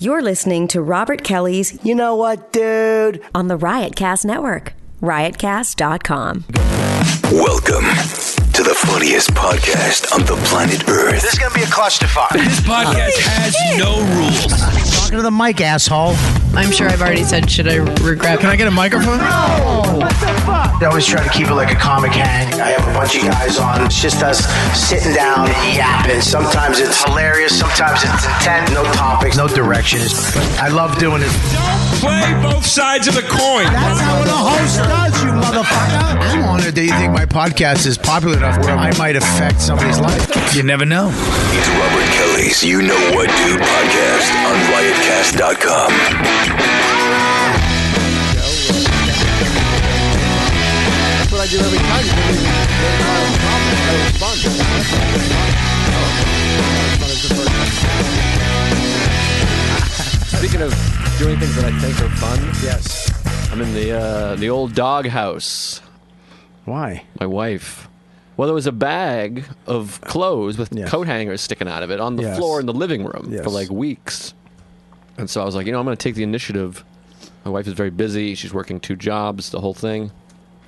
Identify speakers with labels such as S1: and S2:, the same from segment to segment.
S1: You're listening to Robert Kelly's
S2: You know what, dude?
S1: on the Riotcast Network, riotcast.com.
S3: Welcome to the funniest podcast on the planet Earth.
S4: This is gonna be a clusterfuck.
S5: This podcast has no rules.
S2: Talking to the mic, asshole.
S6: I'm sure I've already said, should I regret?
S5: I get a microphone?
S4: I always try to keep it like a comic hang. I have a bunch of guys on. It's just us sitting down and yapping. Sometimes it's hilarious. Sometimes it's intent. No topics. No directions. I love doing it.
S5: Play both sides of the coin.
S2: That's not what a host does, you motherfucker.
S4: I'm honored that you think my podcast is popular enough where I might affect somebody's life.
S5: You never know.
S3: It's Robert Kelly's You Know What Dude podcast on riotcast.com.
S7: Speaking of doing things that I think are fun, yes, I'm in the uh, the old dog house.
S2: Why?
S7: My wife. Well, there was a bag of clothes with
S2: Yes.
S7: coat hangers sticking out of it on the
S2: Yes.
S7: floor in the living room
S2: Yes.
S7: for like weeks, and so I was like, you know, I'm going to take the initiative. My wife is very busy; she's working two jobs, the whole thing.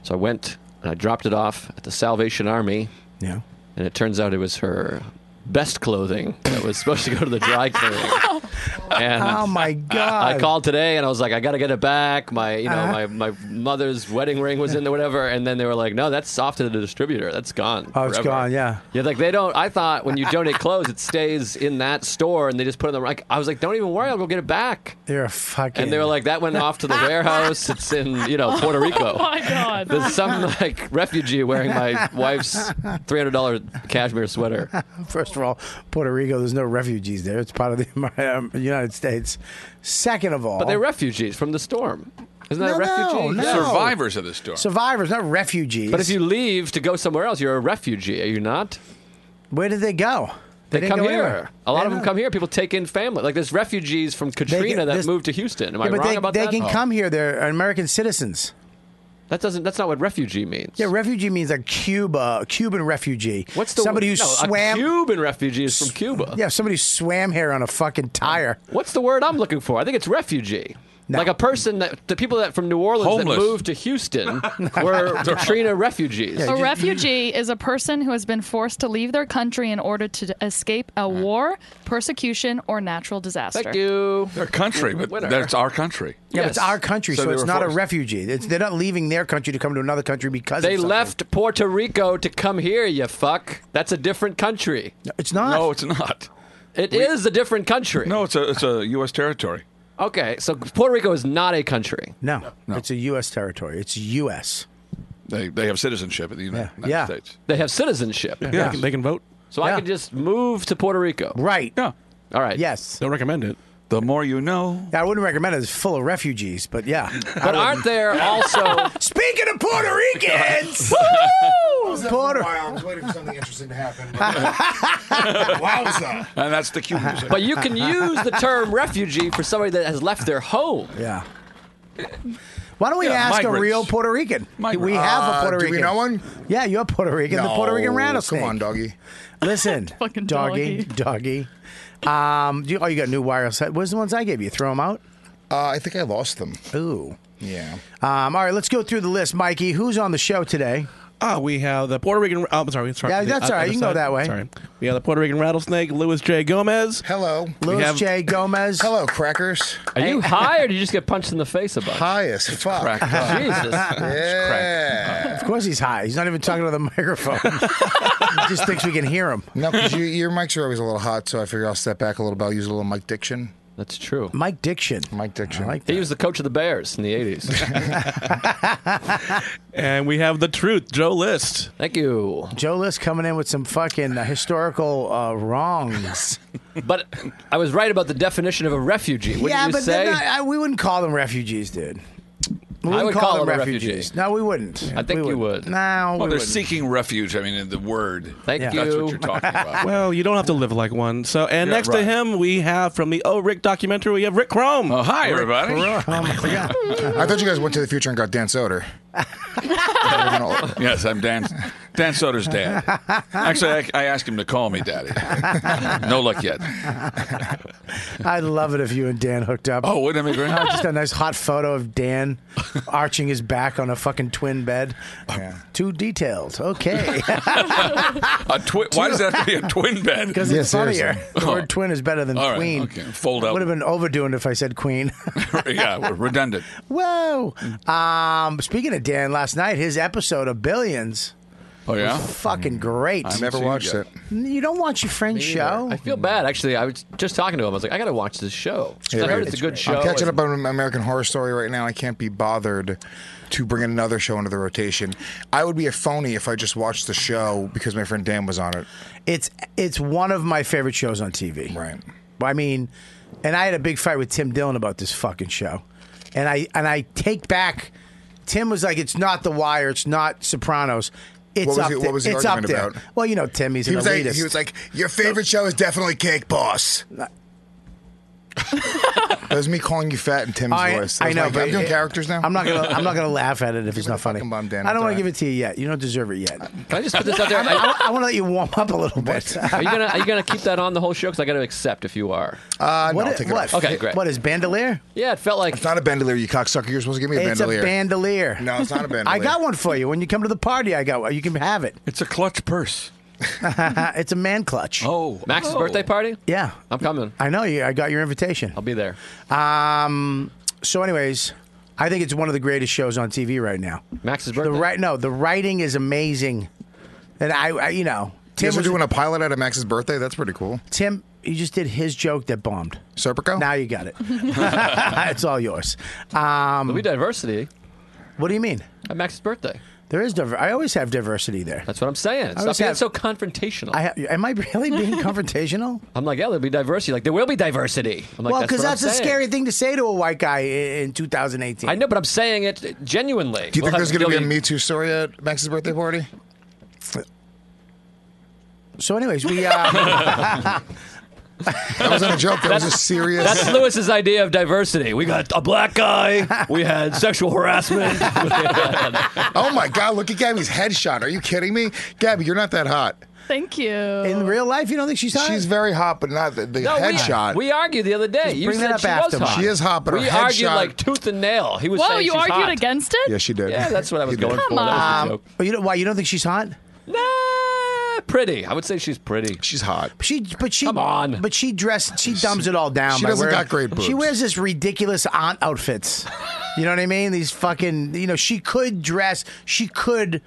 S7: So I went and I dropped it off at the Salvation Army,
S2: Yeah.
S7: and it turns out it was her best clothing that was supposed to go to the dry cleaning. And
S2: Oh my god. Uh-huh.
S7: I called today and I was like, I got to get it back. My, you know, my, my mother's wedding ring was in there, whatever. And then they were like, no, that's off to the distributor. That's gone.
S2: Oh, it's
S7: forever."
S2: gone, yeah.
S7: Yeah. Like they don't, I thought when you donate clothes, it stays in that store and they just put it in the, like, I was like, don't even worry. I'll go get it back.
S2: They're a fucking.
S7: And they were like, that went off to the warehouse. It's in, you know, Puerto Rico.
S6: Oh, my God.
S7: There's some like refugee wearing my wife's $300 cashmere sweater.
S2: First of all, Puerto Rico, there's no refugees there. It's part of the um, United States. Second of all,
S7: But they're refugees from the storm. Isn't that
S2: Oh. No,
S7: a refugee?
S2: no, no.
S5: Survivors of the storm.
S2: survivors, not refugees.
S7: But if you leave to go somewhere else, you're a refugee, are you not?
S2: where did they go?
S7: They,
S2: didn't
S7: come
S2: go
S7: here.
S2: anywhere.
S7: A lot
S2: They
S7: of them
S2: don't-
S7: come here. People take in family. Like there's refugees from
S2: They
S7: Katrina
S2: get-
S7: that
S2: this-
S7: moved to Houston. Am I
S2: Yeah, but
S7: wrong
S2: they,
S7: about
S2: they
S7: that? Oh.
S2: can come here. They're American citizens.
S7: That doesn't. That's not what refugee means.
S2: Yeah, refugee means like Cuba, Cuban refugee.
S7: What's the
S2: somebody who
S7: no, a
S2: swam?
S7: Cuban refugee is from Cuba.
S2: Yeah, somebody who swam here on a fucking tire.
S7: What's the word I'm looking for? I think it's refugee. Like a person that the people that from New Orleans
S5: Homeless.
S7: that moved to Houston were Katrina refugees.
S2: Yeah,
S8: A refugee is a person who has been forced to leave their country in order to escape a war, persecution, or natural disaster.
S7: Thank you.
S5: Their country, but
S7: Winner.
S5: that's our country.
S2: Yeah, but
S7: Yes.
S2: it's our country, so,
S5: So they
S2: it's
S5: were
S2: not a
S5: forced.
S2: refugee. It's, they're not leaving their country to come to another country because
S7: They
S2: of something.
S7: left Puerto Rico to come here. You fuck. That's a different country.
S2: It's not.
S5: No, it's not.
S7: It is a different country.
S5: No, it's a it's a U.S. territory.
S7: Okay, so Puerto Rico is not a country.
S2: no, it's a U.S. territory. It's U.S.
S5: They they have citizenship in the Uni-
S2: Yeah.
S5: United
S2: Yeah.
S5: States.
S7: They have citizenship.
S5: Yeah.
S9: They can vote.
S7: So
S2: Yeah.
S7: I could just move to Puerto Rico.
S2: Right.
S5: Yeah.
S7: All right.
S2: Yes.
S9: Don't recommend it.
S5: The more you know.
S2: Yeah, I wouldn't recommend it. It's full of refugees, but yeah.
S7: But aren't there also
S2: Speaking of Puerto Ricans, Puerto.
S4: I was waiting for something interesting to happen. Wowza.
S5: And that's the Cubans.
S2: Uh-huh.
S7: But you can use the term refugee for somebody that has left their home.
S2: Yeah. Why don't we
S5: Yeah,
S2: ask a
S5: migrants.
S2: real Puerto Rican?
S5: Migrant.
S2: We have a Puerto
S10: Uh, do we
S2: Rican.
S10: know one?
S2: Yeah, you're Puerto Rican. The Puerto Rican rattlesnake.
S10: Come on, doggy.
S2: Listen,
S8: Fucking
S2: doggy, doggy. Um, do you, oh, you got new wireless. head- Where's the ones I gave you? Throw them out.
S10: Uh, I think I lost them.
S2: Ooh.
S10: Yeah.
S2: Um, all right, let's go through the list, Mikey. Who's on the show today?
S9: Ah, we have the Puerto Rican. Oh, I'm sorry. sorry
S2: Yeah,
S9: The
S2: that's all right.
S9: other
S2: You can go
S9: side.
S2: that way.
S9: Sorry. We have the Puerto Rican rattlesnake, Louis J. Gomez.
S10: Hello.
S2: Louis
S9: have-
S2: J. Gomez.
S10: Hello, crackers.
S7: Are you high or do you just get punched in the face a bunch?
S10: High as fuck.
S7: Jesus.
S10: Yeah.
S2: Of course he's high. He's not even talking to the microphone. he just thinks we can hear him.
S10: No, 'cause you, your mics are always a little hot, so I figure I'll step back a little bit. I'll use a little mic diction.
S7: That's true.
S2: Mike Diction.
S10: Mike diction.
S2: I like
S7: He
S2: that.
S7: was the coach of the Bears in the 80s.
S9: And we have the truth, Joe List.
S7: Thank you.
S2: Joe List coming in with some fucking uh, historical uh, wrongs.
S7: But I was right about the definition of a refugee. Wouldn't
S2: yeah,
S7: you
S2: but
S7: say?
S2: they're not, I, we wouldn't call them refugees, dude. We
S7: I
S2: wouldn't
S7: would call them refugee.
S2: No, we wouldn't.
S7: I think
S2: We
S7: you
S2: wouldn't.
S7: would. Oh,
S2: No,
S5: Well,
S2: we
S5: they're
S2: wouldn't.
S5: seeking refuge. I mean, in the word.
S7: Thank
S2: Yeah.
S7: you.
S5: That's what you're talking about.
S9: Well, you don't have to live like one. So, and
S5: Yeah,
S9: next to
S5: right.
S9: him, we have from the Oh Rick documentary, we have Rick Chrome.
S5: Oh, hi, everybody.
S2: Oh,
S10: I thought you guys went to the future and got Dan Soder.
S5: Yes, I'm Dan. Dan Soder's dad. Actually, I, I asked him to call me daddy. No luck yet.
S2: I'd love it if you and Dan hooked up.
S5: Oh, wouldn't that be great?
S2: Uh, just a nice hot photo of Dan arching his back on a fucking twin bed. Too detailed. Okay.
S5: A twi- why does that have to be a twin bed?
S2: Because it's funnier. The
S7: Oh.
S2: word twin is better than
S5: All right,
S2: queen.
S5: okay. Fold out.
S2: Would have been overdoing if I said queen.
S5: yeah, we're redundant.
S2: Whoa. Um, speaking of Dan, last night, his episode of Billions.
S5: Oh yeah,
S10: Mm.
S2: Fucking great.
S5: I'm-
S10: Never
S5: See,
S10: watched
S5: yeah.
S10: it.
S2: you don't watch your friend's show?
S7: I feel bad actually. I was just talking to him. I was like, I got to watch this show. I heard it's a good show.
S10: I'm catching up on American Horror Story right now. I can't be bothered to bring another show into the rotation. I would be a phony if I just watched the show because my friend Dan was on it.
S2: It's it's one of my favorite shows on TV.
S10: Right.
S2: I mean, and I had a big fight with Tim Dillon about this fucking show, and I and I take back. Tim was like, "It's not The Wire. It's not Sopranos. It's
S10: What was
S2: up.
S10: he-
S2: there.
S10: what was he
S2: it's up
S10: arguing
S2: there."
S10: about?
S2: Well, you know, Tim. He's
S10: He
S2: an
S10: was, like,
S2: elitist.
S10: he was like, Your favorite show is definitely Cake Boss. that was me calling you fat in Tim's
S2: I,
S10: voice. That
S2: I
S10: was
S2: know,
S10: like,
S2: but
S10: I'm doing
S2: it-
S10: characters now.
S2: I'm not gonna. I'm not gonna laugh at it if it's not funny.
S10: fucking bum, Dan.
S2: I don't
S10: It's
S2: want
S10: all
S2: to give it to you yet. You don't deserve it yet.
S7: Can I just put this out there?
S2: I, want to let you warm up a little bit.
S7: are you gonna are you gonna keep that on the whole show? Because I got to accept if you are.
S10: Uh, no,
S2: what?
S10: I'll take it
S2: what?
S10: off.
S7: Okay, great.
S2: What is bandolier?
S7: Yeah, it felt like
S10: It's not a bandolier, you cocksucker. You're supposed to give me a
S2: It's
S10: bandolier.
S2: a bandolier.
S10: no, it's not a bandolier.
S2: I got one for you. When you come to the party, I got one. You can have it.
S5: it's a clutch purse.
S2: Uh, it's a man clutch.
S5: Oh,
S7: Max's
S5: oh.
S7: birthday party.
S2: Yeah.
S7: I'm coming.
S2: I know you. I got your invitation.
S7: I'll be there.
S2: Um. So, anyways, I think it's one of the greatest shows on TV right now.
S7: Max's
S2: The
S7: birthday.
S2: right? No, the writing is amazing, and I, I you know,
S10: You
S2: Tim
S10: guys are
S2: was-
S10: doing a pilot out of Max's birthday? That's pretty cool.
S2: Tim. You just did his joke that bombed.
S10: Serpico?
S2: Now you got it. it's all yours. Um,
S7: We diversity
S2: what do you mean?
S7: at Max's birthday.
S2: There is diver- I always have diversity there.
S7: That's what I'm saying. Stop
S2: always
S7: being
S2: have-
S7: so confrontational.
S2: I ha- am I really being confrontational?
S7: I'm like, yeah, there'll be diversity. Like, there will be diversity. I'm like,
S2: well,
S7: because
S2: because that's, a scary thing to say to a white guy i- in 2018.
S7: I know, but I'm saying it genuinely.
S10: Do you think
S7: We'll
S10: there's
S7: have-
S10: going to be a
S7: there'll
S10: Me Too story at Max's birthday party?
S2: So, anyways, we. Uh,
S10: That wasn't a joke. That was a serious.
S7: That's Lewis's idea of diversity. We got a black guy. We had sexual harassment.
S10: Oh my God! Look at Gabby's headshot. Are you kidding me, Gabby? You're not that hot.
S8: Thank you.
S2: in real life, you don't think she's hot?
S10: She's very hot, but not the, the
S7: No, we-
S10: headshot.
S7: We, argued the other day. you
S2: bring
S7: said
S2: that
S7: she
S2: up
S7: was
S2: after.
S7: hot.
S10: She is hot, but
S7: we
S10: her headshot-
S7: argued like tooth and nail. He was.
S8: Whoa,
S7: saying
S8: you
S7: she's
S8: argued
S7: hot.
S8: against it?
S10: yeah, she did.
S7: Yeah, that's what I was
S10: You
S7: going
S10: did.
S7: for. That was the joke.
S2: Oh, you know why you don't think she's hot?
S7: Nah, pretty. I would say she's pretty.
S10: She's hot.
S2: She, but she,
S7: Come on.
S2: but she dressed, she dumbs it all down.
S10: She
S2: by
S10: doesn't
S2: wearing,
S10: got great
S2: She
S10: boobs.
S2: wears this ridiculous aunt outfits. You know what I mean? These fucking, you know, she could dress, she could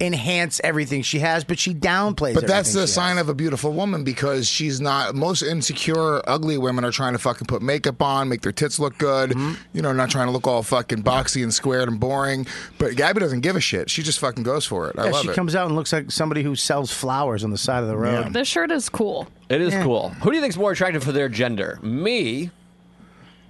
S2: enhance everything she has, but she downplays.
S10: But that's
S2: everything
S10: the
S2: she
S10: sign
S2: has.
S10: of a beautiful woman because she's not. Most insecure, ugly women are trying to fucking put makeup on, make their tits look good.
S2: Mm-hmm.
S10: You know, not trying to look all fucking boxy and squared and boring. But Gabby doesn't give a shit. She just fucking goes for it. I
S2: Yeah,
S10: love
S2: she
S10: it.
S2: comes out and looks like somebody who sells flowers on the side of the road.
S8: This shirt is cool.
S7: It is cool. Who do you think's more attractive for their gender, me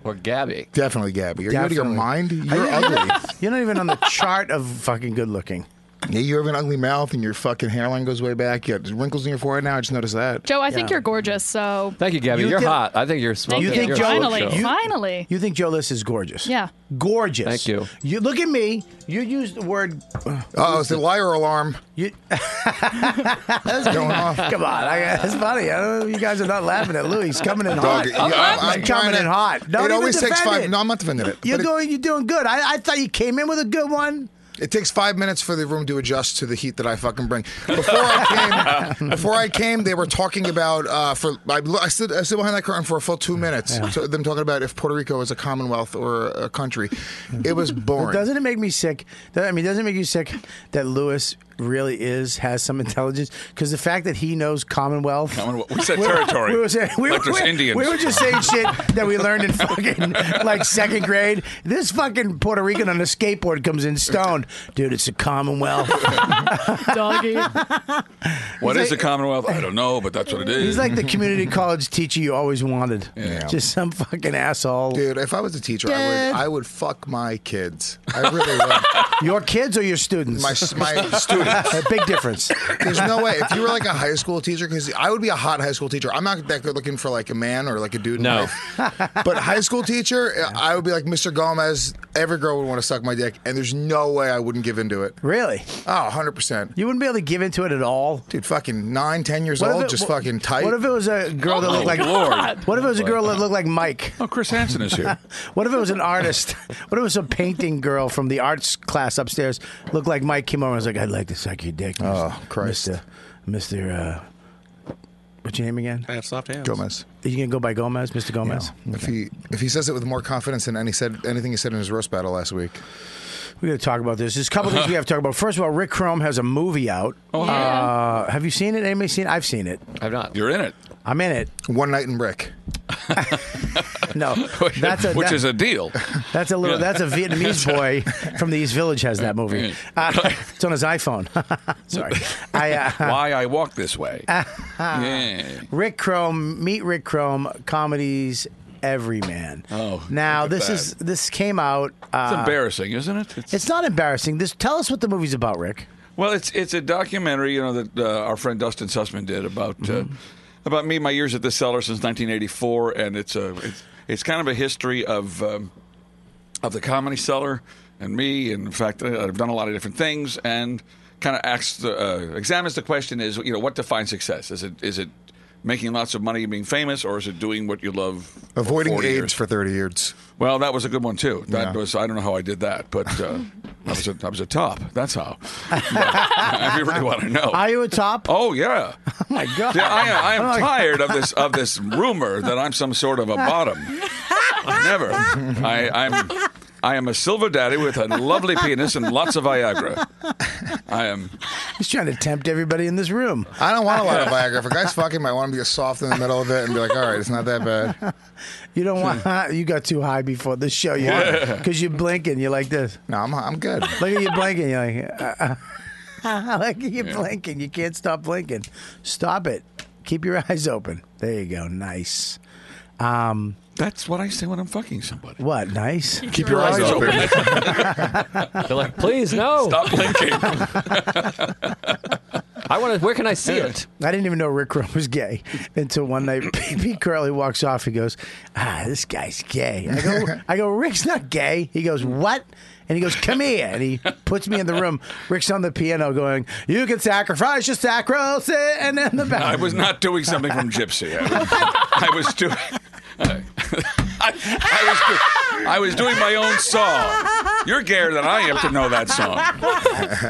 S7: or Gabby?
S10: Definitely, Gabby. Are you out of
S2: Definitely.
S10: your mind? You're ugly.
S2: You're not even on the chart of fucking good looking.
S10: Yeah, you have an ugly mouth and your fucking hairline goes way back. You got wrinkles in your forehead now. I just noticed that.
S8: Joe, I think you're gorgeous, so.
S7: Thank you, Gabby.
S2: You
S7: You are
S2: think-
S7: hot. I think you're smoking.
S8: Thank
S2: think
S7: You're a
S2: Joe-
S7: smoke
S8: finally,
S7: show.
S2: You-
S8: finally.
S2: You think Joe List is gorgeous?
S8: Yeah.
S2: gorgeous.
S7: Thank you.
S2: You look at me. You use the word.
S10: Oh, it's the liar alarm
S2: You,
S10: going off.
S2: Come on, I, that's funny. I don't know. You guys are not laughing at Louis. He's coming in hot.
S10: Dog, yeah, I'm- I'm
S2: He's coming
S10: trying to-
S2: in hot. Don't
S10: it
S2: even
S10: always takes
S2: defend
S10: five.
S2: it.
S10: No, I'm not defending it.
S2: You're
S10: But it-
S2: doing. You're doing good. I, I thought you came in with a good one.
S10: It takes five minutes for the room to adjust to the heat that I fucking bring. Before I came, before I came, they were talking about uh, for I, lo- I stood I stood behind that curtain for a full two minutes. So them talking about if Puerto Rico is a commonwealth or a country. It was boring.
S2: Doesn't it make me sick? that- I mean, doesn't it make you sick that Lewis really is has some intelligence? Because the fact that he knows Commonwealth.
S5: Commonwealth. We said
S2: We were-
S5: territory.
S2: We were, saying, we,
S5: Like there's
S2: were-
S5: Indians.
S2: we were just saying shit that we learned in fucking like second grade. This fucking Puerto Rican on a skateboard comes in stoned. Dude, it's a Commonwealth.
S8: Doggy.
S5: What is the Commonwealth? I don't know, but that's what it is.
S2: He's like the community college teacher you always wanted.
S10: Yeah.
S2: Just some fucking asshole.
S10: Dude, if I was a teacher, I
S2: Dad.
S10: would I would fuck my kids. I really would.
S2: Your kids or your students?
S10: My my students.
S2: a big difference.
S10: There's no way. If you were like a high school teacher, because I would be a hot high school teacher. I'm not that good looking for like a man or like a dude. in
S7: No.
S10: life. But high school teacher, I would be like Mr. Gomez. every girl would want to suck my dick, and there's no way I wouldn't give into it.
S2: Really?
S10: Oh, 100%.
S2: You wouldn't be able to give into it at all?
S10: Dude, fucking nine, ten years
S2: What if
S10: old,
S2: it-
S10: just
S2: wh-
S10: fucking tight.
S2: What if it was a girl that
S5: Oh,
S2: looked like
S5: Lord.
S2: What if it was a girl that looked like Mike?
S5: Oh, Chris Hansen is here.
S2: What if it was an artist? What if it was a painting girl from the arts class upstairs? Looked like Mike came over and was like, "I'd like to suck your dick."
S10: Oh, Christ.
S2: Mister, Mister, uh, what's your name again?
S9: I have soft hands.
S10: Gomez.
S2: Are you gonna go by Gomez, Mister Gomez?
S10: If he if he says it with more confidence than any said anything he said in his roast battle last week,
S2: We're gonna talk about this. There's a couple things we have to talk about. First of all, Rick Chrome has a movie out.
S5: Oh, hi.
S2: Uh, have you seen it? Anybody seen it? I've seen it.
S7: I've not.
S5: you're in it,
S2: I'm in it.
S10: one night in Rick.
S2: No, that's a
S5: which
S2: that-
S5: is a deal.
S2: That's a little. That's a Vietnamese boy from the East Village has that movie. Uh, it's on his iPhone. Sorry. I, uh,
S5: Why I walk this way. yeah.
S2: Rick Chrome, meet Rick Chrome, comedies Everyman.
S5: Oh,
S2: now
S5: look at
S2: this
S5: that.
S2: is this came out. Uh,
S5: It's embarrassing, isn't it? It's-
S2: it's not embarrassing. This tell us what the movie's about, Rick.
S5: Well, it's it's a documentary, you know, that uh, our friend Dustin Sussman did about uh,
S10: Mm-hmm.
S5: about me, my years at the cellar since 1984, and it's a it's, it's kind of a history of um, of the comedy cellar and me, and in fact, uh, I've done a lot of different things, and kind of asks the, uh, examines the question is you know what defines success? Is it is it making lots of money and being famous, or is it doing what you love? for
S10: Avoiding
S5: 40
S10: AIDS
S5: years?
S10: for 30 years.
S5: Well, that was a good one too. That
S10: Yeah.
S5: was I don't know how I did that, but uh, I was a, I was a top. That's how. if you really want to know.
S2: Are you a top?
S5: oh yeah.
S2: Oh my god!
S5: Yeah, I am, I
S2: Oh, my
S5: am tired of this of this rumor that I'm some sort of a bottom. Never. I, I'm I am a silver daddy with a lovely penis and lots of Viagra. I am
S2: He's trying to tempt everybody in this room.
S10: I don't want a lot of Viagra. If a guy's fucking, I want him to get soft in the middle of it and be like, all right, it's not that bad.
S2: You don't
S5: Hmm.
S2: want. you got too high before the show. You because you're blinking. You're like this.
S10: No, I'm, I'm good.
S2: Look at you blinking. You're like, uh, uh, look at you blinking. You can't stop blinking. Stop it. Keep your eyes open. There you go. Nice. Um,
S5: that's what I say when I'm fucking somebody.
S2: what? Nice.
S10: Keep your eyes open.
S7: They're like, please, no.
S5: Stop blinking.
S7: I want to. Where can I see it?
S2: I didn't even know Rick Rome was gay until one night Pete Curly walks off. He goes, "Ah, this guy's gay." I go, "I go, Rick's not gay." He goes, "What?" And he goes, "Come here," and he puts me in the room. Rick's on the piano going, "You can sacrifice your sacrosanct," and then the back.
S5: I was not doing something from Gypsy. I was, I was doing. I, I was do- I was doing my own song. You're gayer than I am to know that song.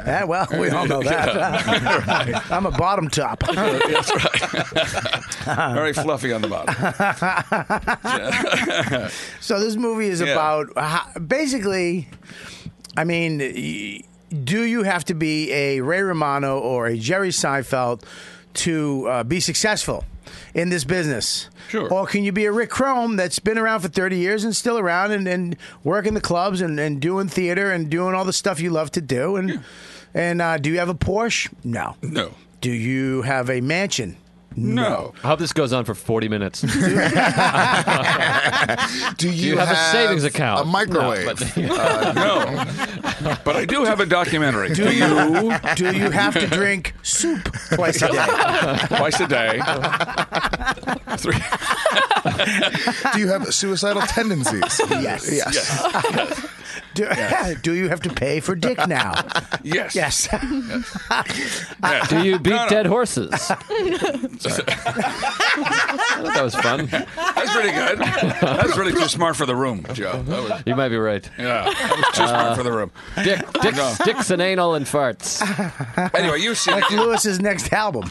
S2: Yeah, well, we all know that. I'm a bottom top.
S5: That's right. Very fluffy on the bottom.
S2: So this movie is
S5: Yeah.
S2: about how, basically, I mean, y- do you have to be a Ray Romano or a Jerry Seinfeld to uh, be successful in this business?
S5: Sure.
S2: Or can you be a Rick Chrome that's been around for 30 years and still around and, and working the clubs and, and doing theater and doing all the stuff you love to do? And, and uh, do you have a Porsche? No.
S5: No.
S2: Do you have a mansion?
S5: No.
S7: I hope this goes on for 40 minutes.
S10: Do you,
S7: have a savings account?
S10: A microwave.
S5: No. But I do have a documentary.
S2: Do you do you have to drink soup twice a day?
S5: Twice a day. Three.
S10: Do you have suicidal tendencies?
S2: Yes.
S10: Yes.
S2: Do, do you have to pay for dick now?
S5: Yes.
S2: yes.
S5: Yes.
S7: Do you beat
S5: No, no.
S7: dead horses? Sorry. I thought that was fun.
S5: That's pretty good. That's really too smart for the room, Joe. That was,
S7: You might be right.
S5: yeah, that was too smart for the room.
S7: Dick, dicks,
S5: No.
S7: dicks and anal and farts.
S5: Anyway, you've seen
S2: Like
S5: it.
S2: Lewis's next album,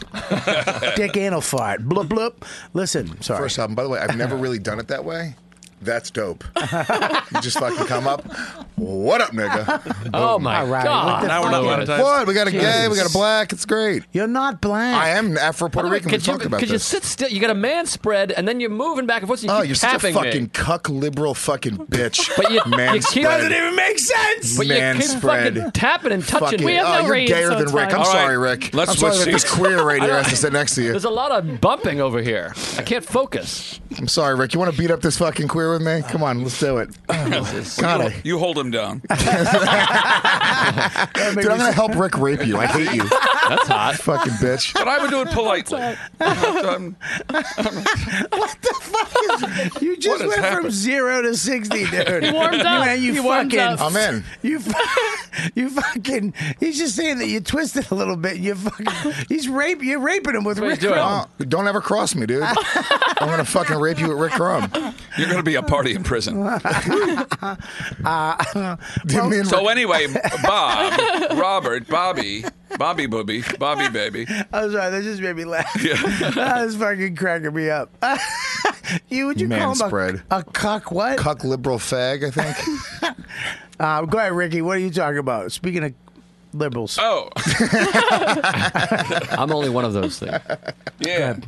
S2: Dick Anal Fart. Blup blup. Listen, sorry.
S10: First album. By the way, I've never really done it that way. That's dope. you just fucking come up. What up, nigga?
S7: Oh my
S2: All right, what
S7: god!
S2: the Now we're
S9: not
S7: Fucking-
S9: monetized.
S10: What? We got a gay. We got a black. It's great.
S2: You're not blank.
S10: I am Afro Puerto Rican. We
S7: Could you,
S10: talked about
S7: could you
S10: this.
S7: sit still? You got a man spread, and then you're moving back and forth. So you
S10: oh,
S7: keep
S10: you're such a
S7: tapping
S10: fucking
S7: me.
S10: cuck liberal fucking bitch.
S7: But you-
S10: man
S7: you keep-
S10: spread.
S7: Doesn't even
S2: make sense.
S7: But
S10: man
S7: you keep
S10: spread.
S7: fucking tapping and touching
S10: Fucking-
S7: me.
S8: We have
S10: oh,
S8: no
S10: you're
S8: read,
S10: gayer
S8: so
S10: than
S8: it's
S10: Rick.
S8: fine.
S10: I'm
S5: All right,
S10: sorry, Rick.
S5: let's
S10: I'm sorry
S5: switch
S10: that this
S5: seats.
S10: queer right here has to sit next to you.
S7: There's a lot of bumping over here. I can't focus.
S10: I'm sorry, Rick. You want to beat up this fucking queer with me? Come on, let's do it. God, I-
S5: You hold him down.
S10: dude, I'm gonna help Rick rape you. I hate you. That's hot, fucking bitch.
S5: But I would do it politely. Um,
S2: You just
S5: has
S2: went from
S5: happened?
S2: zero to sixty, dude.
S5: He warmed up.
S2: Man, you
S5: He warmed
S2: fucking.
S5: up. I'm in.
S2: You, fu- you fucking. He's just saying that you twisted a little bit. You fucking. He's rape. You're raping him with Rick Roll.
S10: Oh, don't ever cross me, dude. I'm gonna fucking rape you with Rick Crumb.
S5: You're going to be a party in prison.
S2: Uh,
S5: so anyway, Bob, Robert, Bobby, Bobby Booby, Bobby Baby.
S2: I'm sorry. That just made me laugh.
S5: Yeah.
S2: that was Ah, fucking cracking me up. you would you
S10: Man
S2: call him
S10: spread.
S2: A, a cuck? What?
S10: Cuck liberal fag, I think.
S2: Uh, go ahead, Ricky. What are you talking about? Speaking of liberals.
S5: Oh.
S7: I'm only one of those things.
S5: Yeah.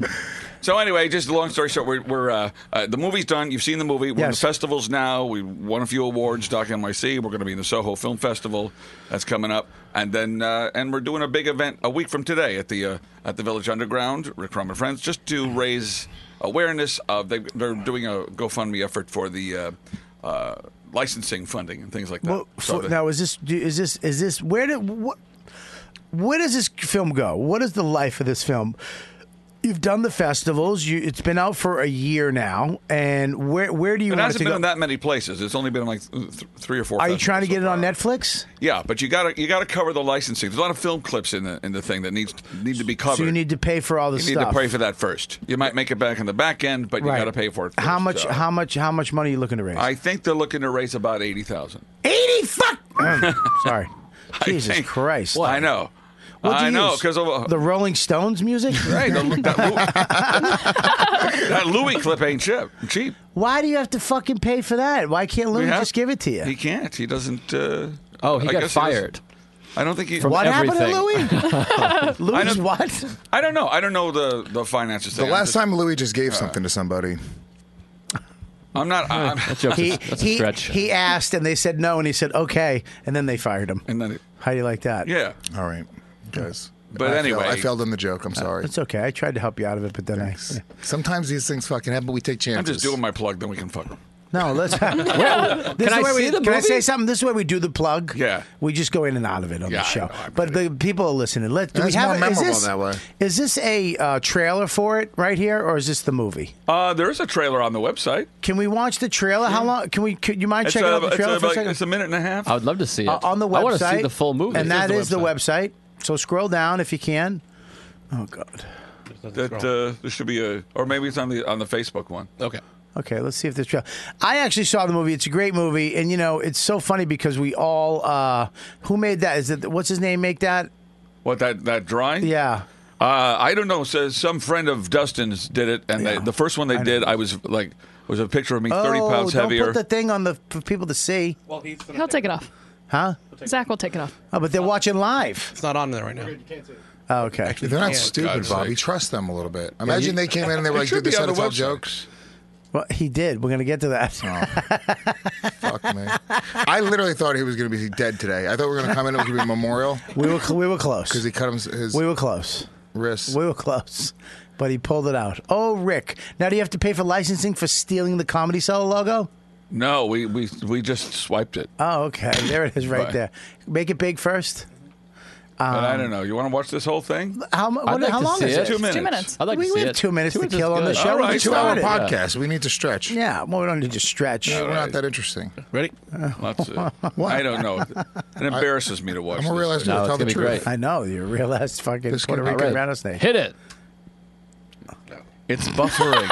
S5: So anyway, just a long story short, we're, we're uh, uh, the movie's done. You've seen the movie. We're in the
S2: Yes.
S5: festivals now. We won a few awards, Doc NYC. We're going to be in the Soho Film Festival that's coming up, and then uh, and we're doing a big event a week from today at the uh, at the Village Underground, Rick Rum and Friends, just to raise awareness of they, they're doing a GoFundMe effort for the uh, uh, licensing funding and things like that.
S2: Well,
S5: So
S2: fo-
S5: the-
S2: now is this do- is this is this where did what where does this film go? What is the life of this film? You've done the festivals. You, it's been out for a year now, and where where do you
S5: it
S2: want it
S5: hasn't
S2: to
S5: been
S2: go?
S5: in that many places. It's only been in like th- th- three or four.
S2: Are you
S5: festivals
S2: trying to
S5: so
S2: get it
S5: far.
S2: on Netflix?
S5: Yeah, but you gotta you gotta cover the licensing. There's a lot of film clips in the in the thing that needs need to be covered.
S2: So you need to pay for all the
S5: You need
S2: stuff.
S5: to pay for that first. You might make it back in the back end, but
S2: Right.
S5: you gotta pay for it. First.
S2: How much?
S5: So
S2: How much? How much money are you looking to raise?
S5: I think they're looking to raise about eighty thousand.
S2: Eighty fuck. Sorry. Jesus
S5: think-
S2: Christ.
S5: I know.
S2: What'd you
S5: I know
S2: use?
S5: because of uh,
S2: the Rolling Stones music.
S5: right, the- that, Louis, that Louis clip ain't cheap. Cheap.
S2: Why do you have to fucking pay for that? Why can't
S5: We
S2: Louis
S5: have-
S2: just give it to you?
S5: He can't. He doesn't. Uh,
S7: Oh, he
S5: I
S7: got
S5: guess doesn't-
S7: fired.
S5: I don't think he.
S7: From
S2: what
S7: everything.
S2: happened to Louis?
S5: I
S2: Louis
S5: don't-
S2: what?
S5: I don't know. I don't know the the finances.
S10: The
S5: thing. I'm
S10: last
S5: just-
S10: time Louis just gave something to somebody.
S5: I'm not. I- I'm,
S7: That joke's
S2: He
S7: a, that's a
S2: he
S7: stretch.
S2: he asked, and they said no, and he said okay, and then they fired him.
S5: and then it,
S2: How do you like that?
S5: yeah.
S10: All right, guys.
S5: But
S10: I failed-
S5: anyway-
S10: I failed on the joke. I'm sorry.
S2: it's okay. I tried to help you out of it, but then I.
S10: Sometimes these things fucking happen. We take chances.
S5: I'm just doing my plug. Then we can fuck him.
S2: No, let's. Well, this is
S7: I
S2: way we,
S7: see the
S2: Can I say
S7: movie?
S2: something? This is where we do the plug.
S5: Yeah.
S2: we just go in and out of it on
S5: Yeah,
S2: the
S5: I
S2: show.
S5: know, I
S2: but the people are listening. Let do we
S10: That's
S2: have
S10: more
S2: is
S10: memorable
S2: this,
S10: that way.
S2: Is this a uh, trailer for it right here, or is this the movie?
S5: Uh, there is a trailer on the website.
S2: Can we watch the trailer? How long? Can we? Could you mind
S5: It's,
S2: checking
S5: uh,
S2: out the
S5: it's,
S2: trailer
S5: uh,
S2: for a
S5: like-
S2: second?
S5: it's a minute and a half.
S7: I would love to see it.
S2: Uh, on the website.
S7: I want to see the full movie.
S2: And that is the
S7: website.
S2: website. So scroll down if you can. Oh God.
S5: that uh, there should be a, or maybe it's on the on the Facebook one.
S9: Okay.
S2: Okay, let's see if this. I actually saw the movie. It's a great movie, and you know it's so funny because we all. Uh, who made that? Is it what's his name? Make that?
S5: What that that drawing?
S2: Yeah.
S5: Uh, I don't know. So some friend of Dustin's did it, and they, the first one they did, I was like, was a picture of me thirty
S2: oh,
S5: pounds
S2: don't
S5: heavier.
S2: put the thing on the for people to see,
S9: Well, he's gonna
S8: He'll take it off.
S2: huh?
S8: Zach will take it off.
S2: Oh, but they're watching live.
S9: It's not on there right now.
S2: Oh, okay.
S10: They're not stupid,
S5: God's
S10: Bobby.
S5: sake.
S10: Trust them a little bit. Imagine they came in and they were
S5: It
S10: like,
S5: should
S10: "Did they
S5: be on
S10: start to
S5: the
S10: tell
S5: website.
S10: jokes?"
S2: Well, he did. We're gonna get to that.
S10: Fuck me. I literally thought he was going to be dead today. I thought we were going to come in. It was going to be a memorial
S2: We were cl- we were close.
S10: because he cut him, his
S2: We were close.
S10: wrist.
S2: We were close, but he pulled it out. Oh, Rick! Now do you have to pay for licensing for stealing the Comedy Cell logo?
S5: no, we, we we just swiped it.
S2: Oh, okay. There it is, right
S5: Right.
S2: there. Make it big first.
S5: but
S2: Um.
S5: I don't know. You want to watch this whole thing?
S2: How, mu- what,
S7: like
S2: how
S7: to
S2: long
S7: see
S2: is
S7: it.
S2: it?
S5: Two minutes.
S8: Two minutes.
S7: I'd like
S2: we
S7: to see
S2: we have
S7: it.
S2: two minutes to
S7: is
S2: kill on the
S7: good.
S2: show.
S5: All
S2: We
S5: right,
S2: just
S5: two hour
S10: Our
S2: started.
S10: podcast. We need to stretch.
S2: Yeah, well, we don't need to stretch.
S10: We're not that interesting.
S9: Ready?
S5: Let's, uh, I don't know. It embarrasses me to watch.
S10: I'm gonna
S5: this
S10: realize
S5: thing.
S10: to
S7: No, it's
S10: tell
S7: gonna
S10: the
S7: be
S10: truth.
S7: great.
S2: I know you're a real ass fucking
S10: This
S2: Puerto
S10: could be
S2: Rican
S10: good.
S2: rattlesnake.
S7: Hit it.
S5: It's buffering.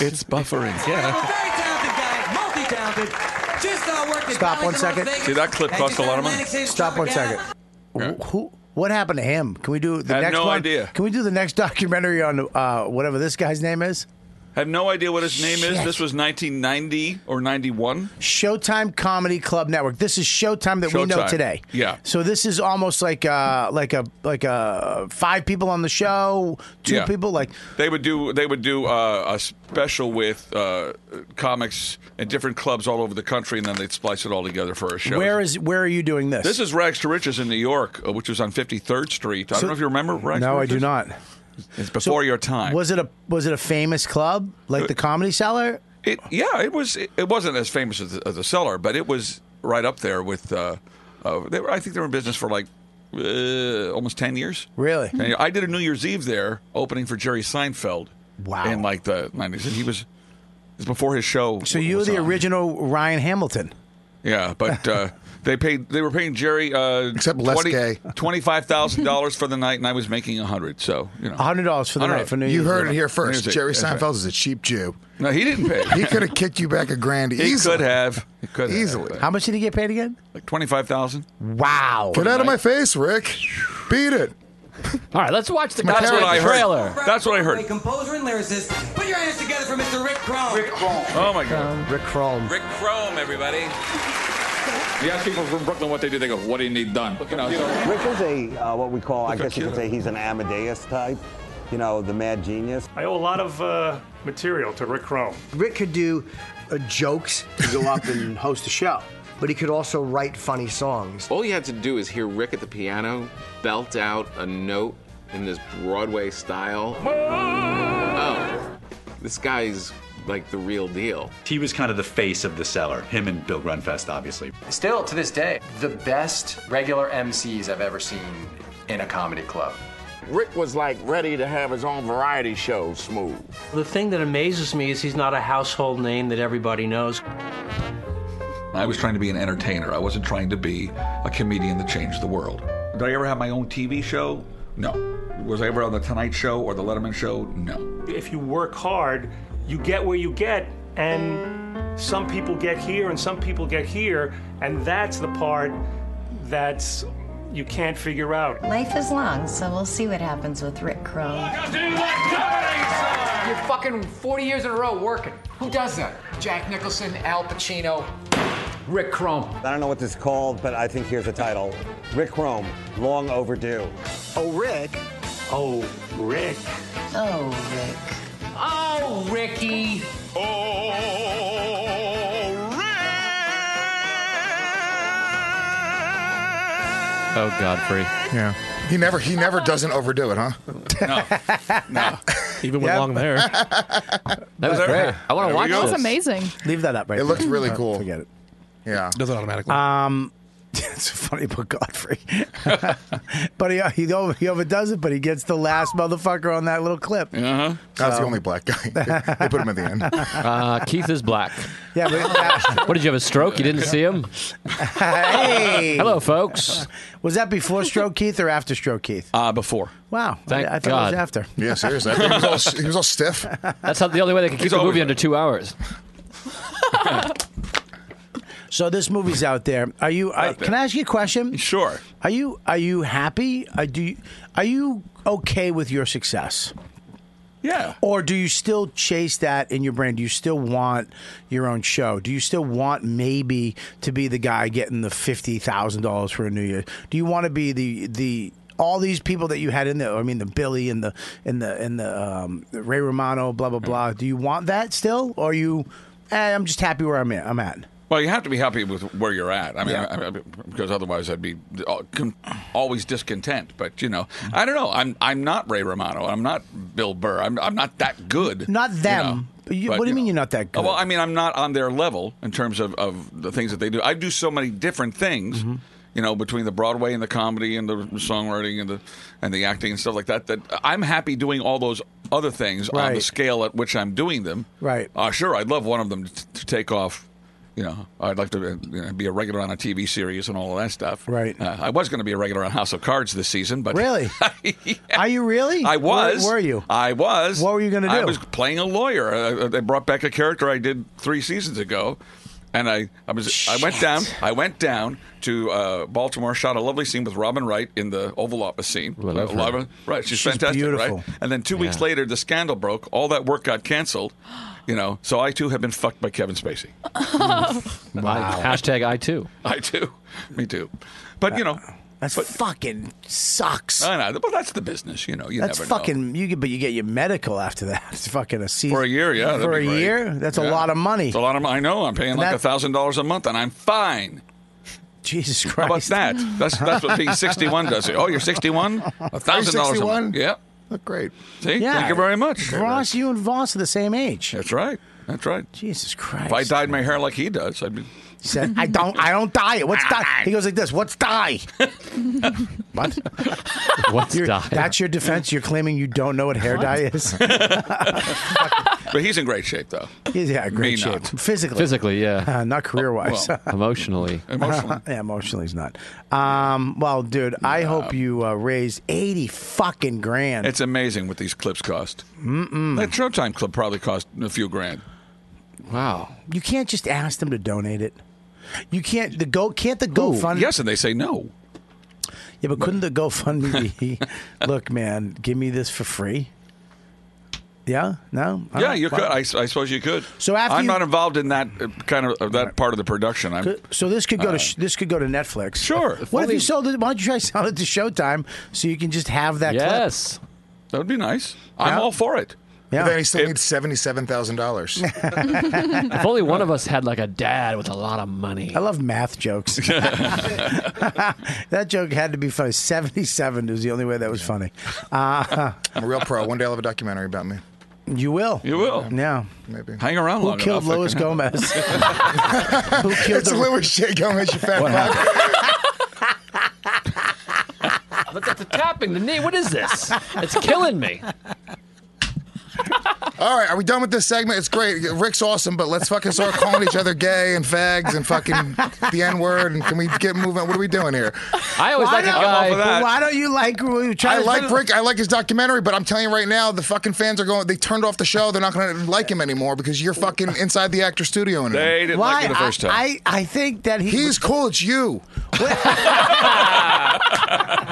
S5: it's buffering.
S9: Yeah.
S11: Very talented guy, multi-talented. Just not working.
S2: Stop one second.
S5: See, that clip cost a lot of money.
S2: Stop one second. Wh- Who? What happened to him? Can we do the
S5: I have
S2: next
S5: no
S2: one?
S5: idea.
S2: Can we do the next documentary on uh, whatever this guy's name is?
S5: I have no idea what his name is.
S2: Shit.
S5: This was 1990 or 91.
S2: Showtime Comedy Club Network. This is Showtime that we know
S5: Showtime.
S2: today.
S5: Yeah.
S2: So this is almost like uh like a like a five people on the show, two
S5: Yeah.
S2: people like
S5: They would do they would do uh, a special with uh, comics and different clubs all over the country, and then they'd splice it all together for a show.
S2: where is where are you doing this?
S5: this? Is Rags to Riches in New York, uh, which was on 53rd Street. I
S2: So-
S5: don't know if you remember Rags.
S2: No,
S5: to
S2: I
S5: Riches.
S2: do not.
S5: It's before your time. Uh,
S2: Was it a was it a famous club like the Comedy Cellar?
S5: It, yeah, it was. It, it wasn't as famous as, as a seller, but it was right up there with. Uh, uh, they were, I think they were in business for like uh, almost ten years.
S2: Really?
S5: 10 years. I did a New Year's Eve there, opening for Jerry Seinfeld.
S2: Wow.
S5: In like the nineties, and he was It's before his show.
S2: So you were the original Ryan Hamilton.
S5: Yeah, but uh, they paid. They were paying Jerry uh,
S2: Except less gay.
S5: twenty five thousand dollars for the night, and I was making a hundred. So you know,
S2: hundred dollars for the night for New
S10: You
S2: Year's
S10: heard it
S2: Eve.
S10: here first.
S5: Music,
S10: Jerry
S5: that's right.
S10: Seinfeld is a cheap Jew.
S5: No, he didn't pay.
S10: He could have kicked you back a grand
S5: He
S10: easily.
S5: could have. He could
S10: Easily.
S5: Have,
S2: How much did he get paid again?
S5: like twenty five thousand.
S2: Wow.
S10: Get out of my face, Rick. Beat it.
S7: All right, let's watch the
S5: That's what I heard. That's what I
S11: A
S5: heard.
S11: composer and lyricist. Put your hands together for Mr. Rick Crom. Rick Crom.
S5: Oh my god.
S2: Um, Rick Crom.
S11: Rick Crom, everybody.
S5: You ask people from Brooklyn what they do, they go, "What do you need done?" You know, so-
S12: Rick is a uh, what we call, I guess you could say, he's an Amadeus type. You know, the mad genius.
S13: I owe a lot of uh, material to Rick Crom.
S14: Rick could do uh, jokes to go up and host a show, but he could also write funny songs.
S15: All you had to do is hear Rick at the piano belt out a note in this Broadway style. Oh, this guy's like the real deal.
S16: He was kind of the face of the cellar, him and Bill Grunfest, obviously.
S17: Still to this day, the best regular MCs I've ever seen in a comedy club.
S18: Rick was like ready to have his own variety show, Smooth.
S19: The thing that amazes me is he's not a household name that everybody knows.
S5: I was trying to be an entertainer. I wasn't trying to be a comedian that changed the world. Did I ever have my own TV show? No. Was I ever on the Tonight Show or the Letterman Show? No.
S13: If you work hard, you get where you get, and some people get here and some people get here, and that's the part that's you can't figure out.
S20: Life is long, so we'll see what happens with Rick Crow.
S17: You're fucking 40 years in a row working. Who does that? Jack Nicholson, Al Pacino, Rick Crom.
S12: I don't know what this is called, but I think here's the title Rick Chrome, Long Overdue.
S14: Oh, Rick.
S12: Oh, Rick.
S20: Oh, Rick.
S17: Oh, Ricky.
S7: Oh, Godfrey.
S10: Yeah. He never he never doesn't overdo it, huh?
S5: No.
S9: Even with long hair.
S7: That was great. I want to watch
S8: That was
S7: this.
S8: amazing.
S2: Leave that up right
S10: It
S2: there.
S10: looks really
S2: Uh,
S10: cool.
S2: Forget it.
S10: Yeah.
S9: Does it automatically.
S2: Um, it's funny about Godfrey. but he, he, over, he overdoes it, but he gets the last motherfucker on that little clip.
S5: Uh-huh.
S10: That's the only black guy. They, they put him at the end.
S7: Uh, Keith is black.
S2: Yeah, but that,
S7: What did you have a stroke? You didn't see him?
S2: hey.
S7: Hello, folks.
S2: Was that before Stroke Keith or after Stroke Keith?
S5: Uh, before.
S2: Wow.
S7: Thank
S2: I, I thought
S7: God.
S2: it was after.
S10: Yeah, seriously. I think he was all, he was all stiff.
S7: That's not the only way they can keep
S10: He's
S7: a movie
S10: always-
S7: under two hours.
S2: So this movie's out there. Are you? I, can I ask you a question?
S5: Sure.
S2: Are you? Are you happy? Are, do you, are you okay with your success?
S5: Yeah.
S2: Or do you still chase that in your brain? Do you still want your own show? Do you still want maybe to be the guy getting the fifty thousand dollars for a New Year? Do you want to be the the all these people that you had in there? I mean, the Billy and the and the and the um, Ray Romano, blah blah blah.
S5: Mm.
S2: Do you want that still, or are you? Eh, I'm just happy where I'm at. I'm at.
S5: Well, you have to be happy with where you're at. I mean,
S2: Yeah.
S5: I, I, because otherwise I'd be al- con- always discontent. But you know,
S2: Mm-hmm.
S5: I don't know. I'm I'm not Ray Romano. I'm not Bill Burr. I'm I'm not that good.
S2: Not
S5: you know.
S2: them. But you-
S5: But,
S2: what do
S5: you
S2: you mean
S5: know.
S2: you're not
S5: Uh,
S2: that good?
S5: Well, I mean, I'm not on their level in terms of, of the things that they do. I do so many different things,
S2: Mm-hmm.
S5: you know, between the Broadway and the comedy and the songwriting and the and the acting and stuff like that. That I'm happy doing all those other things on the
S2: Right.
S5: scale at which I'm doing them.
S2: Right.
S5: Uh, sure, I'd love one of them to, to take off. You know, I'd like to uh, you know, be a regular on a TV series and all of that stuff. Right. Uh, I was going to be a regular on House of Cards this season, but
S2: Really? Are you really?
S5: I was. Uh,
S2: Where were you?
S5: I was. What were you
S2: gonna
S5: I
S2: do?
S5: was playing a lawyer. Uh, they brought back a character I did three seasons ago, and I, I was I went down. I went down to uh, Baltimore. Shot a lovely scene with Robin Wright in the Oval Office scene.
S7: I love her.
S5: Robin- right? She's,
S7: She's
S5: fantastic,
S7: beautiful.
S5: right? And then two weeks
S7: Yeah.
S5: later, the scandal broke. All that work got canceled. You know, so I too have been fucked by Kevin Spacey.
S7: Wow. Hashtag I too.
S5: I too. Me too. But you know,
S2: That's fucking sucks.
S5: I know. But that's the business. You know, you
S2: Uh, That's
S5: never know.
S2: fucking you get, but you get your medical after that. It's fucking a season
S5: For a year, yeah. that'd
S2: for a
S5: be great.
S2: year. That's
S5: Yeah.
S2: a lot of money.
S5: It's a lot of money. I know. I'm paying like
S2: That-
S5: thousand dollars a month, and I'm fine.
S2: Jesus Christ!
S5: How about that? That's that's what being 61 does. Oh, you're 61. A thousand dollars a
S2: 61?
S5: month. Yeah.
S10: Look great.
S5: See. Thank you very much.
S2: Voss, you and Voss are the same age.
S5: That's right. That's right.
S2: Jesus Christ.
S5: If I dyed my hair like he does, I'd be.
S2: He said, I don't, I don't dye it. What's dye? He goes like this. What's dye? what?
S7: What's
S5: dye?
S2: That's your defense. You're claiming you don't know what hair
S5: What?
S2: dye is.
S5: But he's in great shape, though.
S2: He's yeah, great
S5: Me
S2: shape.
S5: not. Oh,
S2: Physically.
S7: Physically, yeah.
S2: Uh, not career wise.
S7: well, emotionally.
S5: Emotionally.
S2: yeah, emotionally he's not. Um, well, dude, I hope you uh, raised eighty fucking grand.
S5: It's amazing what these clips cost.
S2: Mm-mm.
S5: That Showtime clip probably cost a few grand.
S7: Wow.
S2: You can't just ask them to donate it. You can't the go can't the GoFundMe.
S5: Yes, and they say no.
S2: Yeah, but couldn't the GoFundMe be? Look, man, give me this for free. Yeah, no. All
S5: yeah,
S2: right,
S5: you
S2: fine.
S5: could. I, s- I suppose you could.
S2: So after
S5: I'm
S2: you-
S5: not involved in that uh, kind of uh, that part of the production. I'm.
S2: So- So this could go
S5: Uh,
S2: to sh- this could go to Netflix.
S5: Sure.
S2: What if you sold it? Why don't you try selling it to Showtime so you can just have that?
S7: Yes.
S5: That would be nice. I'm all for it.
S2: Yeah.
S10: But then he still needs seventy-seven thousand dollars.
S7: if only one of us had like a dad with a lot of money.
S2: I love math jokes. that joke had to be funny. Seventy-seven was the only way that was funny. Uh,
S10: I'm a real pro. One day I'll have a documentary about me.
S2: you will.
S5: You will.
S2: Yeah.
S10: Maybe.
S5: Hang around
S2: Who
S5: long
S2: killed
S5: enough, I
S2: Lois
S5: can-
S2: Gomez? Who killed
S10: it's
S2: the-
S10: Louis J. Gomez, you fat
S2: What
S10: fuck.
S7: Look at the tapping, the knee. What is this? It's killing me.
S10: All right, are we done with this segment? It's great. Rick's awesome, but let's fucking start calling each other gay and fags and fucking the N word. And can we get moving? What are we doing here?
S7: I
S2: always Why like a not? guy-
S10: Well,
S2: Why don't you like? We try
S10: I
S2: to-
S10: like Rick. I like his documentary, but I'm telling you right now, the fucking fans are going. They turned off the show. They're not going to like him anymore because you're fucking inside the actor studio. And
S5: They didn't like me the first time.
S2: I, I think that he
S10: he's cool. It's you.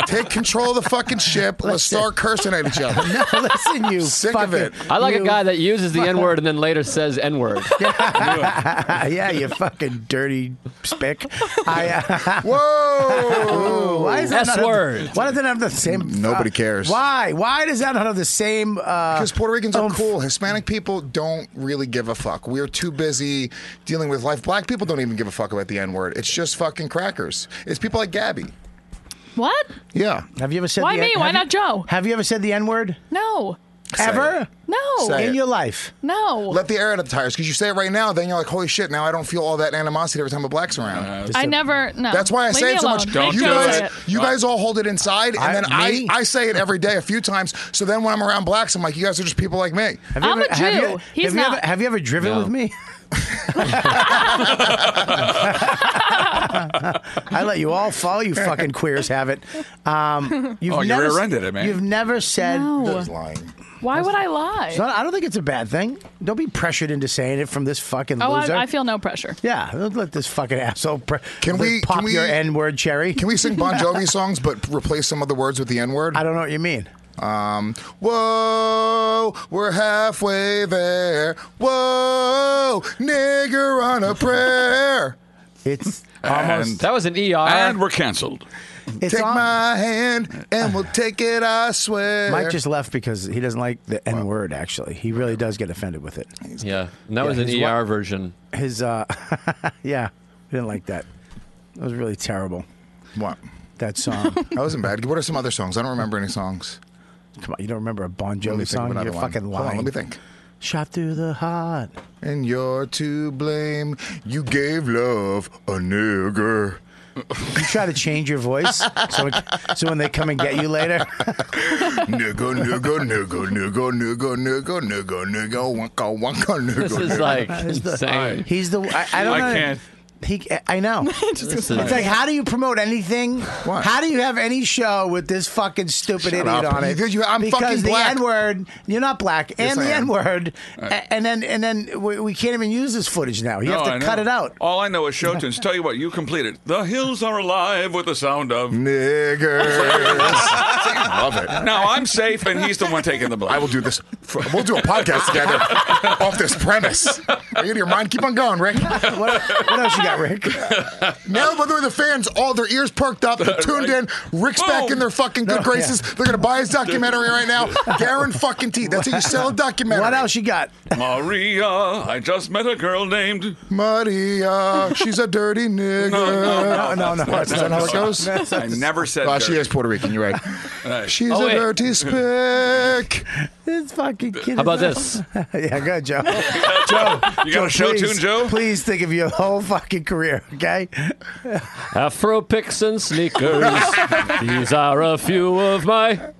S10: Take control of the fucking ship. Let's start cursing at each other.
S2: No, listen, you
S10: sick of
S2: fucking-
S10: it.
S7: I like
S2: You-
S7: a guy that uses the N word and then later says N word.
S2: yeah, you fucking dirty spick. I, uh,
S10: Whoa!
S2: Ooh, why is that not
S10: S-word.
S2: Why does that have the same? uh,
S10: Nobody cares.
S2: Why? Why does that not have the same? Uh,
S10: Because Puerto Ricans are cool. Hispanic people don't really give a fuck. We're too busy dealing with life. Black people don't even give a fuck about the N word. It's just fucking crackers. It's people like Gabby.
S8: What?
S10: Yeah.
S2: Have you ever said?
S8: Why
S2: the
S8: me?
S2: N-
S8: Why
S2: have
S8: not
S2: you-
S8: Joe?
S2: Have you ever said the N word?
S8: No.
S2: Ever?
S8: No.
S10: Say
S2: In
S10: it.
S2: your life?
S8: No.
S10: Let the air out of the tires. Because you say it right now, then you're like, holy shit, now I don't feel all that animosity every time a black's around.
S2: Uh,
S8: I never. No.
S10: That's why I
S8: Leave
S10: say
S8: me
S10: it so
S8: alone.
S10: much.
S8: Make
S10: you
S8: Joe
S10: guys,
S8: say it.
S10: you guys all hold it inside, and
S2: I-
S10: then I,
S2: me?
S10: I say it every day a few times. So then when I'm around blacks, I'm like, you guys are just people like me.
S2: Have you
S8: I'm
S2: ever,
S8: a
S2: Have you,
S8: Jew. He's
S2: have you
S8: not.
S2: ever, have you ever driven
S7: No.
S2: with me? I let you all follow you fucking queers have it. Um, you've
S5: Oh, you
S2: never,
S5: rear-ended it, man.
S2: You've never said.
S8: No.
S10: He's lying.
S8: Why would I lie?
S2: It's not- I don't think it's a bad thing. Don't be pressured into saying it from this fucking
S8: oh,
S2: loser.
S8: I, I feel no pressure.
S2: yeah, don't let this fucking asshole. Pre-
S10: Can we-
S2: pop
S10: can we-
S2: your N word cherry?
S10: Can we sing Bon Jovi songs but replace some of the words with the N word?
S2: I don't know what you mean.
S10: Um, whoa, we're halfway there. Whoa, nigger on a prayer.
S2: It's
S5: And-
S2: almost.
S7: That was an ER.
S5: And we're canceled.
S2: It's
S10: take
S2: al-
S10: my hand and we'll take it, I swear.
S2: Mike just left because he doesn't like the N word. Actually, he really does get offended with it.
S7: yeah. And that
S2: Yeah,
S7: was an
S2: his
S7: ER
S2: wa-
S7: version.
S2: His, uh, yeah, we didn't like that. That was really terrible.
S10: What?
S2: That song.
S10: That wasn't bad. What are some other songs? I don't remember any songs.
S2: Come on, you don't remember a Bon
S10: Let me
S2: Jovi
S10: think of
S2: song?
S10: another
S2: You're
S10: one.
S2: fucking
S10: Hold
S2: lying.
S10: on, let me think.
S2: Shot through the heart.
S10: And you're to blame. You gave love a nigger.
S2: You try to change your voice so, so when they come and get you later.
S10: nigga, nigga, nigga, nigga, nigga, nigga, nigga, nigga, wonka, wonka, nigga.
S7: This is
S10: nigga.
S7: like
S2: He's the-
S7: insane.
S2: He's the. I, I don't
S5: I
S2: know.
S5: can't.
S2: He, I know.
S7: This is-
S2: It's like, how do you promote anything? How do you have any show with this fucking stupid idiot
S10: up.
S2: on it?
S10: You- you- I'm
S2: because
S10: fucking
S2: the
S10: black.
S2: N word. You're not black,
S10: Yes,
S2: and
S10: I
S2: the
S10: am.
S2: N word, and then and then we, we can't even use this footage now. You
S5: No, I
S2: have to cut
S5: know.
S2: it out.
S5: All I know is Showtunes. Tell you what, you completed. The hills are alive with the sound of.
S10: niggers. Love it.
S5: Now I'm safe, and he's the one taking the blame.
S10: I will do this. For, we'll do a podcast together off this premise. Are you out of your mind? Keep on going, Rick.
S2: What, what else you got, Rick?
S10: Now, by the way, the fans, all their ears perked up. They're tuned in. Rick's back
S5: Boom.
S10: in their fucking good graces. They're going to buy his documentary right now. Guarantee. That's how you sell a documentary.
S2: What else you got?
S5: Maria, I just met a girl named.
S10: Maria, she's a dirty nigger.
S5: No, no,
S2: Oh, No, no, no.
S10: Is that how it goes?
S5: I never said.
S10: Oh, she
S5: dirty.
S10: is Puerto Rican. You're right. She's
S2: Oh,
S10: a
S2: wait.
S10: dirty spick.
S2: This fucking kid.
S10: How about
S2: is- yeah, go, Joe. Joe,
S5: Joe, you got a show
S2: please,
S5: tune, Joe?
S2: Please think of your whole fucking career, okay?
S7: Afro picks and sneakers. These are a few of my.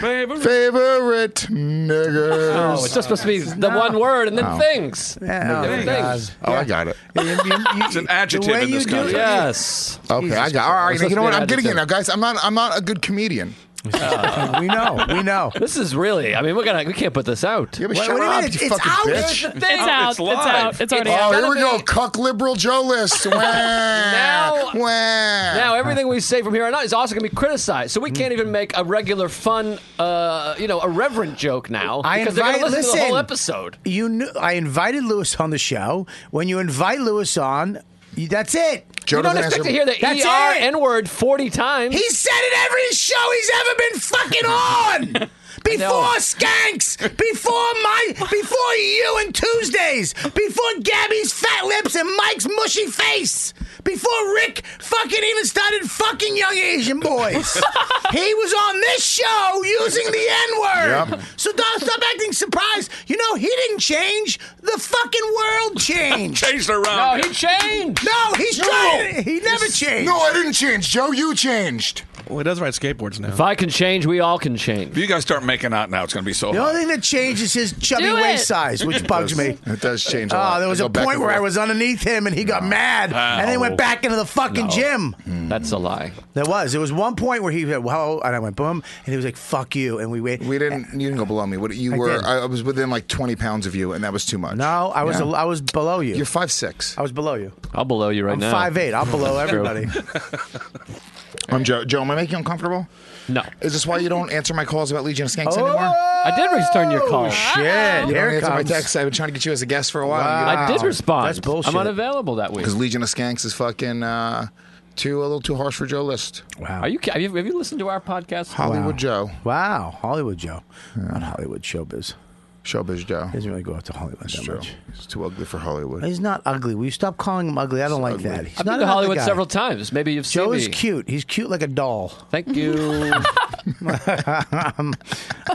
S5: Favorite,
S10: niggers.
S7: Oh, it's just supposed to be the one word and then
S10: Oh.
S7: things.
S10: Yeah, oh,
S7: Things.
S10: God. Oh, I got it.
S5: it's an adjective in this country.
S7: Yes.
S10: Okay, I got. All right,
S7: It's supposed
S10: you know
S7: to be
S10: what?
S7: an
S10: I'm getting
S7: adjective.
S10: it now, guys. I'm not. I'm not a good comedian.
S2: we know. We know.
S7: This is really. I mean, we're gonna. We can't put this out.
S10: Yeah, but shut up, you fucking bitch.
S7: It's out. It's out. It's already
S10: oh,
S7: out.
S10: here we go. Cuck liberal Joe list. Wah.
S7: Now-
S10: Wah.
S7: Now everything we say from here on out is also going to be criticized, so we can't even make a regular, fun, uh, you know, irreverent joke now
S2: I
S7: because they're
S2: invite.
S7: going to listen
S2: listen
S7: to the whole episode.
S2: You knew I invited Lewis on the show. When you invite Lewis on, you, that's it.
S7: you don't expect to hear the
S2: That's
S7: ER
S2: it.
S7: N word 40 times.
S2: He said it every show he's ever been fucking on. Before Skanks, before my, before you and Tuesdays, before Gabby's fat lips and Mike's mushy face, before Rick fucking even started fucking young Asian boys. he was on this show using the N word.
S10: Yep.
S2: So don't stop acting surprised. You know he didn't change. The fucking world changed.
S5: Changed around.
S7: he changed.
S2: No, he's trying. He never changed.
S10: No, I didn't change, Joe. You changed.
S7: Well, he does ride skateboards now. If I can change, we all can change.
S5: If you guys start making out now, it's going to be so
S2: The
S5: hot.
S2: only thing that changed is his chubby
S5: Do it.
S2: waist size, which
S5: It
S2: bugs
S5: does-
S2: me.
S10: It does change a lot.
S2: Oh, there was
S10: I
S2: a
S10: go back
S2: point
S10: and
S2: where I
S10: forth.
S2: was underneath him and he got mad, and then went back into the fucking
S7: No.
S2: gym.
S7: That's a lie.
S2: There was. There was one point where he said, "Whoa," and I went boom, and he was like, "Fuck you," and we wait.
S10: We didn't. You didn't go below me. What you
S2: I
S10: were?
S2: did.
S10: I, I was within like 20 pounds of you, and that was too much.
S2: No, I was.
S10: Yeah.
S2: I was below you.
S10: You're five six.
S2: I was below you.
S7: I'll below you right
S2: I'm
S7: now.
S2: five eight. I'm below
S7: That's true.
S2: everybody.
S10: I'm Joe. Joe, am I making you uncomfortable?
S7: No.
S10: Is this why you don't answer my calls about Legion of Skanks anymore?
S7: I did return your call.
S10: Shit! You
S2: Oh, Here
S10: don't
S2: it
S10: answer my
S2: comes.
S10: texts. I've been trying to get you as a guest for a while.
S7: I did respond.
S10: That's bullshit.
S7: I'm unavailable that week.
S10: Because Legion of Skanks is fucking uh, too a little too harsh for Joe List.
S2: Wow.
S7: Are you, have you? Have you listened to our podcast?
S10: Hollywood
S2: Wow.
S10: Joe.
S2: Wow, Hollywood Joe, not Hollywood showbiz.
S10: Showbiz Joe.
S2: Doesn't really go out to Hollywood that
S10: Joe.
S2: much.
S10: He's too ugly for Hollywood.
S2: He's not ugly. Will you stop calling him ugly? I don't like that. He's
S7: I've been
S2: not an
S7: to
S2: ugly
S7: Hollywood
S2: guy.
S7: several times. Maybe you've seen
S2: Joe
S7: me.
S2: is cute. He's cute like a doll.
S7: Thank you.
S2: um,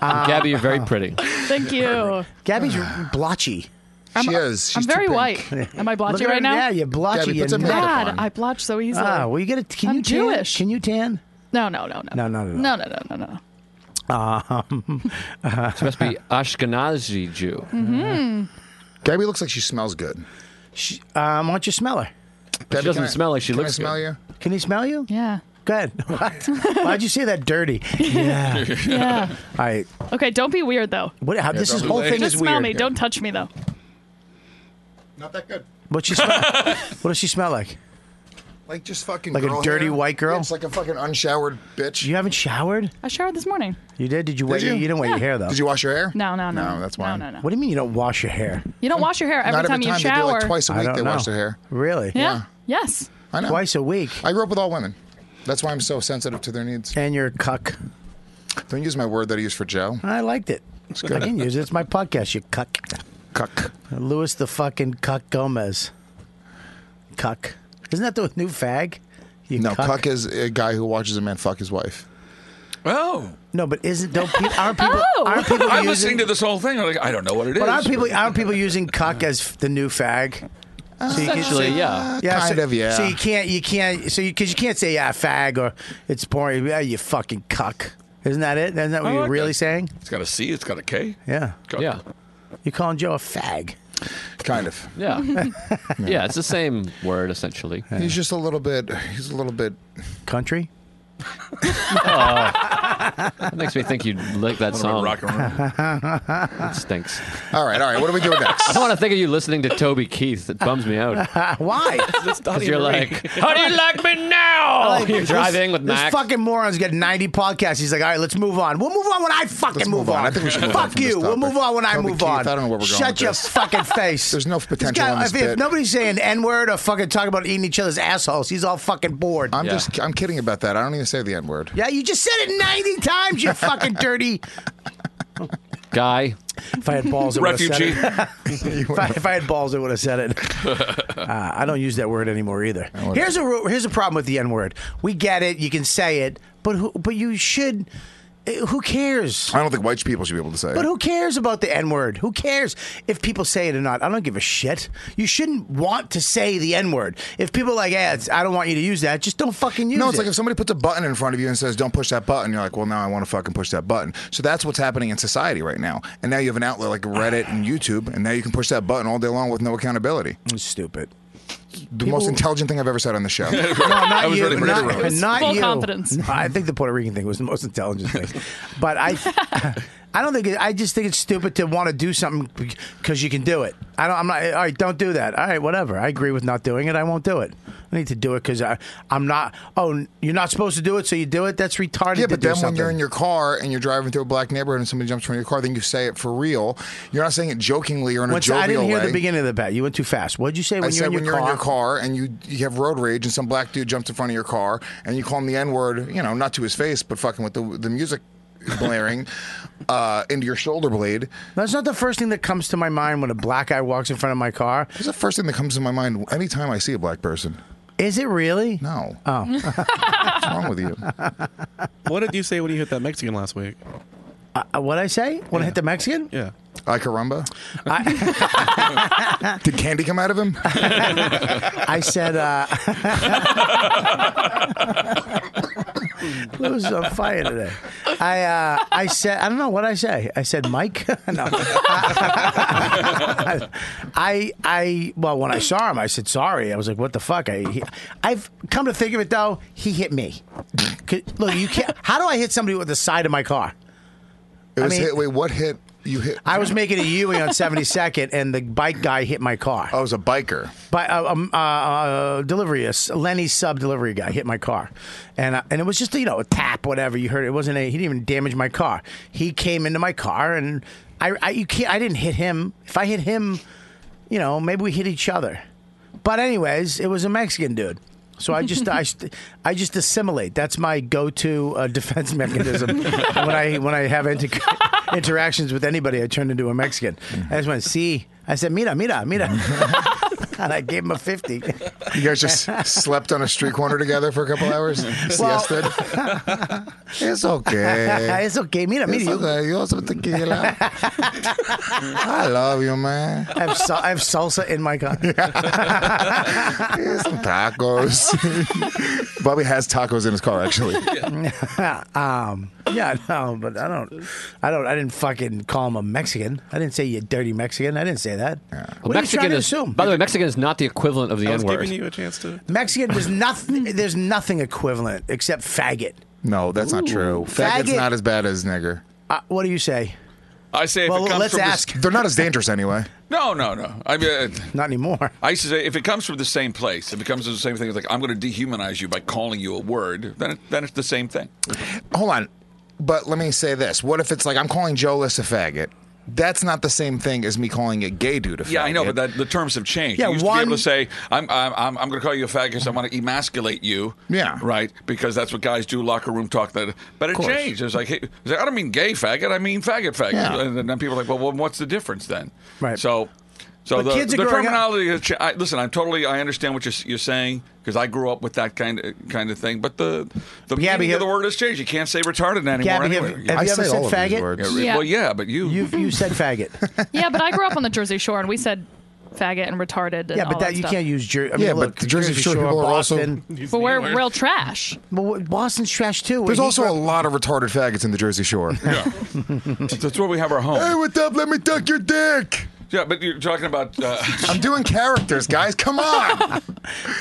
S7: Gabby, you're very pretty.
S8: Thank you.
S2: Gabby's blotchy.
S8: I'm,
S10: she is. She's
S8: I'm very
S10: too
S8: white. Am I blotchy
S2: Look at her
S8: right now?
S2: Yeah, you're blotchy.
S10: Gabby, put
S2: You're
S10: some makeup
S2: not-
S8: God, I blotch so easily.
S2: Ah, well, you get a. Can
S8: I'm
S2: you tan?
S8: Jewish.
S2: Can you tan?
S8: no, no, no,
S2: No,
S8: no,
S2: not at all.
S8: no, no, no, no, no.
S2: Um,
S7: She must be Ashkenazi Jew.
S8: Hmm.
S10: Gabby looks like she smells good.
S2: sh- um, why don't you smell her?
S10: Gabby,
S7: doesn't
S10: can I-
S7: smell like she
S10: can I
S7: looks
S10: smell
S7: good.
S10: you?
S2: Can he smell you?
S8: Yeah.
S2: Go ahead. What? Why'd you say that dirty? Yeah.
S8: Yeah.
S2: All right.
S8: Okay, don't be weird though.
S2: What? How,
S10: Yeah,
S2: this
S10: don't
S2: is,
S10: do
S2: whole
S10: that.
S2: thing
S8: Just
S2: is
S8: smell
S2: weird.
S8: me. Don't touch me though.
S10: Not that good.
S2: What she smell? what does she smell like?
S10: Like just fucking
S2: Like a
S10: girl
S2: dirty
S10: hair.
S2: white girl?
S10: Yeah, It's like a fucking unshowered bitch.
S2: You haven't showered?
S8: I showered this morning.
S2: You did? Did you wait?
S10: you?
S2: didn't wait your
S8: Yeah.
S2: hair though.
S10: Did you wash your hair?
S8: No, no, no.
S10: No, that's why.
S8: No, no, no.
S2: What do you mean you don't wash your hair?
S8: You don't wash your hair every
S10: Not
S8: time
S10: every time
S8: you shower.
S10: they do like twice a
S2: I
S10: week.
S2: don't
S10: They wash
S2: know.
S10: their hair.
S2: Really?
S8: yeah. Yes.
S10: I know.
S2: Twice a week.
S10: I grew up with all women. That's why I'm so sensitive to their needs.
S2: And you're a cuck.
S10: Don't use my word that I use for Joe.
S2: I liked it. It's good. I can use it. It's my podcast. You cuck.
S10: Cuck.
S2: Louis the fucking cuck Gomez. Cuck. Isn't that the new fag? You
S10: no, cuck. is a guy who watches a man fuck his wife.
S5: Oh.
S2: No, but isn't don't people aren't people
S10: Oh!
S2: aren't people
S5: I'm
S2: using
S5: listening to this whole thing. I'm like, I don't know what it is.
S2: but aren't people aren't people using cuck as f- the new fag? So you can-
S7: Essentially, yeah.
S2: Yeah,
S10: Oh. kind
S2: so,
S10: of, yeah.
S2: So you can't, you can't, so because you, can't say yeah, fag or it's boring. Yeah, you fucking cuck. Isn't that it? Isn't that
S10: Oh,
S2: what
S5: I
S2: you're
S5: like
S2: really
S5: that.
S2: saying?
S5: It's got a C. It's got a K.
S2: Yeah,
S5: Got-
S7: Yeah.
S2: you're calling Joe a fag.
S10: Kind of.
S7: Yeah. yeah, it's the same word essentially.
S10: He's just a little bit. He's a little bit.
S2: Country.
S7: That makes me think you like that
S5: What about
S7: song.
S5: rock and roll?
S7: It stinks.
S10: All right, all right. What are we doing
S7: I
S10: next?
S7: don't want to think of you listening to Toby Keith. It bums me out.
S10: Uh,
S2: Why?
S7: Because you're like, how do you like me now? you're driving with
S2: this
S7: Mac.
S2: fucking moron's got 90 podcasts. He's like, all right, let's move on. We'll move on when I fucking
S10: Let's
S2: move
S10: move on. I think we should move on
S2: Fuck
S10: from
S2: you.
S10: this
S2: We'll
S10: topic.
S2: move on when I
S10: Toby
S2: move
S10: Keith,
S2: on.
S10: I don't know where we're going
S2: Shut
S10: with
S2: your
S10: this.
S2: fucking face.
S10: There's no
S2: This
S10: potential
S2: guy-
S10: on this
S2: if, if
S10: bit.
S2: nobody's saying N word or fucking talking about eating each other's assholes, he's all fucking bored.
S10: I'm
S7: Yeah.
S10: just. I'm kidding about that. I don't even say the N word.
S2: yeah, you just said it 90 times, you fucking dirty.
S7: Guy.
S2: If I had balls, I would have said it.
S5: Refugee.
S2: if, I, if I had balls, I would have said it. Uh, I don't use that word anymore either. Here's a ru- here's a problem with the N word. We get it. You can say it, but who, but you should. eh, Who cares?
S10: I don't think white people should be able to say
S2: But
S10: it.
S2: who cares about the N word? Who cares if people say it or not? I don't give a shit. You shouldn't want to say the N word. If people are like, eh, it's- I don't want you to use that, just don't fucking use it.
S10: No, it's like if somebody puts a button in front of you and says, "Don't push that button," you're like, "Well, now I want to fucking push that button." So that's what's happening in society right now. And now you have an outlet like Reddit and YouTube, and now you can push that button all day long with no accountability.
S2: It's stupid.
S10: The
S2: People-
S10: most intelligent thing I've ever said on the show.
S2: no, not you. not, not
S8: full
S2: you.
S8: confidence.
S2: No, I think the Puerto Rican thing was the most intelligent thing. but I, I don't think. It, I just think it's stupid to want to do something because you can do it. I don't. I'm not. All right, don't do that. All right, whatever. I agree with not doing it. I won't do it. I need to do it because I'm not. Oh, you're not supposed to do it, so you do it. That's retarded.
S10: Yeah,
S2: to
S10: but
S2: do
S10: then when
S2: something.
S10: you're in your car and you're driving through a black neighborhood and somebody jumps from your car, then you say it for real. You're not saying it jokingly or in
S2: What's-
S10: a jovial
S2: I didn't hear
S10: way.
S2: the beginning of the bet. You went too fast. What'd you say when
S10: I
S2: you're
S10: said
S2: in your
S10: when
S2: car?
S10: you're in your car and you you have road rage and some black dude jumps in front of your car and you call him the N word, you know, not to his face, but fucking with the the music blaring uh, into your shoulder blade.
S2: That's not the first thing that comes to my mind when a black guy walks in front of my car.
S10: It's the first thing that comes to my mind anytime I see a black person.
S2: Is it really?
S10: No.
S2: Oh.
S10: What's wrong with you?
S9: What did you say when you hit that Mexican last week?
S2: Uh, what I say when I hit the Mexican?
S9: Yeah.
S10: I caramba.
S2: I,
S10: Did candy come out of him?
S2: I said uh, Lou's on fire today. I uh, I said I don't know what I say. I said Mike. no. I I well when I saw him I said sorry. I was like what the fuck. I he, I've come to think of it though he hit me. 'Cause, Look you can't. How do I hit somebody with the side of my car?
S10: It
S2: I
S10: was
S2: mean-
S10: hit, wait, what hit you hit?
S2: I was making a Ewing on 72nd, and the bike guy hit my car. I
S10: was a biker.
S2: By uh, um, uh, uh, delivery, a s- Lenny's sub delivery guy hit my car, and uh, and it was just you know a tap, whatever. You heard it, wasn't a. He didn't even damage my car. He came into my car, and I, I you can't. I didn't hit him. If I hit him, you know, maybe we hit each other. But anyways, it was a Mexican dude. So I just I, st- I just assimilate. That's my go-to uh, defense mechanism when I when I have inter- interactions with anybody. I turn into a Mexican. I just went see. I said mira mira mira, and I gave him a fifty.
S10: You guys just slept on a street corner together for a couple hours? Siesta? it's okay.
S2: "Ah, it's okay. Mira mira.
S10: It's
S2: you-
S10: okay. You want some tequila? I love you, man.
S2: I have, sal- I have salsa in my car.
S10: Some tacos. Bobby has tacos in his car, actually.
S2: um, yeah, no, but I don't, I don't, I didn't fucking call him a Mexican. I didn't say you dirty Mexican. I didn't say that. What are you
S7: Mexican
S2: trying to
S7: is,
S2: assume?
S7: By the way, Mexican is not the equivalent of the
S9: I
S7: N
S9: was
S7: word.
S9: giving you a chance to.
S2: Mexican was nothing. there's nothing equivalent except faggot.
S10: No, that's not true. Faggot's
S2: Faggot.
S10: not as bad as nigger.
S2: Uh, what do you say?
S5: I say if
S2: Well,
S5: it comes
S2: let's
S5: from the s-
S2: ask.
S10: They're not as dangerous anyway.
S5: no, no, no. I mean, uh,
S2: Not anymore.
S5: I used to say if it comes from the same place, if it comes from the same thing, it's like I'm going to dehumanize you by calling you a word. Then, it, then it's the same thing.
S10: Hold on. But let me say this. What if it's like I'm calling Joe List a faggot? That's not the same thing as me calling a gay dude a faggot.
S5: Yeah, I know, but that, the terms have changed.
S10: Yeah,
S5: you used to
S10: one-
S5: be able to say I'm I'm, I'm, I'm going to call you a fag because I want to emasculate you.
S10: Yeah.
S5: right. Because that's what guys do, locker room talk. That, but it
S10: course.
S5: changed. It was like, hey, it was like, I don't mean gay faggot. I mean faggot faggot.
S10: Yeah.
S5: And then people are like, well, well, what's the difference then?
S2: Right.
S5: So. So
S2: But
S5: the,
S2: kids are
S5: the
S2: growing up-
S5: terminology has cha- I, listen, I'm totally. I understand what you're, s- you're saying because I grew up with that kind of kind of thing. But the the
S2: Gabby,
S5: meaning
S2: have-
S5: of the word has changed. You can't say retarded anymore.
S2: Gabby, have-
S5: anywhere.
S2: have I you ever say said all of these faggot? words.
S5: Yeah,
S8: Yeah.
S5: Well, yeah, but you
S2: You you said faggot.
S8: yeah, but I grew up on the Jersey Shore, and we said faggot and retarded. And
S2: yeah, but
S8: all
S2: that, you
S8: stuff.
S2: can't use Jersey. I mean,
S10: Yeah, but
S2: look,
S10: the Jersey Shore people are also-
S2: Boston.
S8: But we're real trash.
S2: But what- Boston's trash too.
S10: There's
S2: He
S10: also a
S2: grew-
S10: lot of retarded faggots in the Jersey Shore.
S5: That's where we have our home.
S10: Hey, what's up? Let me duck your dick.
S5: Yeah, but you're talking about. Uh,
S10: I'm doing characters, guys. Come on.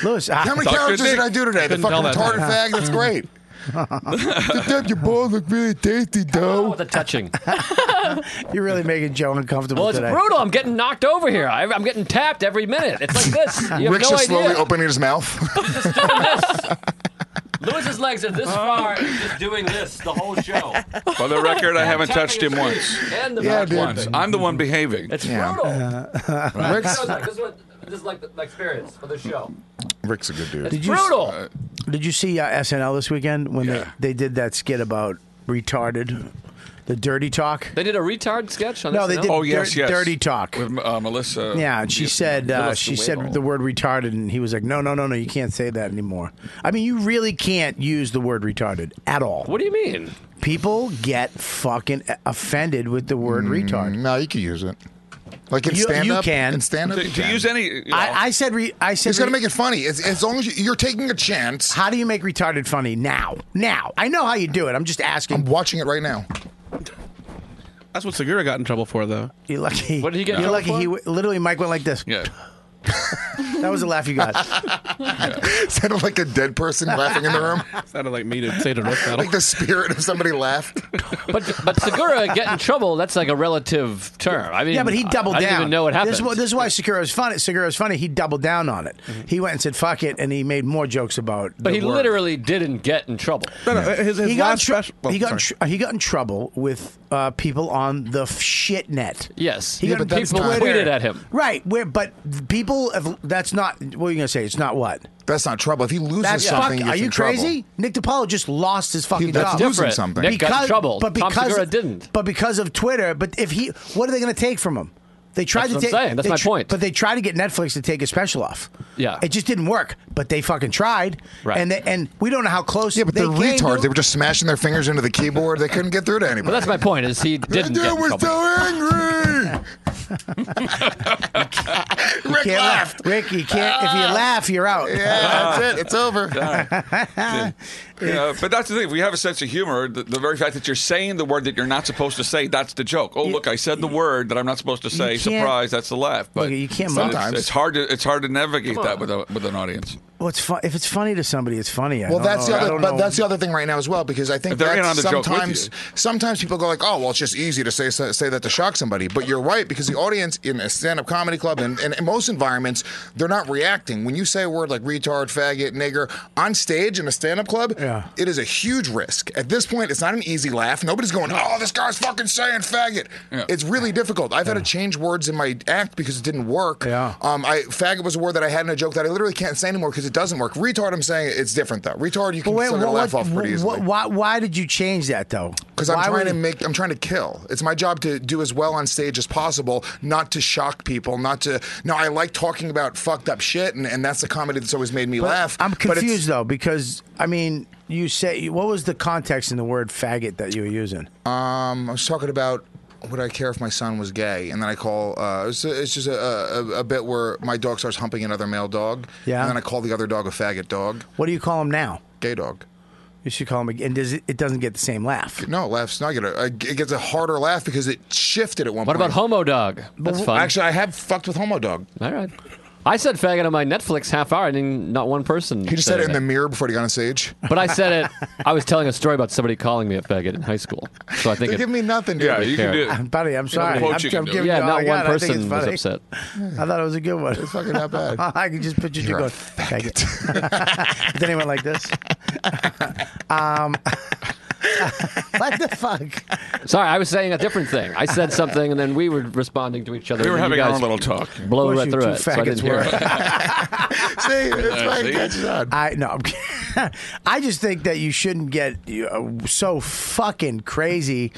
S2: Louis. I-
S10: How many characters did I do today? The
S9: Couldn't tell
S10: fucking
S9: that time.
S10: retarded fag? That's great. Dub, your balls look really tasty, though.
S7: Oh, The touching.
S2: You're really making Joe uncomfortable
S7: Well, it's
S2: today.
S7: brutal. I'm getting knocked over here. I, I'm getting tapped every minute. It's like this. Oh, You have
S10: Rick's
S7: no
S10: just slowly
S7: idea.
S10: opening his mouth.
S19: Lewis's legs are this far and just doing this the whole show.
S5: For the record, I haven't
S19: Tapping
S5: touched him
S19: his
S5: once.
S19: feet And the
S5: Not
S19: back
S5: once. I'm the one behaving.
S19: It's
S10: Yeah.
S19: brutal.
S10: Uh, Rick's-
S19: This is like- this is what- this is like the my experience for the show.
S10: Rick's a good dude.
S19: It's
S2: you s-
S19: brutal.
S2: uh, Did you see uh, SNL this weekend when they, they did that skit about retarded? The dirty talk.
S7: They did a retard sketch on
S2: No,
S7: SNL?
S2: they did
S5: Oh yes,
S2: dirt-
S5: yes.
S2: dirty talk
S5: with uh, Melissa.
S2: yeah, and she said uh,
S5: Melissa
S2: she said
S5: Wavell.
S2: the word retarded, and he was like, "No, no, no, no, you can't say that anymore." I mean, you really can't use the word retarded at all.
S7: What do you mean?
S2: People get fucking offended with the word retard.
S10: No, you can use it. Like in
S2: you, you
S10: stand-up,
S2: can
S10: in stand-up To- you to can. use
S5: any.
S2: I, I said. Re, I said.
S10: He's gonna
S2: re-
S10: make it funny. It's, as long as you, you're taking a chance.
S2: How do you make retarded funny now? Now I know how you do it. I'm just asking. I'm
S10: watching it right now.
S9: That's what Segura got in trouble for, though.
S2: You're lucky. What did he
S9: get in
S2: You're
S9: trouble
S2: lucky.
S9: for?
S2: He w- literally Mike went like this.
S5: Yeah.
S2: that was a laugh you got.
S10: Sounded like a dead person laughing in the room.
S9: Sounded like me to say to rough
S10: like the spirit of somebody laughed.
S7: but but Segura get in trouble. That's like a relative term. I mean,
S2: yeah, but he doubled
S7: I, I
S2: down.
S7: didn't even know what happened.
S2: This is, why- this is why Segura's funny. Segura's funny. He doubled down on it. He went and said "fuck it," and he made more jokes about.
S7: but
S2: the
S7: he
S2: word.
S7: literally didn't get in trouble.
S2: he got in tr-
S10: oh,
S9: oh,
S2: he got in tr- he got in trouble with uh, people on the f- shit net.
S7: Yes.
S2: he
S7: Yeah,
S2: got
S7: but
S2: on
S7: that's not-
S2: Twitter.
S7: tweeted at him.
S2: Right, where but people have, that's not what are you gonna say? It's not what.
S10: That's not trouble. If he loses
S2: That's fuck-
S10: something, he
S2: are
S10: gets
S2: you
S10: in trouble.
S2: crazy? Nick DiPaolo just lost his fucking
S10: that's
S2: job.
S10: losing Different. something. Nick got in trouble.
S2: But
S10: Tom
S2: because
S10: Segura didn't.
S2: But because of Twitter. But if he, what are they gonna take from him? They tried
S7: That's
S2: to
S7: what
S2: take.
S7: I'm saying. That's
S2: they
S7: my
S2: tr-
S7: point.
S2: But they tried to get Netflix to take a special off.
S7: Yeah.
S2: it just didn't work. But they fucking tried.
S7: Right.
S2: And they, and we don't know how close.
S10: Yeah, but
S2: they
S10: they're
S2: came to-
S10: retards. They were just smashing their fingers into the keyboard. They couldn't get through to anybody.
S7: Well, that's my point. Is he didn't get
S10: That dude
S7: in trouble.
S10: was so angry.
S2: You
S10: Rick
S2: can't laugh.
S10: laughed. Uh,
S2: Rick, you can't. if you laugh, you're out.
S10: Yeah, that's it. It's over.
S5: Yeah, Uh, but that's the thing. If we have a sense of humor, the, the very fact that you're saying the word that you're not supposed to say, that's the joke. Oh, look, I said the word that I'm not supposed to say.
S2: can't-
S5: Surprise, that's the laugh. But
S2: Look, you can't
S5: but
S2: sometimes.
S5: It's, it's hard to it's hard to navigate that with a, with an audience.
S2: Well, it's fu- if it's funny to somebody, it's funny. I
S10: Well,
S2: don't
S10: that's
S2: know. I
S10: the other,
S2: don't
S10: but
S2: know.
S10: that's the other thing right now as well because I think
S5: If they're in on
S10: that's
S5: the joke with
S10: sometimes
S5: you.
S10: sometimes people go like, oh, well, it's just easy to say say that to shock somebody. But you're right because the audience in a stand-up comedy club and, and in most environments, they're not reacting when you say a word like retard, faggot, nigger on stage in a stand-up club. Yeah. it is a huge risk. At this point, it's not an easy laugh. Nobody's going, oh, this guy's fucking saying faggot.
S5: Yeah.
S10: It's really difficult. I've had to change words in my act because it didn't work. Yeah. Um, I faggot was a word that I had in a joke that I literally can't say anymore because it doesn't work. Retard, I'm saying it's different though. Retard, you can
S2: Wait,
S10: still get a
S2: what-
S10: laugh
S2: what-
S10: off pretty
S2: what-
S10: easily.
S2: why, why did you change that though?
S10: Because I'm
S2: Why
S10: trying
S2: would-
S10: to make, I'm trying to kill. It's my job to do as well on stage as possible, not to shock people, not to. No, I like talking about fucked up shit, and, and that's the comedy that's always made me
S2: But
S10: laugh.
S2: I'm
S10: But it's-
S2: confused though because I mean, you say what was the context in the word faggot that you were using?
S10: Um, I was talking about would I care if my son was gay, and then I call. Uh, it's, it's just a, a, a bit where my dog starts humping another male dog.
S2: Yeah.
S10: And then I call the other dog a faggot dog.
S2: What do you call him now?
S10: Gay dog.
S2: You should call him. And does it, it doesn't get the same laugh?
S10: No, it laughs. Not gonna. It gets a harder laugh because it shifted at one
S7: What
S10: point.
S7: about homo dog? That's
S10: Well,
S7: fun.
S10: Actually, I have fucked with homo dog.
S7: All right. I said faggot on my Netflix half hour, and then not one person.
S10: He just said it in the mirror before he got on stage.
S7: But I said it. I was telling a story about somebody calling me a faggot in high school. So I think
S10: They
S7: it,
S10: give me nothing. dude.
S7: Yeah, you can do it.
S2: I'm, buddy, I'm
S7: Yeah,
S2: sorry.
S7: quote
S2: I'm,
S7: you can
S2: I'm
S7: do.
S2: giving
S7: Yeah,
S2: you all
S7: not
S2: I
S7: one
S2: got. I think
S7: person
S2: it's
S7: was
S2: funny.
S7: upset.
S2: I thought it was a good one. It's
S10: fucking not bad.
S2: I can just picture you
S10: You're a
S2: going, faggot. With anyone like this? um, what the fuck?
S7: Sorry, I was saying a different thing. I said something, and then we were responding to each other.
S5: We were
S7: and you
S5: having our
S7: guys
S5: own little talk.
S7: Blow
S2: Wish
S7: right
S2: you
S7: through
S2: two
S7: it. So I
S2: faggots
S7: didn't hear
S2: were.
S7: it.
S10: See, it's
S5: Yeah,
S10: fine.
S5: see?
S10: Catch it on.
S2: I no, I'm kidding. I just think that you shouldn't get uh, so fucking crazy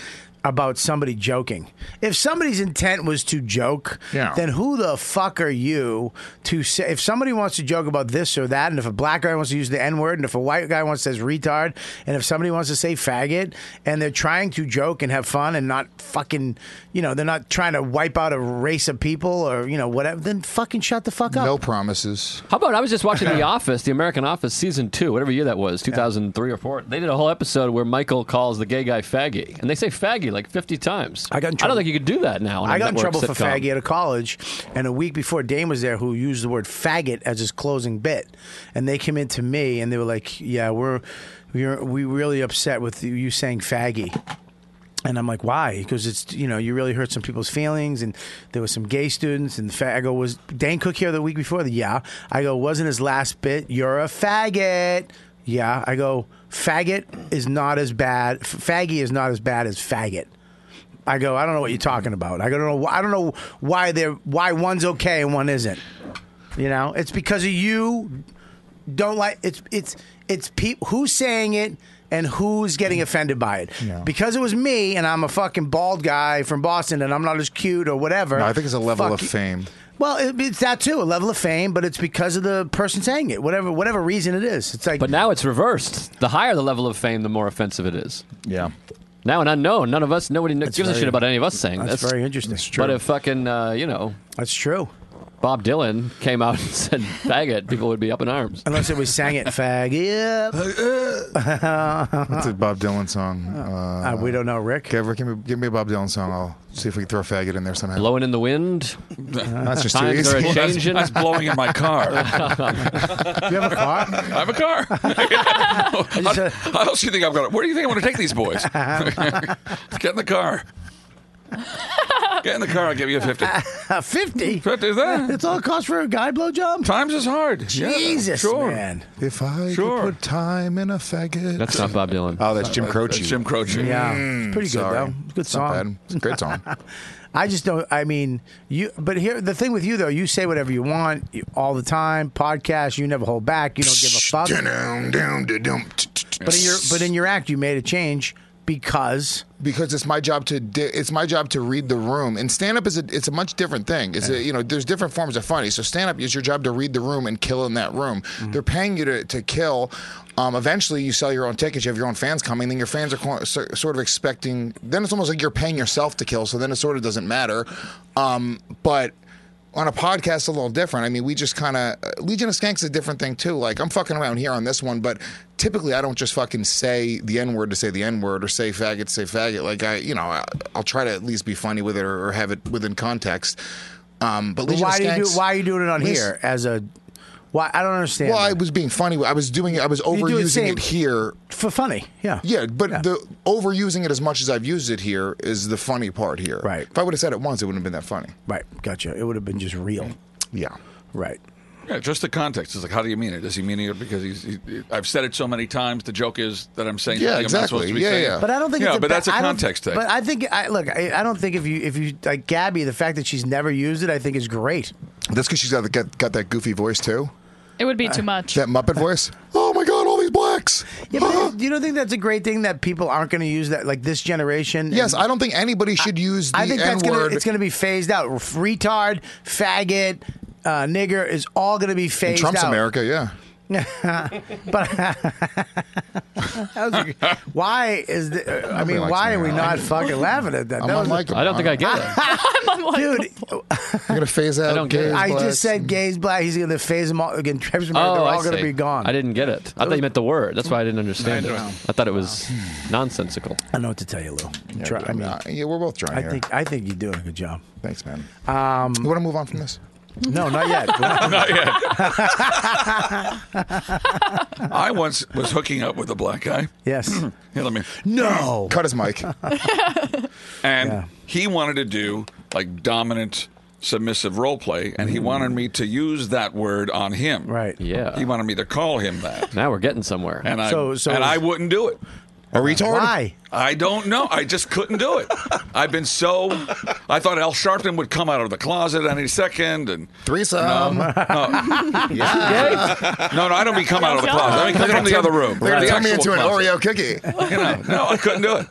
S2: about somebody joking. If somebody's intent was to joke,
S10: Yeah.
S2: then who the fuck are you to say? If somebody wants to joke about this or that, and if a black guy wants to use the N word, and if a white guy wants to say retard, and if somebody wants to say faggot, and they're trying to joke and have fun and not fucking, you know, they're not trying to wipe out a race of people or you know whatever, then fucking shut the fuck up.
S10: No promises.
S7: How about I was just watching The Office, The American Office, season two, whatever year that was, 2003 or four. They did a whole episode where Michael calls the gay guy faggy, and they say faggy like 50 times. I got.
S2: in
S7: I
S2: trouble.
S7: don't think you could do that now. on a
S2: I got in
S7: network
S2: trouble for
S7: sitcom.
S2: faggot at a college, and a week before Dane was there, who used the word faggot as his closing bit, and they came in to me and they were like, "Yeah, we're we're we really upset with you saying faggy." And I'm like, why? Because it's you know you really hurt some people's feelings, and there was some gay students. And fa- I go, was Dane Cook here the week before? yeah. I go, wasn't his last bit? You're a faggot. Yeah. I go, faggot is not as bad. F- faggy is not as bad as faggot. I go, I don't know what you're talking about. I go, I don't know, I don't know why they're why one's okay and one isn't. You know, it's because of you don't like it's it's it's people who's saying it and who's getting offended by it. Because it was me and I'm a fucking bald guy from Boston and I'm not as cute or whatever.
S10: No, I think it's a level
S2: fuck
S10: of
S2: you-
S10: fame.
S2: Well, it, it's that too, a level of fame, but it's because of the person saying it, whatever whatever reason it is. It's like
S7: But now it's reversed. The higher the level of fame, the more offensive it is.
S10: Yeah.
S7: Now an unknown. None of us, nobody kn- gives a
S2: very-
S7: shit about any of us saying
S2: that's
S7: this.
S2: very interesting. That's
S7: But
S2: true.
S7: if fucking, uh, you know.
S2: That's true.
S7: Bob Dylan came out and said faggot, people would be up in arms.
S2: Unless it was sang it, fag.
S10: What's a
S2: Yep.
S10: Bob Dylan song? Uh,
S2: we don't know, Rick.
S10: Give, give, me, give me a Bob Dylan song. I'll see if we can throw a faggot in there somehow.
S7: Blowing in the wind.
S10: That's just too
S7: Times
S10: easy.
S7: are
S10: Well, that's-
S7: changing.
S10: that's blowing in my car.
S2: Do you have a car?
S5: I have a car. how, how else do you think I'm going? to Where do you think I'm going to take these boys? Get in the car. Get in the car. I'll give you a fifty.
S2: Uh, 50?
S5: 50 is that?
S2: It's all it costs for a guy blowjob?
S5: Times is hard.
S2: Jesus, man.
S10: If I
S2: Sure.
S10: could put time in a faggot.
S7: That's not Bob Dylan.
S10: Oh, that's Jim Croce.
S5: That's Jim Croce.
S2: Yeah,
S10: Mm,
S2: it's pretty good
S10: sorry.
S2: though. Good
S10: It's not
S2: song.
S10: bad. It's a great song.
S2: I just don't. I mean, you. But here, the thing with you though, you say whatever you want you- all the time. Podcast, you never hold back. You don't give a fuck. But in your but in your act, you made a change because
S10: because it's my job to di- it's my job to read the room and stand up is a, it's a much different thing it's a, you know there's different forms of funny so stand up is your job to read the room and kill in that room they're paying you to, to kill um, eventually you sell your own tickets you have your own fans coming then your fans are co- so- sort of expecting then it's almost like you're paying yourself to kill so then it sort of doesn't matter um, but on a podcast it's a little different. I mean, we just kind of Legion of Skanks is a different thing too. Like I'm fucking around here on this one, but typically I don't just fucking say the n word to say the n word or say faggot to say faggot. Like I, you know, I, I'll try to at least be funny with it or, or have it within context. Um, but
S2: But
S10: Legion
S2: why
S10: of
S2: do you do,
S10: Skanks-
S2: why are you doing it on
S10: Lis-
S2: here as a? Why I don't understand.
S10: Well, I was being funny. I was doing it. I was
S2: You do it
S10: overusing
S2: same-
S10: it here
S2: for funny. Yeah.
S10: Yeah, but the overusing it as much as I've used it here is the funny part here. Right. If I would have said it once, it wouldn't have been that funny.
S2: Right. Gotcha. It would have been just real.
S10: Yeah.
S2: Right.
S5: Yeah, just the context. It's like, how do you mean it? Does he mean it because he's? He, I've said it so many times. The joke is that I'm saying.
S10: Yeah,
S5: something I'm not supposed
S10: exactly.
S5: to be
S10: Yeah,
S5: saying.
S10: yeah.
S2: But I don't think.
S5: Yeah,
S2: it's a
S5: but
S2: ba-
S5: that's a
S2: I don't-
S5: context thing.
S2: But I think I look. I, I don't think if you if you like Gabby, the fact that she's never used it, I think is great.
S10: That's because she's got, got got that goofy voice too.
S8: It would be too much.
S10: That Muppet voice. Oh my God! All these blacks. Uh-huh.
S2: Yeah, but you don't think that's a great thing that people aren't going to use that like this generation?
S10: Yes, I don't think anybody should use the
S2: I think that's gonna,
S10: N-word.
S2: it's going to be phased out. Retard, faggot, uh, nigger is all going to be
S10: in
S2: phased
S10: Trump's
S2: out.
S10: America. Yeah.
S2: but That was a- why is the, uh, I mean
S10: likes
S2: why are we
S10: me.
S2: not
S10: I'm-
S2: fucking laughing at that?
S10: I'm
S2: That was-
S10: unlikable. I don't think I get it.
S2: Dude,
S10: You're gonna phase out. I gays,
S2: I
S10: blacks.
S2: just said gays, black. He's going to phase them all. Again, Trump's America,
S7: Oh,
S2: they're
S7: I
S2: all going
S7: see.
S2: to be gone.
S7: I didn't get it. I thought you meant the word. That's why I didn't understand it.
S2: Wow.
S7: I thought it was nonsensical.
S2: I know what to tell you, Lou. Try- I mean,
S10: yeah, we're both trying
S2: I
S10: here.
S2: think I think you're doing a good job.
S10: Thanks, man.
S2: Um,
S10: you want to move on from this?
S2: No, not yet.
S5: Not I once was hooking up with a black guy.
S2: Yes.
S5: Here, let me.
S2: No.
S10: Cut his mic.
S5: and he wanted to do like dominant submissive role play and he
S2: Mm.
S5: wanted me to use that word on him right
S7: yeah
S5: he wanted me to call him that
S7: now we're getting somewhere
S5: and i
S7: So- so-
S5: and i wouldn't do it
S10: a retard
S2: why
S5: i don't know i just couldn't do it i've been so i thought al sharpton would come out of the closet any second and
S10: threesome
S5: no no, no, no i don't mean come out of the closet i mean come from the other room
S10: They're gonna
S5: The
S10: turn me into
S5: actual
S10: an
S5: closet.
S10: Oreo cookie.
S5: You know, no i couldn't do it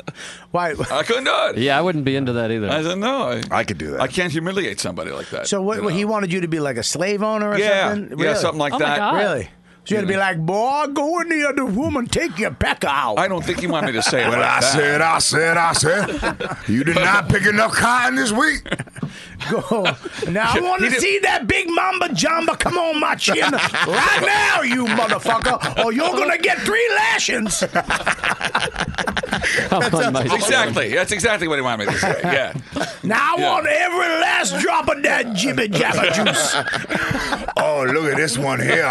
S2: why
S5: i couldn't do it
S7: yeah i wouldn't be into that either
S5: i said no i,
S10: I could do that
S5: i can't humiliate somebody like that
S2: So what?
S5: you know?
S2: He wanted you to be like a slave owner or
S5: Yeah.
S2: something?
S5: Yeah, something like Oh my that. God.
S2: Really? So you had to be
S5: Yeah.
S2: like, boy, go in the other room and take your peck out.
S5: I don't think he wanted me to say it.
S10: Well,
S5: like
S10: I
S5: that.
S10: said, I said, I said, you did not pick enough cotton this week.
S2: Go. Now I want
S10: He
S2: to
S10: did-
S2: see that big mamba jamba come on my chin right now, you motherfucker, or you're gonna get three lashings.
S5: exactly. That's exactly what he wanted me to say. Yeah.
S2: Now I
S5: Yeah.
S2: want every last drop of that jibber jabber juice.
S10: oh, look at this one here.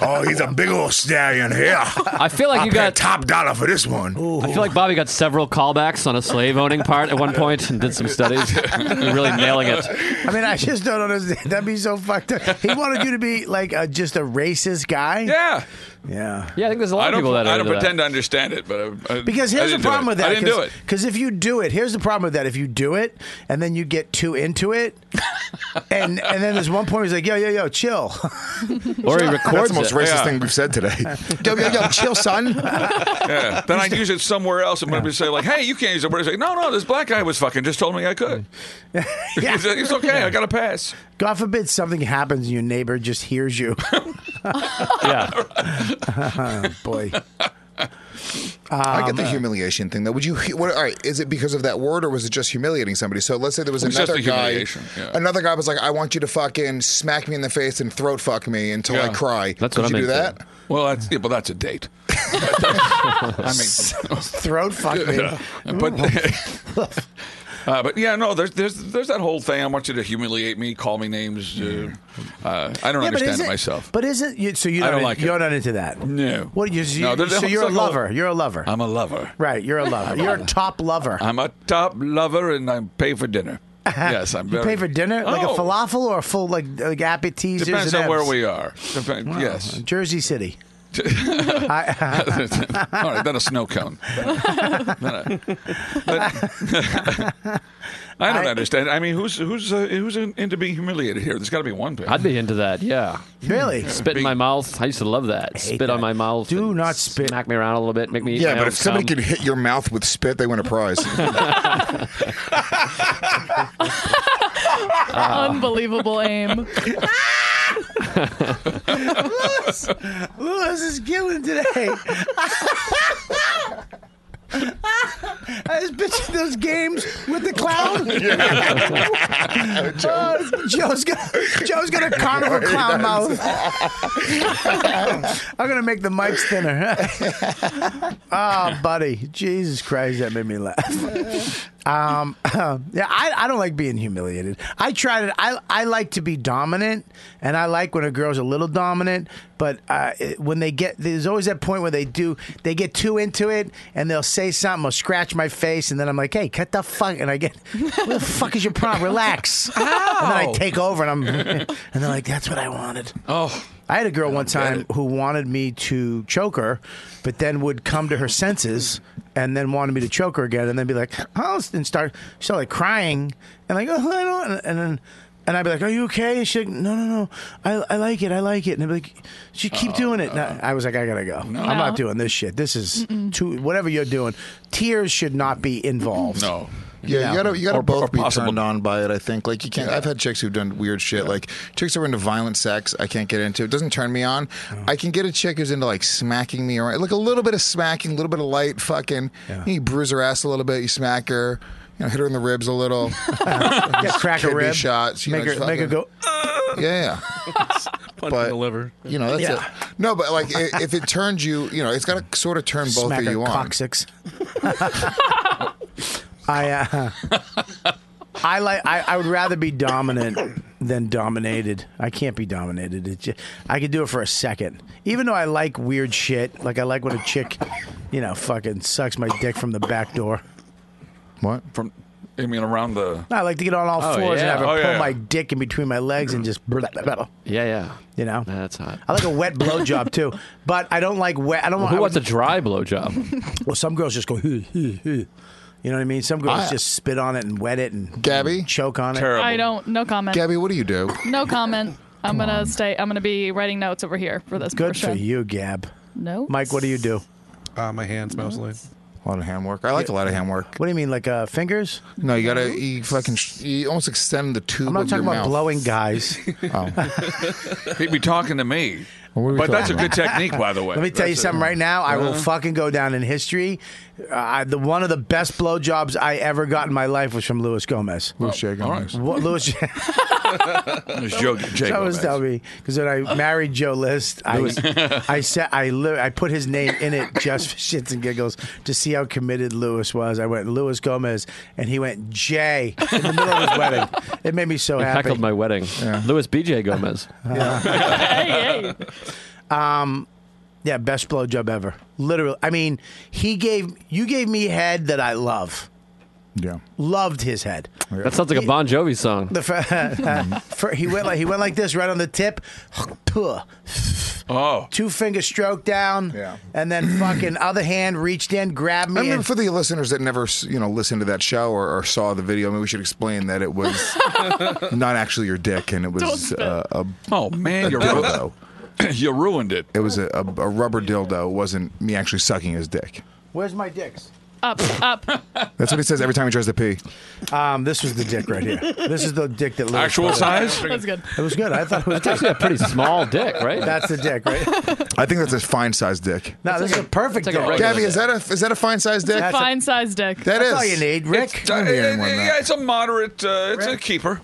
S10: Oh, he's a big old stallion here.
S7: I feel like
S10: I
S7: you
S10: paid
S7: got-
S10: top dollar for this one.
S7: I feel like Bobby got several callbacks on a slave owning part at one point and did some studies. You really nailed selling it.
S2: I mean, I just don't understand. That'd be so fucked up. He wanted you to be like a, just a racist guy.
S5: Yeah.
S2: Yeah.
S7: Yeah, I think there's a lot
S5: I
S7: of
S5: don't.
S7: people that are
S5: I don't
S7: into that.
S5: pretend to understand it, but uh, I, I,
S2: Because
S5: I
S2: here's the
S5: didn't do
S2: problem
S5: it.
S2: with that.
S5: I didn't do it.
S2: Because if you do it, here's the problem with that. If you do it and then you get too into it, and and then there's one point where he's like, yo, yo, yo, chill.
S10: Or he
S2: Chill.
S10: records That's the most it. racist Yeah. thing we've said today. Ah, yo, yo, yo, chill, son.
S5: yeah. Then I'd use it somewhere else, and somebody would say like, "Hey, you can't use the word." I'd Say, "No, no, this black guy was fucking just told me I could. it's, it's okay. I got a pass."
S2: God forbid something happens and your neighbor just hears you.
S7: yeah.
S2: boy.
S10: I get
S2: Um,
S10: the humiliation thing though. Would you? What, all right, is it because of that word, or was it just humiliating somebody? So let's say there was
S5: It was just
S10: another
S5: the
S10: guy.
S5: humiliation, yeah.
S10: Another guy was like, "I want you to fucking smack me in the face and throat fuck me until I
S5: Yeah.
S10: cry." Could you do that?
S5: Well, that's yeah, but that's a date. I mean,
S2: throat fuck me.
S5: Yeah. But, uh, but yeah, no, there's there's there's that whole thing. I want you to humiliate me, call me names. Uh, uh, I don't
S2: Yeah, but
S5: understand
S2: isn't-
S5: it myself.
S2: But isn't you, so you
S5: I
S2: don't,
S5: don't like it.
S2: you're not into that?
S5: No.
S2: What you, you
S5: No, there's-
S2: so
S5: it's
S2: you're a
S5: like a-
S2: lover. You're a lover.
S5: I'm a lover.
S2: Right, you're a lover. You're a top lover.
S5: I'm a top lover, and I pay for dinner. yes, I'm.
S2: Uh-huh. You
S5: Very,
S2: pay for dinner, like a
S5: Oh.
S2: falafel or a full like like appetizers.
S5: Depends
S2: and
S5: on where
S2: abs?
S5: we are. Depen-
S2: Wow.
S5: Yes.
S2: Uh, Jersey City.
S5: All right, then a snow cone. Then a- then a- but- I don't understand. I mean, who's who's uh, who's in, into being humiliated here? There's got to be one.
S7: I'd be into that. Yeah.
S2: Really?
S7: Spit in my mouth. I used to love that. Spit on my mouth. Do not spit. Smack me around a little bit. Make me. eat
S10: Yeah,
S7: my
S10: but
S7: own
S10: if somebody
S7: cum.
S10: could hit your mouth with spit, they win a prize.
S8: Unbelievable aim.
S2: Lewis, Lewis is killing today. I was bitching those games with the clown. Oh, Joe's got Joe's got a carnival
S11: Yeah, he
S2: clown
S11: does.
S2: mouth. I'm gonna make the mics thinner. Ah, buddy, Jesus Christ, that made me laugh. Um, yeah, I, I don't like being humiliated. I tried it. I I like to be dominant, and I like when a girl's a little dominant. But uh, it- when they get, there's always that point where they do, they get too into it, and they'll say something or scratch my face, and then I'm like, hey, cut the fuck, and I get, what the fuck is your problem? Relax. And then I
S11: Ow.
S2: take over, and I'm, and they're like, that's what I wanted.
S5: Oh.
S2: I had a girl one time who wanted me to choke her, but then would come to her senses and then wanted me to choke her again, and then be like, "Oh," and start start like crying and like, "Oh, I don't," and then. And I'd be like, "Are you okay?" And she'd like, "No, no, no. I, I like it. I like it." And I'd be like, "She keep doing it." And I, I was like, "I gotta go. I'm not doing this shit. This is too whatever you're doing. Tears should not be involved."
S5: No.
S10: Yeah, you gotta you gotta both be
S2: possible.
S10: turned on by it. I think like you can't. I've had chicks who've done weird shit. Like chicks that were into violent sex, I can't get into. It doesn't turn me on.
S2: Oh.
S10: I can get a chick who's into like smacking me around, like a little bit of smacking, a little bit of light fucking. You bruise her ass a little bit, you smack her, you know, hit her in the ribs a little,
S2: Yeah, crack a
S10: kidney
S2: rib.
S10: shots, you know,
S2: make her
S10: just
S2: make her
S10: fucking-
S2: go.
S10: Yeah, yeah. but, the
S9: liver.
S10: You know, that's
S2: Yeah.
S10: it. No, but like i- if it turns you, you know, it's got to sort of turn both
S2: Smack
S10: of
S2: her
S10: you on.
S2: coccyx. I uh, I like I, I would rather be dominant than dominated. I can't be dominated. It just, I could do it for a second. Even though I like weird shit, like I like when a chick, you know, fucking sucks my dick from the back door.
S10: What?
S5: From I mean around the
S2: I like to get on all
S5: Oh,
S2: fours and
S5: yeah.
S2: have her
S5: Oh,
S2: pull
S5: yeah, yeah.
S2: my dick in between my legs and just. Blah, blah, blah.
S7: Yeah, yeah.
S2: You know,
S7: that's hot.
S2: I like a wet blowjob too, but I don't like wet. I don't
S7: Well,
S2: want.
S7: who
S2: I
S7: wants a
S2: would-
S7: dry blowjob?
S2: Well, some girls just go, "Huh, huh, huh." you know what I mean? Some girls
S10: I-
S2: just spit on it and wet it and
S10: Gabby?
S2: choke on it.
S8: I don't. No comment.
S10: Gabby, what do you do?
S8: No comment. I'm gonna stay. I'm gonna be writing notes over here for this.
S2: Good
S8: portion.
S2: for you, Gab.
S8: No.
S2: Mike, what do you do?
S9: Uh, my hands mostly.
S10: A lot of hand work. I like a lot of hand work.
S2: What do you mean, like uh, fingers?
S10: No, you gotta you fucking sh- you almost extend the tube.
S2: I'm not
S10: of
S2: talking
S10: your
S2: about
S10: mouth.
S2: blowing guys.
S5: He'd be talking to me.
S10: were we
S5: But that's a
S10: talking
S5: good
S10: about?
S5: technique, by the way.
S2: Let me tell you
S5: That's a-
S2: something right now. I will
S5: Uh-huh.
S2: fucking go down in history. Uh, I, the one of the best blowjobs I ever got in my life was from Luis Gomez.
S10: Luis J. Gomez.
S2: What, Luis?
S5: It was Joe, Jay
S2: That was
S5: Gomez.
S2: telling me because when I married Joe List, I
S5: Louis.
S2: I said I li- I put his name in it just for shits and giggles to see how committed Lewis was. I went Lewis Gomez, and he went Jay in the middle of his wedding. It made me so
S7: I
S2: happy.
S7: heckled my wedding. Louis B.J. Gomez.
S2: Um, yeah, best blowjob ever. Literally, I mean, he gave you gave me head that I love.
S10: Yeah.
S2: Loved his head.
S7: That sounds like a Bon Jovi song.
S2: The fa- for- he went like he went like this right on the tip.
S5: Oh.
S2: Two finger stroke down. Yeah. And then fucking other hand reached in, grabbed me.
S10: I mean,
S2: and-
S10: for the listeners that never, you know, listened to that show or, or saw the video, I mean, we should explain that it was not actually your dick, and it was uh, a
S5: oh man,
S10: a
S5: you're
S10: dildo.
S5: you ruined it.
S10: It was a, a, a rubber dildo. It wasn't me actually sucking his dick.
S2: Where's my dicks?
S8: Up, up.
S10: That's what he says every time he tries to pee.
S2: Um, this was the dick right here. This is the dick that. Lewis
S10: Actual
S2: put in.
S10: size?
S8: That's good.
S2: It was good. I thought it was.
S10: It's actually a pretty small dick, right?
S2: That's the dick, right?
S10: I think that's a fine sized dick.
S2: No, this is a perfect dick.
S10: Gabby, is that a is that a fine sized dick?
S8: It's a fine sized dick.
S10: That is.
S5: It's, uh, it- it- yeah, it's a moderate. Uh, it's a keeper.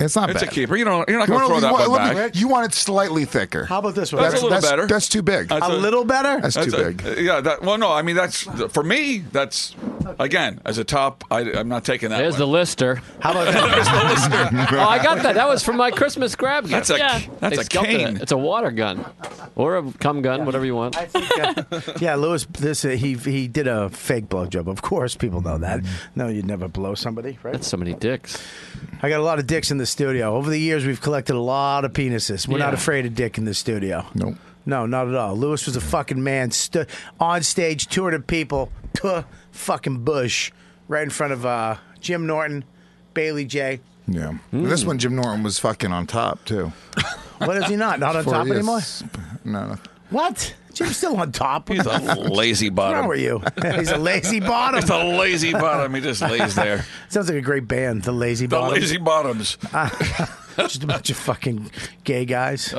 S10: It's not
S5: It's
S10: bad.
S5: a keeper. You don't. You're not
S10: You
S5: going to throw
S10: want-
S5: that one
S10: you want- let me-
S5: back.
S10: You want it slightly thicker.
S2: How about this
S5: one? That's a little better.
S10: That's too big.
S5: That's
S2: better.
S10: That's too
S5: a-
S10: big.
S5: Yeah. That, well, no. I mean, that's for me. That's again as a top. I, I'm not taking that. There's
S7: the lister.
S5: How about There's the lister.
S7: Oh, I got that. That was from my Christmas grab gift.
S5: That's a- Yeah. that's
S7: They
S5: a
S7: sculpted
S5: cane.
S7: it. It's a water gun, or a cum gun, whatever you want.
S2: Yeah, Lewis. This uh, he he did a fake blowjob. Of course, people know that.
S5: Mm-hmm.
S2: No, you'd never blow somebody, right?
S7: That's so many dicks.
S2: I got a lot of dicks in the studio. Over the years, we've collected a lot of penises. We're not
S7: Yeah.
S2: afraid of dick in the studio.
S10: No.
S2: No, not at all. Lewis was a fucking man. Stood on stage, 200 people, tuh, fucking bush, right in front of uh, Jim Norton, Bailey J.
S10: Yeah.
S5: Hmm.
S10: This one, Jim Norton was fucking on top too.
S2: What is he not? Not on
S10: Four
S2: top
S10: years.
S2: anymore?
S10: No, no.
S2: What? Jim's still on top.
S5: He's a lazy bottom.
S2: How are you? He's a lazy bottom.
S5: He's a lazy bottom. He just lays there.
S2: Sounds like a great band, the Lazy
S5: The
S2: Bottoms.
S5: lazy bottoms.
S2: Just a bunch of fucking gay guys. who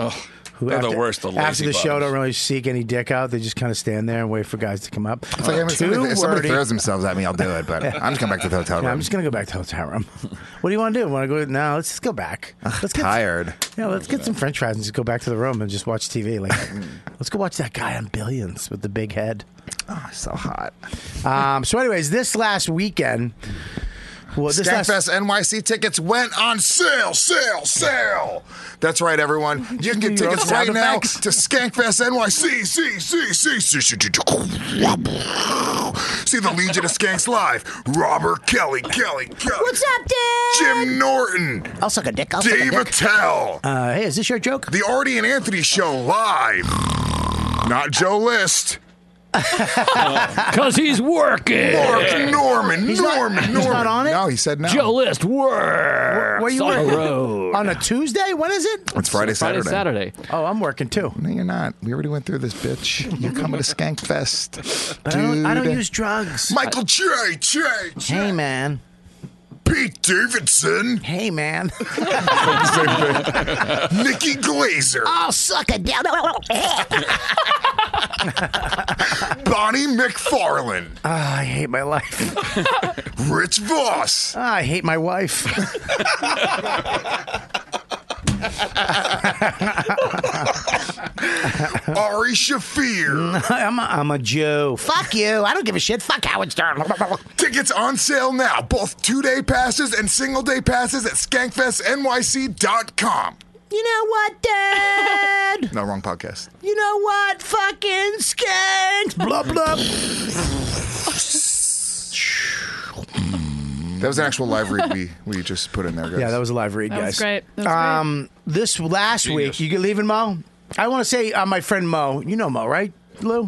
S5: Oh, they're the worst, the
S2: after
S5: lazy
S2: the show,
S5: bottoms.
S2: don't really seek any dick out. They just kind of stand there and wait for guys to come up.
S10: It's like, I mean, if somebody, if somebody
S2: Uh, wordy-
S10: throws themselves at me, I'll do it. But I'm just going back to the hotel room.
S2: Yeah, I'm just gonna go back to the hotel room. What do you want to do? Want to go? No, let's just go back. Let's get
S10: tired.
S2: Yeah, let's get some French fries and just go back to the room and just watch TV. Like, let's go watch that guy on Billions with the big head.
S10: Oh, so hot.
S2: Um, so, anyways, this last weekend, well, this last
S10: Skankfest NYC tickets went on sale, sale, sale. That's right, everyone. You can get
S2: Your own
S10: tickets
S2: sound
S10: right now
S2: effects.
S10: to Skankfest NYC. See, see, see, see, see, see, see. See the Legion of Skanks live. Robert Kelly, Kelly, Kelly. What's
S2: up,
S10: dude? Jim Norton.
S2: I'll suck a dick. I'll suck a
S10: Dave
S2: dick.
S10: Attell.
S2: Uh, hey, is this your joke?
S10: The Artie and Anthony Show live. Not Joe List.
S7: Cause he's working.
S10: Mark Norman,
S2: He's not-
S10: Norman,
S2: he's
S10: Norman.
S2: not on it?
S10: No, he said no.
S7: Joe List
S2: Where
S7: works
S2: are you
S7: on the
S2: working?
S7: road.
S2: On a Tuesday? When is it?
S10: It's Friday,
S7: Friday,
S10: Saturday.
S7: Saturday.
S2: Oh, I'm working too.
S10: No, you're not. We already went through this, bitch. You're coming to Skankfest.
S2: But I don't, I don't
S10: dude.
S2: use drugs.
S10: Michael J. J. J.
S2: Hey, man.
S10: Pete Davidson.
S2: Hey, man.
S10: Nikki Glazer.
S7: Ah.
S2: I'll suck a dick. Ah,
S10: Bonnie McFarlane.
S2: Ah, I hate my life.
S10: Rich Voss.
S2: Ah, I hate my wife.
S10: Ari Shafir.
S2: I'm, a, I'm a Jew. Fuck you. I don't give a shit. Fuck Howard Stern.
S10: Tickets on sale now. Both two-day passes and single-day passes at skankfestnyc.com.
S2: You know what, Dad?
S10: No, wrong podcast.
S2: You know what? Fucking skanks. Blah, blah.
S10: That was an actual live read we, we just put in there, guys.
S2: Yeah, that was a live read,
S8: That
S2: guys.
S8: was great. That was
S2: um, This last
S5: Genius.
S2: week, you leaving Mo? I want to say uh, my friend Mo. You know Mo, right, Lou?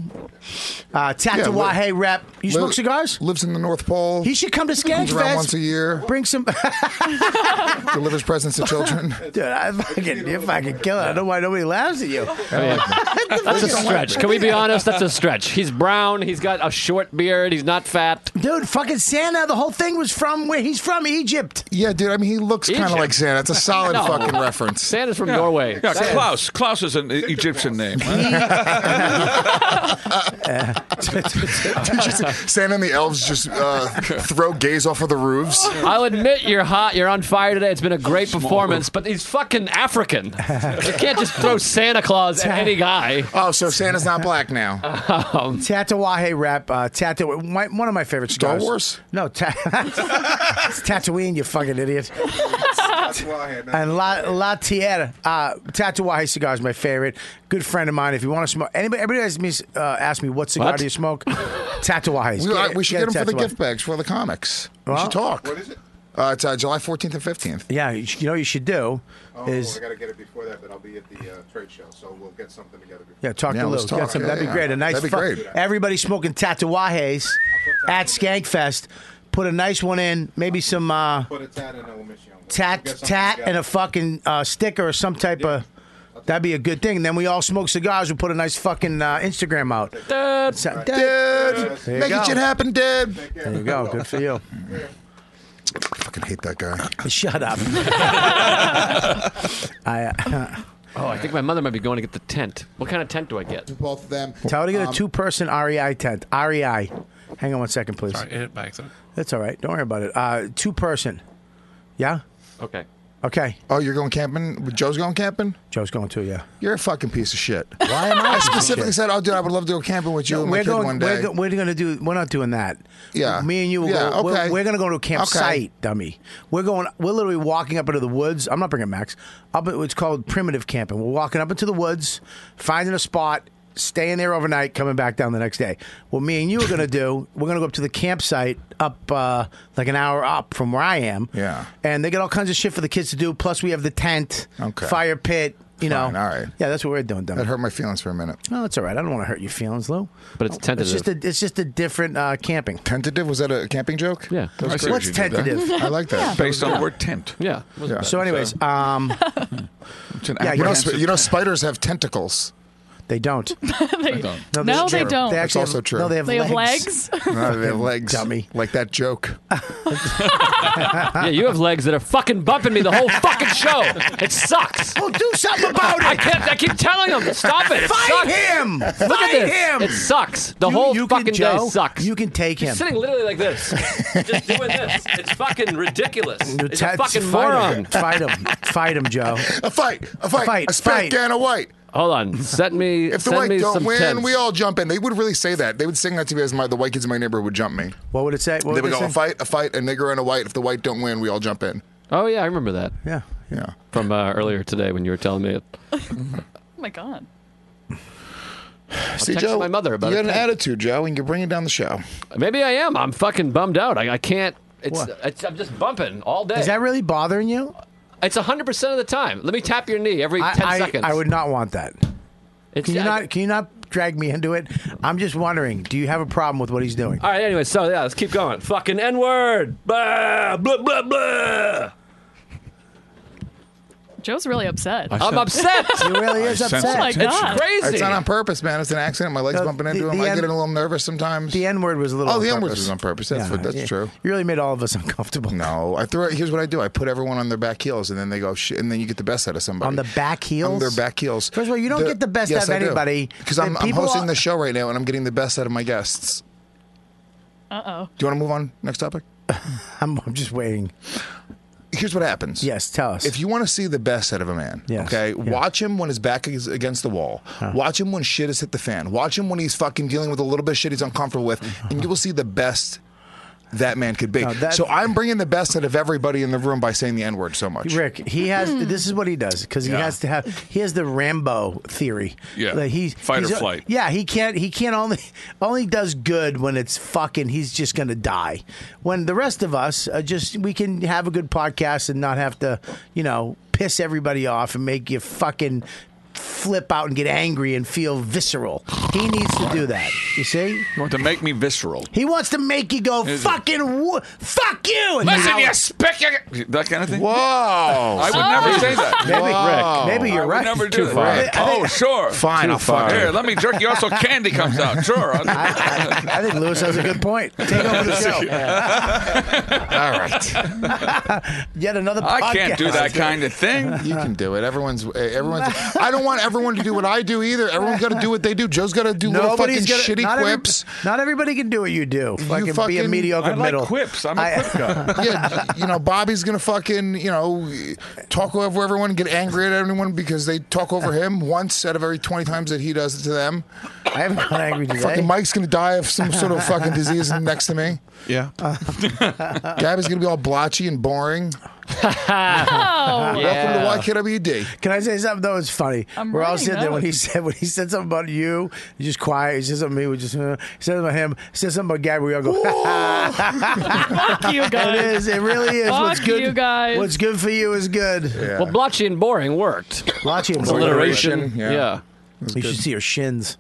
S2: Uh, Tatawahe rep. You smoke
S10: Liv-
S2: cigars?
S10: Lives in the North Pole.
S2: He should come to
S10: comes around once
S2: Skankfest.
S10: a year.
S2: Bring some.
S10: delivers presents to children.
S2: Dude, I fucking, if I could kill it, I don't know why nobody laughs at you.
S7: That's a stretch. Can we be honest? That's a stretch. He's brown. He's got a short beard. He's not fat.
S2: Dude, fucking Santa, the whole thing was from where he's from, Egypt.
S10: Yeah, dude. I mean, he looks kind of
S7: Egypt.
S10: like Santa. It's a solid
S7: No.
S10: fucking reference.
S7: Santa's from
S5: Yeah.
S7: Norway.
S5: Yeah,
S7: Santa's-
S5: Klaus. Klaus is an Egyptian name.
S10: Did you see Santa and the elves just uh, throw gays off of the roofs.
S7: I'll admit you're hot. You're on fire today. It's been a great performance, but he's fucking African. You can't just throw Santa Claus at any guy.
S10: Oh, so Santa's not black now.
S2: Tatawahe rep. Uh, Tataw- my, one of my favorite
S10: Star
S2: cigars.
S10: Wars?
S2: No, ta- it's Tatooine, you fucking idiot.
S10: Tatuaje, man.
S2: and La, La Tierra. Uh, Tatuaje cigar is my favorite. Good friend of mine. If you want to smoke, anybody, everybody asks me, uh, asks me what cigar
S10: What?
S2: do you smoke? Tatuajes.
S10: We, I- we should get
S2: a
S10: them for the
S2: Tatuaje.
S10: gift bags for the comics. we
S2: Well-
S10: should talk. What is it? Uh, it's uh, July 14th and 15th.
S2: Yeah, you, sh- you know what you should do
S21: Oh,
S2: is
S21: I got to get it before that, but I'll be at the uh, trade show, so we'll get something together. Before.
S2: yeah, talk to Lou.
S10: let's
S2: Get
S10: talk.
S2: some-
S10: Yeah,
S2: that'd be
S10: yeah.
S2: great. A nice
S10: That'd be
S2: fu-
S10: great.
S2: Everybody smoking tatuajes at Skankfest. Put a nice one in, maybe some uh,
S21: Put a tat in, and we'll miss you.
S2: tat
S21: Get something
S2: tat
S21: together.
S2: and a fucking uh, sticker or some type of. That'd be a good thing. And then we all smoke cigars. We put a nice fucking uh, Instagram out.
S10: Dad,
S2: So- Dad.
S10: Dad,
S2: There you
S10: making
S2: go.
S10: shit happen, Dad.
S2: There you go. Good for you.
S10: fucking hate that guy.
S2: Shut up. I, uh,
S7: Oh, I think my mother might be going to get the tent. What kind of tent do I get?
S10: Both of them. Um,
S2: tell her to get a two-person REI tent. REI. Hang on one second, please.
S9: Sorry, it hit by accident.
S2: That's all right. Don't worry about it. Uh, two-person. Yeah.
S7: Okay.
S2: Okay.
S10: Oh, you're going camping? Joe's going camping?
S2: Joe's going too. Yeah.
S10: You're a fucking piece of shit.
S2: Why am I a
S10: I
S2: piece of
S10: specifically
S2: shit?
S10: said, "Oh, dude, I would love to go camping with you and my
S2: we're
S10: kid
S2: going.
S10: one
S2: we're
S10: day."
S2: go- We're, going to do. We're not doing that.
S10: Yeah.
S2: Me and you will
S10: Yeah,
S2: go. we're-
S10: okay.
S2: We're, going to go to a campsite,
S10: Okay.
S2: dummy. We're going. We're literally walking up into the woods. I'm not bringing Max. Up. It's called primitive camping. We're walking up into the woods, finding a spot. Staying there overnight, coming back down the next day. What me and you are going to do, we're going to go up to the campsite up uh, like an hour up from where I am.
S10: Yeah.
S2: And they got all kinds of shit for the kids to do. Plus, we have the tent,
S10: Okay.
S2: fire pit, you
S10: Fine,
S2: know.
S10: all right.
S2: Yeah, that's what we're doing, dummy.
S10: That hurt my feelings for a minute.
S2: No, it's all right. I don't want to hurt your feelings, Lou.
S7: But it's
S2: Oh, It's just a, it's just a different uh, camping.
S10: Tentative? Was that a camping joke?
S7: Yeah.
S10: That was
S5: I see
S10: great.
S5: what you did there.
S10: I like that.
S5: Based on the word tent.
S7: Yeah.
S10: Yeah.
S2: So, anyways, um,
S5: an
S2: yeah,
S10: you,
S2: you
S10: know,
S2: know,
S10: sp- you know, spiders have tentacles.
S2: they don't.
S8: they,
S10: don't.
S8: No, No, they don't.
S2: They
S10: That's
S2: actually
S10: also
S2: have-
S10: true.
S2: No, they have
S8: They have
S2: legs.
S8: legs?
S10: No, they have legs.
S2: Dummy.
S10: Like that joke.
S7: yeah, you have legs that are fucking bumping me the whole fucking show. It sucks.
S2: Well, do something about it.
S7: I can't. I keep telling them, stop it. it
S2: Fight
S7: sucks.
S2: him.
S7: Look
S2: Fight
S7: at this.
S2: him.
S7: It sucks. The
S2: You-
S7: whole
S2: you can,
S7: fucking
S2: Joe,
S7: day sucks.
S2: You can take
S7: He's
S2: him.
S7: sitting literally like this, just doing this. It's fucking ridiculous.
S2: Your
S7: It's a
S2: tats-
S7: fucking
S2: fight
S7: moron.
S2: Him. Fight him. Fight him, Joe.
S10: A fight. A fight. A,
S2: fight,
S10: spank
S2: fight.
S10: and a white.
S7: Hold on. Send me.
S10: If the
S7: send
S10: white
S7: me
S10: don't
S7: some
S10: win,
S7: tents.
S10: we all jump in. They would really say that. They would sing that to me as my the white kids in my neighborhood would jump me.
S2: What would it say? What would
S10: they would
S2: it
S10: go
S2: say?
S10: a fight, a fight, a nigger and a white. If the white don't win, we all jump in.
S7: Oh yeah, I remember that
S2: Yeah.
S10: Yeah.
S7: from uh, earlier today when you were telling me it.
S8: Oh my god.
S7: I'll
S10: See,
S7: text
S10: Joe,
S7: my mother about
S10: you
S7: it.
S10: got an attitude, Joe, and you're bringing down the show.
S7: Maybe I am. I'm fucking bummed out. I, I can't. It's,
S2: What?
S7: it's. I'm just bumping all day.
S2: Is that really bothering you?
S7: It's 100 percent of the time. Let me tap your knee every 10
S2: I,
S7: seconds.
S2: I, I would not want that.
S7: It's,
S2: Can you
S7: I-
S2: not? Can you not drag me into it? I'm just wondering. Do you have a problem with what he's doing?
S7: All right. Anyway, so yeah, let's keep going. Fucking N word. Blah blah blah blah.
S8: Joe's really upset.
S7: I'm upset.
S2: He really is
S5: I sense
S2: upset.
S8: Oh my god.
S7: Crazy.
S10: It's not on purpose, man. It's an accident. My legs bumping into
S2: Uh, the-
S10: him.
S2: the
S10: I
S2: end-
S10: get a little nervous sometimes.
S2: The N word was a little.
S10: oh,
S2: on
S10: the N word
S2: purpose.
S10: was on purpose. That's,
S2: Yeah,
S10: what, that's
S2: yeah.
S10: true.
S2: You really made all of us uncomfortable.
S10: No, I throw. Here's what I do. I put everyone on their back heels, and then they go. Shit, and then you get the best out of somebody.
S2: On the back heels?
S10: On their back heels.
S2: First of all, you don't get the best
S10: yes,
S2: out of anybody.
S10: Because
S2: The
S10: I'm, I'm
S2: people
S10: hosting
S2: are-
S10: the show right now, and I'm getting the best out of my guests.
S8: Uh oh.
S10: Do you want to move on? Next topic.
S2: I'm, I'm just waiting.
S10: Here's what happens.
S2: Yes, tell us.
S10: If you want to see the best out of a man,
S2: Yes,
S10: okay,
S2: yeah.
S10: watch him when his back is against the wall. Watch him when shit has hit the fan. Watch him when he's fucking dealing with a little bit of shit he's uncomfortable with, and you will see the best that man could be.
S2: No, that-
S10: so I'm bringing the best out of everybody in the room by saying the N word so much.
S2: Rick, he has. This is what he does because he has to have. He has the Rambo theory.
S5: Yeah.
S2: Like he's
S5: Fight or
S2: he's-
S5: flight.
S2: Yeah, he can't. He can't only only does good when it's fucking. He's just gonna die. When the rest of us are just we can have a good podcast and not have to, you know, piss everybody off and make you fucking flip out and get angry and feel visceral. He needs to do that. You see.
S5: You want to make me visceral.
S2: He wants to make you go
S5: Is it-
S2: fucking wo- fuck you. and
S5: Listen,
S2: howl.
S5: you spick. you- That kind of thing.
S10: Whoa!
S5: I would never say that.
S2: Maybe,
S10: Wow.
S2: Rick, maybe you're
S5: I would
S2: right.
S5: never do
S2: Too
S5: that.
S2: far.
S5: Oh, sure.
S10: Fine, I'll fuck
S5: Here,
S10: her.
S5: let me jerk you out so candy comes out. Sure. oh.
S2: I, I, I think Lewis has a good point. Take over the show.
S10: All right,
S2: Yet another. Podcast.
S5: I can't do that kind of thing.
S10: you can do it. Everyone's eh, everyone's. I don't want everyone to do what I do either. Everyone's got to do what they do. Joe's got to do
S2: Nobody's
S10: little
S2: gonna,
S10: fucking shitty
S2: not every-
S10: quips.
S2: not everybody can do what you do. Fucking, be a
S10: fucking-
S2: mediocre
S5: I like
S2: middle.
S5: quips. I'm a
S2: I-
S5: quip guy.
S10: yeah, you know, Bobby's gonna fucking, you know, talk over everyone, get angry at everyone because they talk over him once out of every twenty times that he does it to them.
S2: I haven't gotten angry today.
S10: Fucking Mike's gonna die of some sort of fucking disease next to me.
S9: Yeah.
S10: Gabby's gonna be all blotchy and boring.
S8: Oh,
S10: Welcome to YKWd.
S2: Can I say something though? It's funny.
S10: I'm
S2: We're all
S10: writing
S2: sitting there when he
S10: notes.
S2: said when he said something about you, you just quiet. He said something about me, we just uh, he said something about him. He said something about Gabby. We all go. Fuck
S8: you guys.
S2: It is. It really is. what's
S8: Fuck
S2: good?
S8: you guys.
S2: What's good for you is good.
S7: Well, blotchy and boring worked.
S2: Blotchy and
S7: alliteration.
S10: Alliteration,
S7: Yeah.
S10: yeah.
S2: You should see her shins.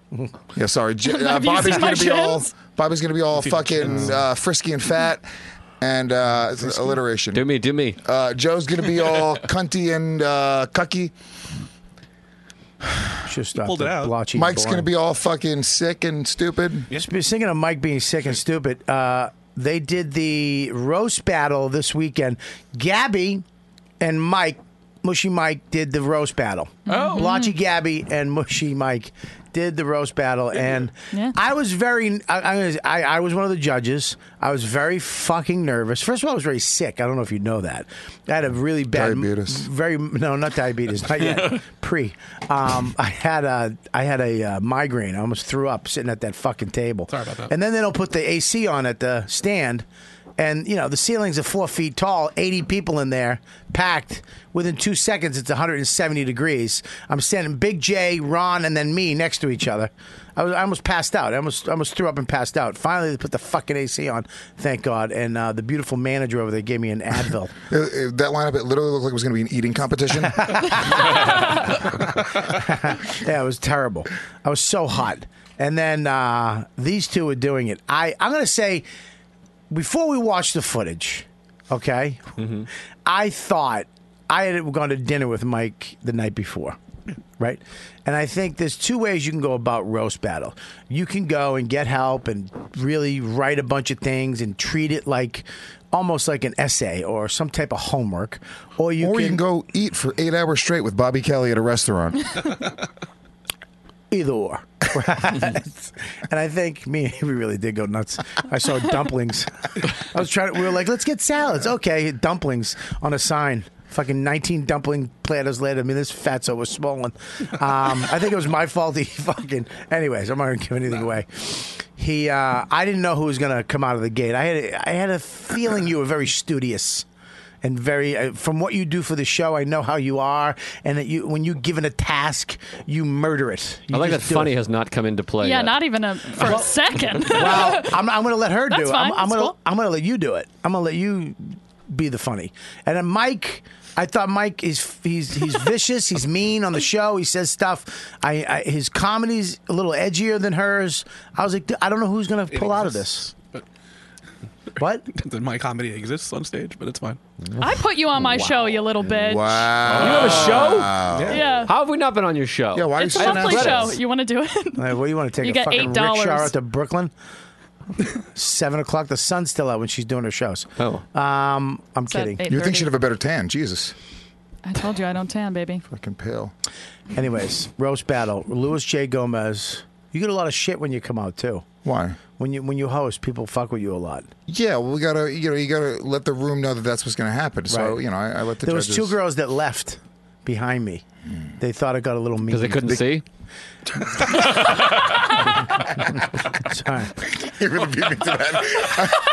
S10: Yeah, sorry. J- uh,
S2: Have you
S10: Bobby's
S2: seen
S10: gonna
S2: my
S10: be all
S2: chins?
S10: Bobby's gonna be all
S2: If you have
S10: fucking
S2: chins.
S10: uh, frisky and fat, and uh, it's an alliteration. Do
S7: me, do me.
S10: Uh, Joe's gonna be all cunty and uh, cucky.
S2: Should stop.
S10: pulled
S2: the
S10: it out.
S2: Blotchy and
S10: Mike's
S2: boring.
S10: gonna be all fucking sick and stupid.
S2: Speaking of Mike being sick and stupid, uh, they did the roast battle this weekend. Gabby and Mike, Mushy Mike, did the roast battle.
S11: Oh.
S2: Blotchy Gabby and Mushy Mike did the roast battle, and I was very. I, I'm gonna- I, I was one of the judges. I was very fucking nervous. First of all, I was very sick. I don't know if you know that. I had a really bad diabetes. Very no, not diabetes. Not yet. Pre. Um, I had a I had a uh, migraine. I almost threw up sitting at that fucking table. Sorry about that. And then they don't put the AC on at the stand. And you know the ceilings are four feet tall, eighty people in there, packed. Within two seconds, it's 170 degrees. I'm standing, Big J, Ron, and then me next to each other. I, was, I almost passed out. I almost, I almost threw up and passed out. Finally, they put the fucking AC on. Thank God. And uh, the beautiful manager over there gave me an Advil.
S10: Uh, uh, that lineup, it literally looked like it was going to be an eating competition.
S2: yeah, it was terrible. I was so hot. And then uh, these two were doing it. I, I'm going to say, before we watched the footage, okay,
S10: Mm-hmm.
S2: I thought I had gone to dinner with Mike the night before, right? And I think there's two ways you can go about roast battle. You can go and get help and really write a bunch of things and treat it like almost like an essay or some type of homework, or you
S10: or
S2: can
S10: you can go eat for eight hours straight with Bobby Kelly at a restaurant.
S2: either or. Right? and I think me and we really did go nuts. I saw dumplings. I was trying. To, we were like, let's get salads. Okay, dumplings on a sign. Fucking nineteen dumpling platters later. I mean, this fatso was swollen. Um, I think it was my fault. He fucking. Anyways, I'm not gonna give anything away. He. Uh, I didn't know who was gonna come out of the gate. I had. A, I had a feeling you were very studious and very uh, from what you do for the show i know how you are and that you when you given a task you murder it You
S7: I like that
S2: just do
S7: funny
S2: it.
S7: has not come into play.
S8: yeah,
S7: yet.
S8: not even a for a second.
S2: well i'm, I'm gonna let her do
S8: That's
S2: it
S8: fine.
S2: i'm, I'm
S8: That's
S2: gonna
S8: cool.
S2: i'm gonna let you do it i'm gonna let you be the funny and then mike I thought Mike is he's he's vicious. He's mean on the show. He says stuff. I, I his comedy's a little edgier than hers. I was like, I don't know who's gonna pull out of this. What?
S9: Then my comedy exists on stage, but it's fine.
S8: I put you on my show, you little bitch.
S7: You
S10: Oh.
S7: have a show?
S8: Yeah. Yeah.
S7: Uh, How have we not been on your show?
S8: Yeah, why it's a monthly show. You want to do it?
S2: All right, what do you want to take
S8: You
S2: a
S8: get
S2: fucking
S8: $8.
S2: rickshaw out to Brooklyn? Seven o'clock. The sun's still out when she's doing her shows. Oh, um, I'm
S8: It's at
S2: kidding.
S8: 8:30. You think she'd have
S2: a better tan? Jesus,
S8: I told you I don't tan, baby.
S2: fucking pale. Anyways, roast battle. Louis J. Gomez. You get a lot of shit when you come out too. Why? When you when you host, people fuck with you a lot.
S10: yeah, well, we gotta, you know, you gotta let the room know that that's what's gonna happen. So,
S2: Right.
S10: you know, I, I let the
S2: there was
S10: judges.
S2: two girls that left behind me. They thought it got a little mean
S10: 'Cause they couldn't
S7: see.
S2: Sorry,
S10: You're gonna beat me to that.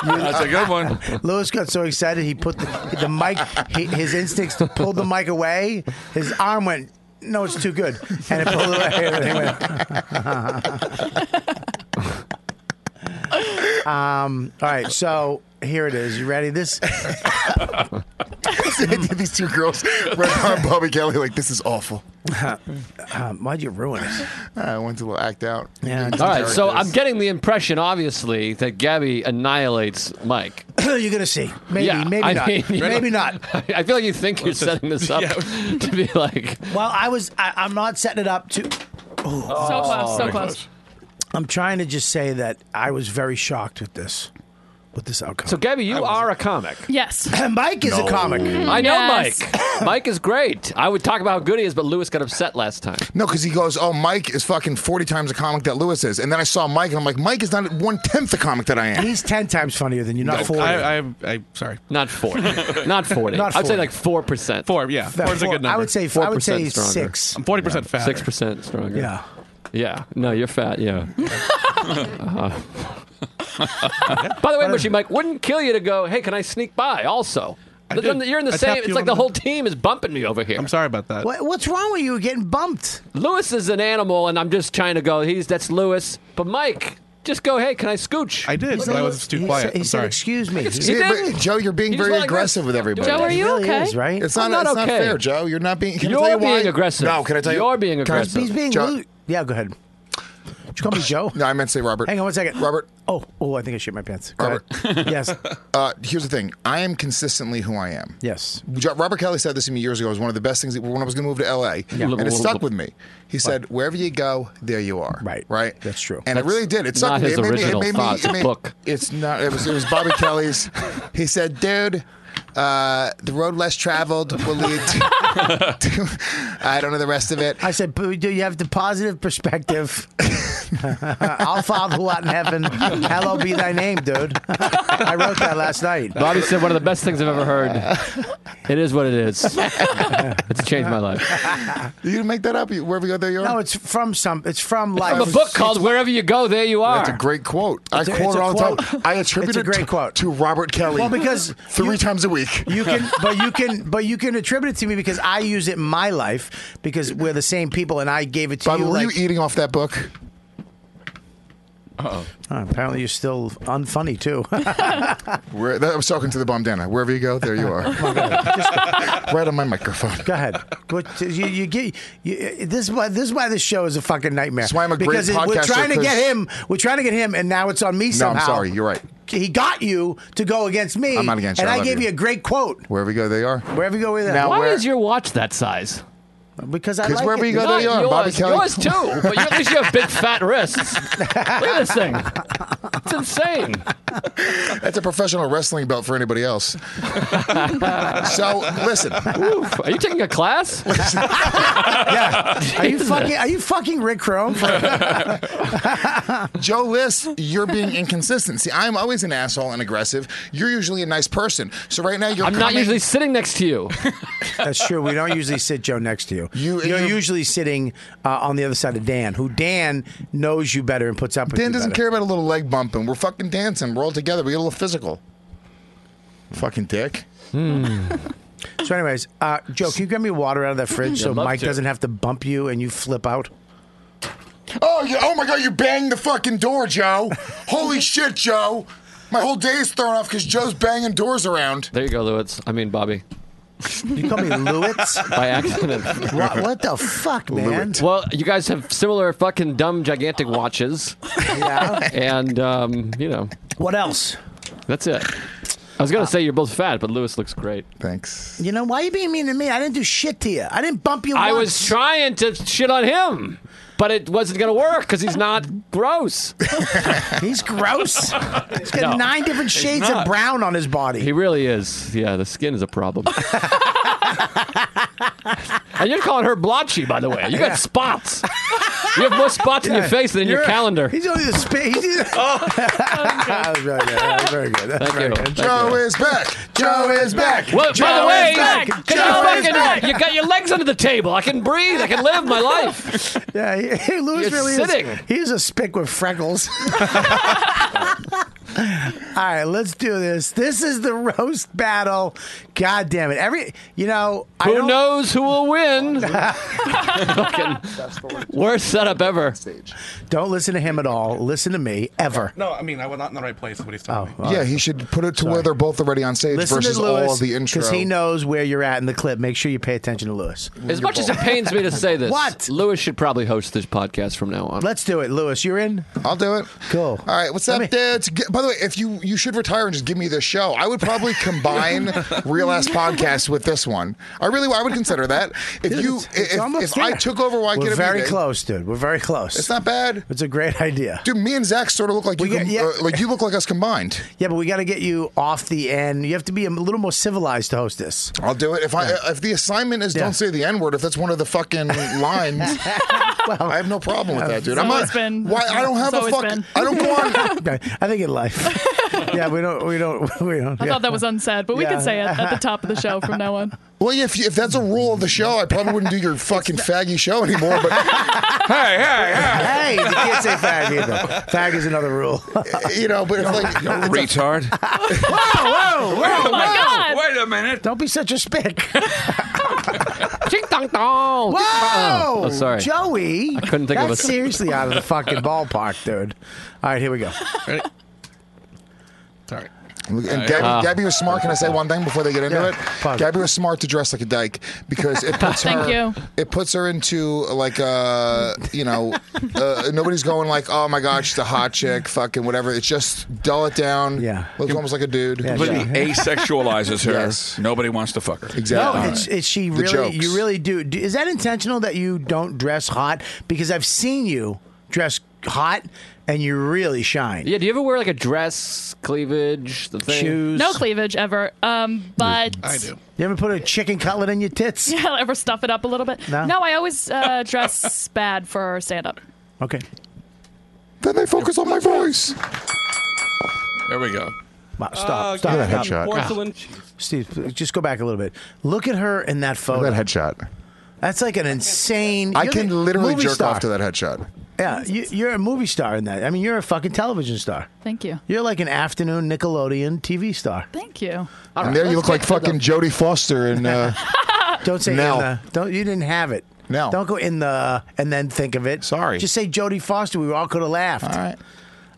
S5: That's a good one.
S2: Lewis got so excited he put the, the mic. He, his instincts to pull the mic away. His arm went. No, it's too good, and it pulled it away. And he went, um. All right, so here it is. You ready? This.
S10: These two girls right behind Bobby Kelly, like this is awful.
S2: um, why'd you ruin it?
S10: I went to act out.
S2: Yeah.
S7: All right, so I'm getting the impression, obviously, that Gabby annihilates Mike.
S2: You're gonna see. Maybe. maybe not. maybe not.
S7: I feel like you think you're setting this up to be like.
S2: Well, I was. I, I'm not setting it up to. Ooh.
S7: So close, so close.
S2: I'm trying to just say that I was very shocked with this, with this outcome.
S7: So, Gabby, you are a comic.
S8: Yes.
S2: Mike is a comic.
S7: I know
S2: Yes.
S7: Mike. Mike is great. I would talk about how good he is, but Lewis got upset last time.
S10: No, because he goes, "Oh, Mike is fucking forty times the comic that Lewis is," and then I saw Mike, and I'm like, "Mike is not one tenth the comic that I am."
S2: He's ten times funnier than you,
S9: No, I, I, I, sorry.
S7: Not 40. Not 40.
S9: Not
S7: I'd say
S9: 40.
S7: like 4%.
S9: 4, yeah.
S7: That
S9: 4 is a
S7: four-
S9: good number.
S7: I would say- I would say 4% stronger. six.
S9: I'm 40%
S7: Yeah.
S9: fat.
S7: 6% stronger.
S9: Yeah.
S7: Yeah. No, you're fat. Yeah. Uh-huh. By the way, Mushy Mike wouldn't kill you to go, hey, can I sneak by also? They're doing the- You're in the
S9: I
S7: same.
S9: tapped
S7: It's
S9: you
S7: like
S9: on
S7: the
S9: the-
S7: whole team is bumping me over here. I'm
S9: sorry about that.
S2: What, what's wrong with you getting bumped?
S7: Lewis is an animal, and I'm just trying to go. He's that's Lewis. But Mike, just go. Hey, can I scooch? I
S9: did,
S10: but I was too quiet. I'm sorry.
S2: "Excuse me."
S10: See, but Joe, you're being
S7: He just
S10: very
S7: went like
S10: aggressive
S7: this.
S10: with everybody.
S7: Joe, are you It really okay?
S2: is, right?
S10: It's
S2: I'm
S10: not,
S2: not
S10: it's not
S2: okay.
S10: fair, Joe. You're not being. Can
S2: You're
S10: I tell you
S2: being
S10: why?
S2: aggressive.
S10: No, can I tell you?
S2: You're being
S10: Can I-
S2: aggressive. He's being
S10: Joe-
S2: lewd. Yeah, go ahead. Did you call me Joe?
S10: no, I meant to say Robert.
S2: Hang on one second.
S10: Robert.
S2: Oh, oh, I think I shit my pants. Go
S10: Robert.
S2: ahead. yes.
S10: Uh, here's the thing. I am consistently who I am.
S2: Yes.
S10: Jo- Robert Kelly said this to me years ago. It was one of the best things when I was going to move to LA,
S2: Yeah.
S10: and it stuck with me. He said, "Wherever you go, there you are." Right. Right. That's true. And it
S7: That's
S10: really did. It
S7: not
S10: stuck with me.
S7: his
S10: It made me- it
S7: original
S10: made me-
S7: thought,
S10: it
S7: it's a
S10: made-
S7: book.
S10: It's not. It was. It was Bobby Kelly's. He said, "Dude." Uh, the road less traveled will lead to, to- I don't know the rest of it.
S2: I said, "Boo, do you have the positive perspective? I'll father who art in heaven. Hallowed be thy name, dude. I wrote that last night.
S7: Bobby said one of the best things I've ever heard. It is what it is. it's changed my life.
S10: You didn't make that up. You- Wherever you go, there you are.
S2: No, it's from some. It's from life.
S7: From a book called "Wherever You Go, There You Are."
S10: That's a great quote.
S2: It's a-
S10: I quote
S2: it's
S10: it
S2: a
S10: all the time.
S2: quote.
S10: I attribute
S2: It's a
S10: it
S2: great
S10: to,
S2: quote.
S10: to Robert Kelly.
S2: Well, because
S10: three times a week.
S2: You can, but you can, but you can attribute it to me because I use it in my life because we're the same people, and I gave it to
S10: Bobby,
S2: you.
S10: were
S2: like,
S10: you eating off that book?
S5: Uh-oh.
S2: Oh, apparently, you're still unfunny too.
S10: Where, that, I was talking to the bomb Dana. Wherever you go, there you are. right on my microphone.
S2: Go ahead. What, you, you get you, this is why this is why this show is a fucking nightmare.
S10: That's why I'm a great
S2: because it- we're
S10: podcaster,
S2: trying to get
S10: 'cause-
S2: him. We're trying to get him, and now it's on me
S10: No,
S2: somehow.
S10: I'm sorry. You're right.
S2: He got you to go against me.
S10: I'm not against you.
S2: And
S10: I
S2: I,
S10: love
S2: gave
S10: you.
S2: you. a great quote.
S10: Wherever you go, they are.
S2: Wherever you go with that.
S10: Now Why where- is
S7: your watch that size?
S2: Because I
S10: Because
S2: like
S10: wherever
S2: it.
S10: you go, there you are. Bobby
S7: yours,
S10: Kelly.
S7: yours too. But you, at least you have big fat wrists. Look at this thing. It's insane.
S10: That's a professional wrestling belt for anybody else. so listen.
S7: Are you taking a class?
S2: Are you fucking? Are you fucking Rick Chrome?
S10: Joe List, you're being inconsistent. See, I'm always an asshole and aggressive. You're usually a nice person. So right now you're
S7: I'm not
S10: coming-
S7: usually sitting next to you.
S2: That's true. We don't usually sit Joe next to you. you you're usually sitting uh, on the other side of Dan, who Dan knows you better and puts up with
S10: Dan
S2: you
S10: doesn't
S2: better.
S10: care about a little leg bump, and we're fucking dancing. We're all together. We get a little physical. Fucking dick.
S2: So, anyways, uh, Joe, can you grab me water out of that fridge
S10: I'd
S2: so
S10: love
S2: Mike
S10: to.
S2: doesn't have to bump you and you flip out?
S10: Oh, yeah. oh my God, you banged the fucking door, Joe. Holy shit, Joe. My whole day is thrown off because Joe's banging doors around.
S7: There you go, Lewis. I mean, Bobby.
S2: You call me Lewitz?
S7: By accident.
S2: What, what the fuck, man?
S7: Well, you guys have similar fucking dumb, gigantic watches.
S2: Yeah.
S7: And, um, you know.
S2: What else?
S7: That's it. I was going to
S10: Uh,
S7: say you're both fat, but Lewis looks great.
S10: Thanks.
S2: You know, why are you being mean to me? I didn't do shit to you. I didn't bump you
S7: I
S2: once.
S7: was trying to shit on him, but it wasn't going to work because he's not gross.
S2: he's gross. He's got
S7: No.
S2: nine different
S7: He's
S2: shades of
S7: not.
S2: brown on his body.
S7: He really is. Yeah, the skin is a problem. and you're calling her blotchy, by the way. You got
S2: Yeah.
S7: spots. You have more spots in
S2: Yeah.
S7: your face than in your
S2: You're-
S7: calendar.
S2: He's only the space. oh, that was very good. That was very good. That's
S7: Thank
S2: very
S7: you.
S2: good.
S7: Thank you.
S10: is back. Joe is back.
S7: Well, by the way,
S10: Joe
S7: get your
S10: is
S7: fucking-
S10: back.
S7: you got your legs under the table. I can breathe. I can live my life.
S2: Yeah, he, he Louis
S7: You're
S2: really
S7: sitting.
S2: is. He's a spick with freckles. All right, let's do this. This is the roast battle. God damn it! Every you know, I
S7: Who
S2: don't-
S7: knows who will win? Fucking worst setup ever.
S2: Don't listen to him at all. Listen to me ever.
S9: No, I mean I was not in the right place. What he's
S2: Oh,
S9: talking.
S2: all
S10: Yeah,
S2: right.
S10: he should put it to where they're both already on stage
S2: Listen
S10: versus
S2: to Lewis
S10: all the intro.
S2: because he knows where you're at in the clip. Make sure you pay attention to Lewis.
S7: As much as it pains me to say this,
S2: What?
S7: Lewis should probably host this podcast from now on.
S2: Let's do it, Lewis. You're in.
S10: I'll do it.
S2: Cool.
S10: All right, what's up, dudes? G- By the way, if you you should retire and just give me this show, I would probably combine Real Ass Podcast with this one. I really, I would consider that. If
S2: Dude,
S10: you,
S2: it's- it's
S10: if,
S2: almost
S10: if I
S2: there.
S10: took over, why
S2: We're
S10: get
S2: very close, dude. We're very close.
S10: It's not bad,
S2: It's a great idea.
S10: dude. Me and Zach sort of look like you,
S2: We
S10: com-
S2: get- yeah.
S10: uh, like you look like us combined.
S2: Yeah, but we got to get you off the end. You have to be a little more civilized to host this.
S10: I'll do it if I if the assignment is
S2: Yeah.
S10: don't say the n word. If that's one of the fucking lines, I have no problem with that, dude.
S8: It's
S10: I'm
S8: always
S10: not.
S8: been-
S10: why I don't have
S8: it's always
S10: a fucking.
S8: been.
S10: I don't go on.
S2: I think in life. yeah, we don't. We don't. We don't.
S8: I
S2: yeah.
S8: thought that was unsaid, but we
S2: Yeah.
S8: could say it at the top of the show from now on.
S10: Well, yeah, if, if that's a rule of the show, I probably wouldn't do your fucking faggy show anymore. But
S5: hey, hey,
S2: hey, you can't say fag either. Fag is another rule.
S10: you know, but it's like
S5: retard.
S2: whoa, whoa, whoa!
S5: Oh my
S2: whoa.
S5: God. Wait a minute!
S2: Don't be such a spick.
S7: Ching dong dong.
S2: Whoa!
S7: Oh, sorry.
S2: Joey.
S7: I couldn't think of
S2: That's
S7: a-
S2: seriously out of the fucking ballpark, dude. All right, here we go.
S9: Sorry.
S10: And
S2: Alright.
S10: Gabby,
S2: Ah.
S10: Gabby was smart. Can I say one thing before they get into it? Gabby was smart to dress like a dyke because it puts
S8: Thank
S10: her.
S8: you.
S10: It puts her into like uh you know uh, nobody's going like oh my god she's a hot chick fucking whatever. It's just dull it down. Yeah, looks almost like a dude.
S5: Completely asexualizes her. Nobody wants to fuck her.
S10: Exactly.
S2: No, it's, it's she
S10: The
S2: really.
S10: jokes.
S2: You really do. do. Is that intentional that you don't dress hot? Because I've seen you dress hot, and you really shine.
S7: Yeah, do you ever wear like a dress, cleavage, the thing?
S2: Shoes.
S8: No cleavage ever. Um, but
S2: You ever put a chicken cutlet in your tits?
S8: Yeah, ever stuff it up a little bit?
S2: No.
S8: No, I always uh, dress bad for stand up.
S2: Okay.
S10: Then they focus on my voice.
S5: There we go.
S2: Stop.
S5: Uh,
S2: stop.
S5: give me
S2: stop.
S5: that headshot. Porcelain.
S2: Steve, just go back a little bit. Look at her in that photo.
S10: that headshot.
S2: That's like an insane.
S10: I
S2: you're
S10: can
S2: the
S10: literally
S2: movie
S10: jerk
S2: star.
S10: off to that headshot.
S2: Yeah, you, you're a movie star in that. I mean, you're a fucking television star.
S8: Thank you.
S2: You're like an afternoon Nickelodeon TV star.
S8: Thank you.
S10: and there you look like fucking Jodie Foster and uh,
S2: Don't say
S10: Nell.
S2: in the. Don't you didn't have it. No. Don't go in the and then think of it. Sorry. Just say Jodie Foster. We all could have laughed. All right.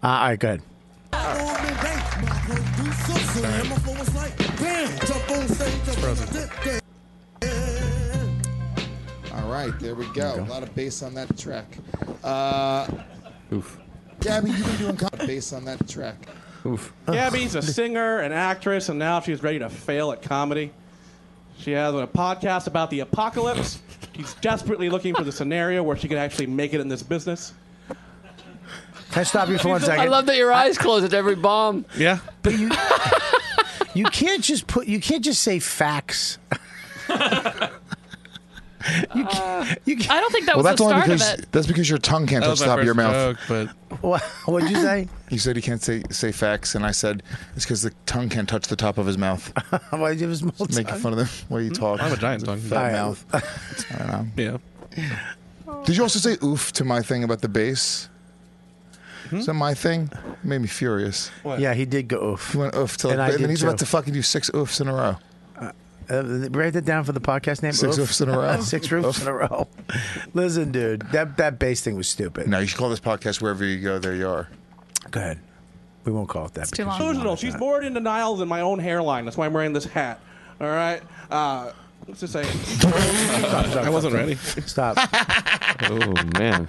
S2: Uh, all right. Go ahead.
S10: All right, there we go. A lot of bass on that track. Uh,
S7: Oof.
S10: Gabby, you've been doing comedy bass on that track.
S7: Oof.
S9: Gabby's a singer, an actress, and now she's ready to fail at comedy. She has a podcast about the apocalypse. She's desperately looking for the scenario where she could actually make it in this business.
S2: Can I stop you for one second?
S7: I love that your eyes close at every bomb.
S9: Yeah.
S2: You can't just put. You can't just say facts.
S8: I don't think that
S10: well,
S8: was
S10: that's
S8: the
S10: only
S8: start
S10: because
S8: of it.
S10: that's because your tongue can't
S9: That was
S10: touch the
S9: my
S10: top of your
S9: first
S10: mouth.
S2: What? What'd you say?
S10: He said he can't say say facts, and I said it's because the tongue can't touch the top of his mouth.
S2: Why did you have a small
S10: Making
S2: tongue?
S10: fun of them while you talk.
S9: I have a giant
S10: It's
S9: tongue.
S10: Fat
S9: All right.
S10: mouth. I don't know.
S9: Yeah.
S10: Did you also say oof to my thing about the bass? Is that my thing? made me furious.
S9: What?
S2: Uh, Yeah, he did go oof.
S10: He went oof to like,
S2: And I
S10: and,
S2: did
S10: then he's about
S2: too.
S10: to fucking do six oofs in a row.
S2: Uh, write that down for the podcast name.
S10: Six
S2: Oof.
S10: oofs in a row.
S2: Six roofs in a row. Listen, dude, that that bass thing was stupid.
S10: No, you should call this podcast wherever you go. There you are.
S2: Go ahead. We won't call it that.
S8: too
S2: because
S8: long.
S2: you
S9: Delusional.
S2: wanted
S9: She's
S2: that.
S9: more in denial than my own hairline. That's why I'm wearing this hat. All right. Uh, let's just say.
S2: Stop, stop,
S9: I wasn't
S2: stop.
S9: ready.
S2: Stop.
S7: oh man.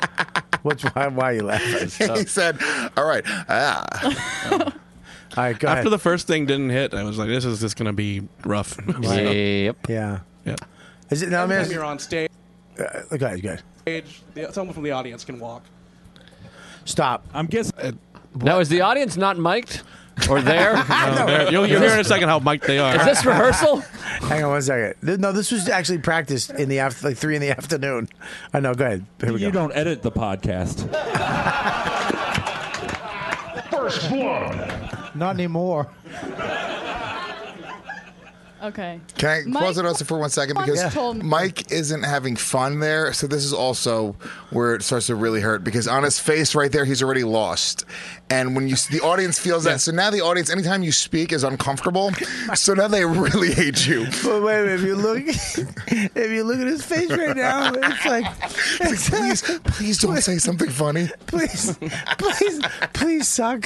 S2: What's why? Why are you laughing?
S10: he said, "All right, ah."
S2: All right, go
S9: After
S2: ahead.
S9: the first thing didn't hit, I was like, "This is just gonna be rough."
S7: Yep.
S2: yeah.
S9: Yeah.
S2: Is it now?
S9: Every
S2: Man,
S9: time you're on stage,
S2: uh, go ahead. Go ahead.
S9: the- someone from the audience can walk.
S2: Stop.
S9: I'm guessing.
S7: Now is the audience not mic'd or there?
S9: you'll you'll hear in a second how mic'd they are.
S7: Is this rehearsal?
S2: Hang on one second. Th- No, this was actually practiced in the after, like three in the afternoon. I know. Go ahead. Here we go.
S1: You don't edit the podcast.
S2: First blood. Not anymore.
S8: Okay.
S10: Can I
S8: Mike-
S10: pause it also for one second
S8: Mike
S10: because
S8: told me-
S10: Mike isn't having fun there, so this is also where it starts to really hurt because on his face right there, he's already lost, and when you the audience feels that, so now the audience anytime you speak is uncomfortable, so now they really hate you.
S2: But wait, a minute, if you look, if you look at his face right now, it's like, it's
S10: please, please don't say something funny.
S2: Please, please, please suck.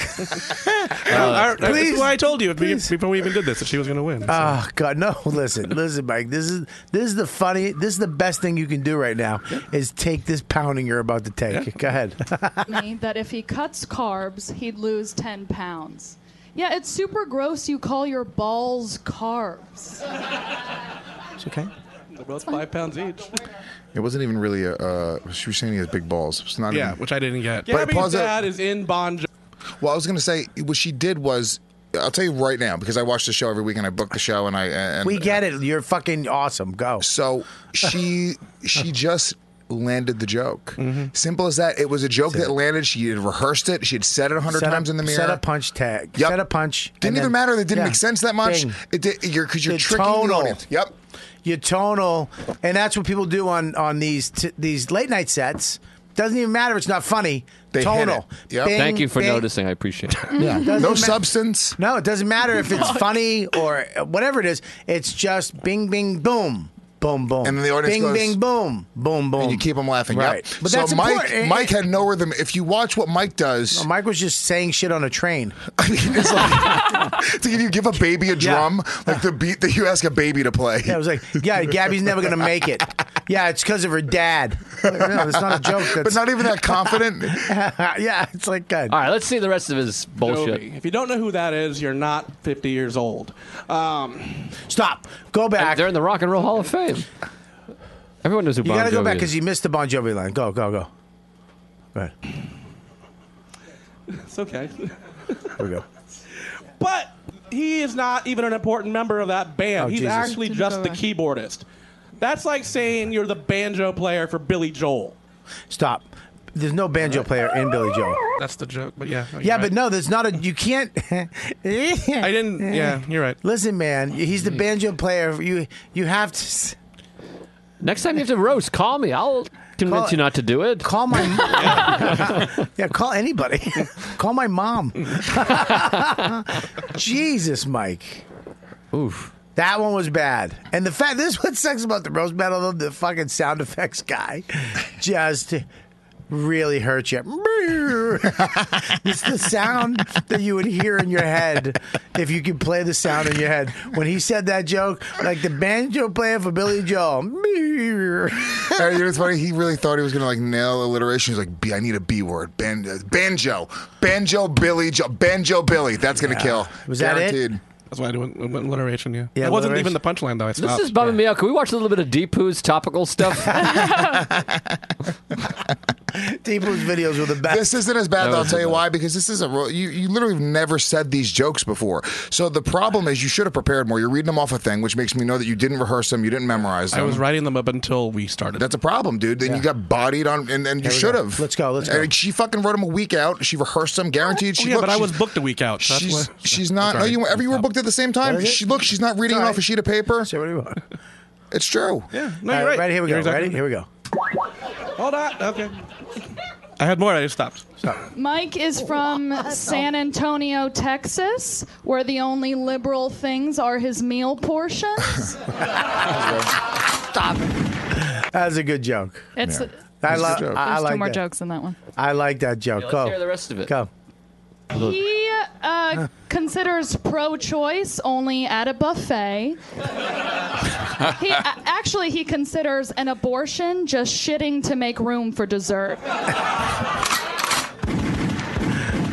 S9: I, I, this
S2: please.
S9: is why I told you be- before we even did this that she was gonna win.
S2: Oh God, no! Listen, listen, Mike. This is this is the funny. This is the best thing you can do right now is take this pounding you're about to take. Go ahead.
S8: me that if he cuts carbs, he'd lose 10 pounds. Yeah, it's super gross you call your balls carbs.
S2: It's okay.
S9: They're both five pounds each.
S10: It wasn't even really a. Uh, she was saying he has big balls. It's not.
S9: Yeah,
S10: even,
S9: which I didn't get.
S10: But
S9: Gabby's
S10: pause it.
S9: dad is in Bon. Jo-
S10: Well, I was going to say what she did was I'll tell you right now because I watch the show every week and I book the show and I and
S2: We get it. You're fucking awesome. Go.
S10: So she she just landed the joke.
S2: Mm-hmm.
S10: Simple as that. It was a joke that landed. She had rehearsed it. She had said it a hundred
S2: Set a-
S10: times in the mirror.
S2: set a punch tag. Set a punch. and
S10: Didn't even
S2: then-
S10: matter. That didn't
S2: yeah.
S10: make sense that much.
S2: Bing.
S10: It did, you're because you're
S2: Your
S10: tricking the
S2: tonal.
S10: audience. Yep.
S2: Your tonal, and that's what people do on on these t- these late night sets. Doesn't even matter if it's not funny.
S7: They hit
S2: tonal.
S7: it. Yep. Thank you for noticing. I appreciate it.
S10: No substance.
S2: No, it doesn't matter if it's funny or whatever it is. It's just bing, bing, boom, boom, boom.
S10: And then the audience
S2: bing,
S10: goes-
S2: bing, boom, boom, boom.
S10: And you keep them laughing. Yep.
S2: right? But
S10: so
S2: that's
S10: Mike,
S2: important.
S10: Mike had no rhythm. If you watch what Mike does,
S2: No, Mike was just saying shit on a train.
S10: it's like if you give a baby a drum, like the beat that you ask a baby to play.
S2: Yeah, it was like, yeah, Gabby's never gonna make it. Yeah, it's because of her dad. No, that's not a joke. That's...
S10: But not even that confident.
S2: yeah, it's like uh, God.
S7: All right, let's see the rest of his bullshit.
S9: Joby. If you don't know who that is, you're not 50 years old. Um,
S2: Stop. Go back.
S7: They're in the Rock and Roll Hall of Fame. Everyone knows who
S2: You
S7: Bon
S2: gotta go
S7: Jovi
S2: back
S7: is.
S2: because you missed the Bon Jovi line. Go, go, go. Right,
S9: It's okay.
S2: here we go.
S9: But he is not even an important member of that band.
S2: Oh,
S9: He's
S2: Jesus.
S9: actually
S2: Didn't
S9: just
S2: go
S9: the
S2: there.
S9: keyboardist. That's like saying you're the banjo player for Billy Joel.
S2: Stop. There's no banjo player in Billy Joel.
S1: That's the joke, but yeah.
S2: Yeah, but no, there's not a. You can't. I didn't.
S1: yeah, you're right.
S2: Listen, man, he's the banjo player. You you have to. s-
S7: Next time you have to roast, call me. I'll convince
S2: Call-
S7: you not to do it.
S2: Call my. Yeah, call anybody. call my mom. Jesus, Mike.
S7: Oof.
S2: That one was bad. And the fact this is what sucks about the roast battle though, the fucking sound effects guy just really hurt you. it's the sound that you would hear in your head if you could play the sound in your head. When he said that joke, like the banjo player for Billy Joel.
S10: And you know what's funny? He really thought he was gonna like nail alliteration. He's like, B, I need a B word. Ban- uh, banjo, banjo, Billy, jo- banjo, Billy. That's gonna kill. Guaranteed.
S1: That's why I went, went alliteration. Yeah,
S10: Yeah,
S1: it wasn't
S10: alliteration.
S1: even the punchline though. I
S7: This
S2: Oh,
S1: stopped.
S7: is bumming me out. Can we watch a little bit of Deepu's topical stuff?
S2: Deepu's videos were the best.
S10: This isn't as bad
S7: That
S10: though. I'll
S7: was
S10: tell
S7: the
S10: you why. Because this is a ro- you. You literally have never said these jokes before. So the problem is you should have prepared more. You're reading them off a thing, which makes me know that you didn't rehearse them. You didn't memorize them.
S1: I was writing them up until we started.
S10: That's a problem, dude. Then you got bodied on, and, and you
S1: There we
S10: should
S1: go.
S10: have.
S1: Let's go, let's
S10: And
S1: go. Oh,
S10: she fucking wrote him a week out. She rehearsed them, guaranteed. She
S1: yeah,
S10: look,
S1: but I
S10: she-
S1: was booked a week out. So that's
S10: She's,
S1: why-
S10: she's not.
S1: That's all
S10: No, you
S1: right.
S10: ever you were booked at the same time.
S1: What is it?
S10: She look, she's not reading it off a sheet of paper. Say
S2: what do you want.
S10: It's true.
S1: Yeah,
S2: no, you're All right, right. right, here we You're go. exactly- Ready? Here we go.
S9: Hold on. Okay.
S1: I had more. I just stopped.
S8: Mike is from San Antonio, Texas, where the only liberal things are his meal portions.
S2: Stop it. That's a good joke.
S8: It's
S2: I
S8: there's
S2: love. I, I
S8: two
S2: like
S8: more
S2: that.
S8: jokes in that one.
S2: I like that joke.
S7: Yeah, let's
S2: go.
S7: hear the rest of it.
S2: Go.
S8: He uh, considers pro-choice only at a buffet. He a- actually he considers an abortion just shitting to make room for dessert.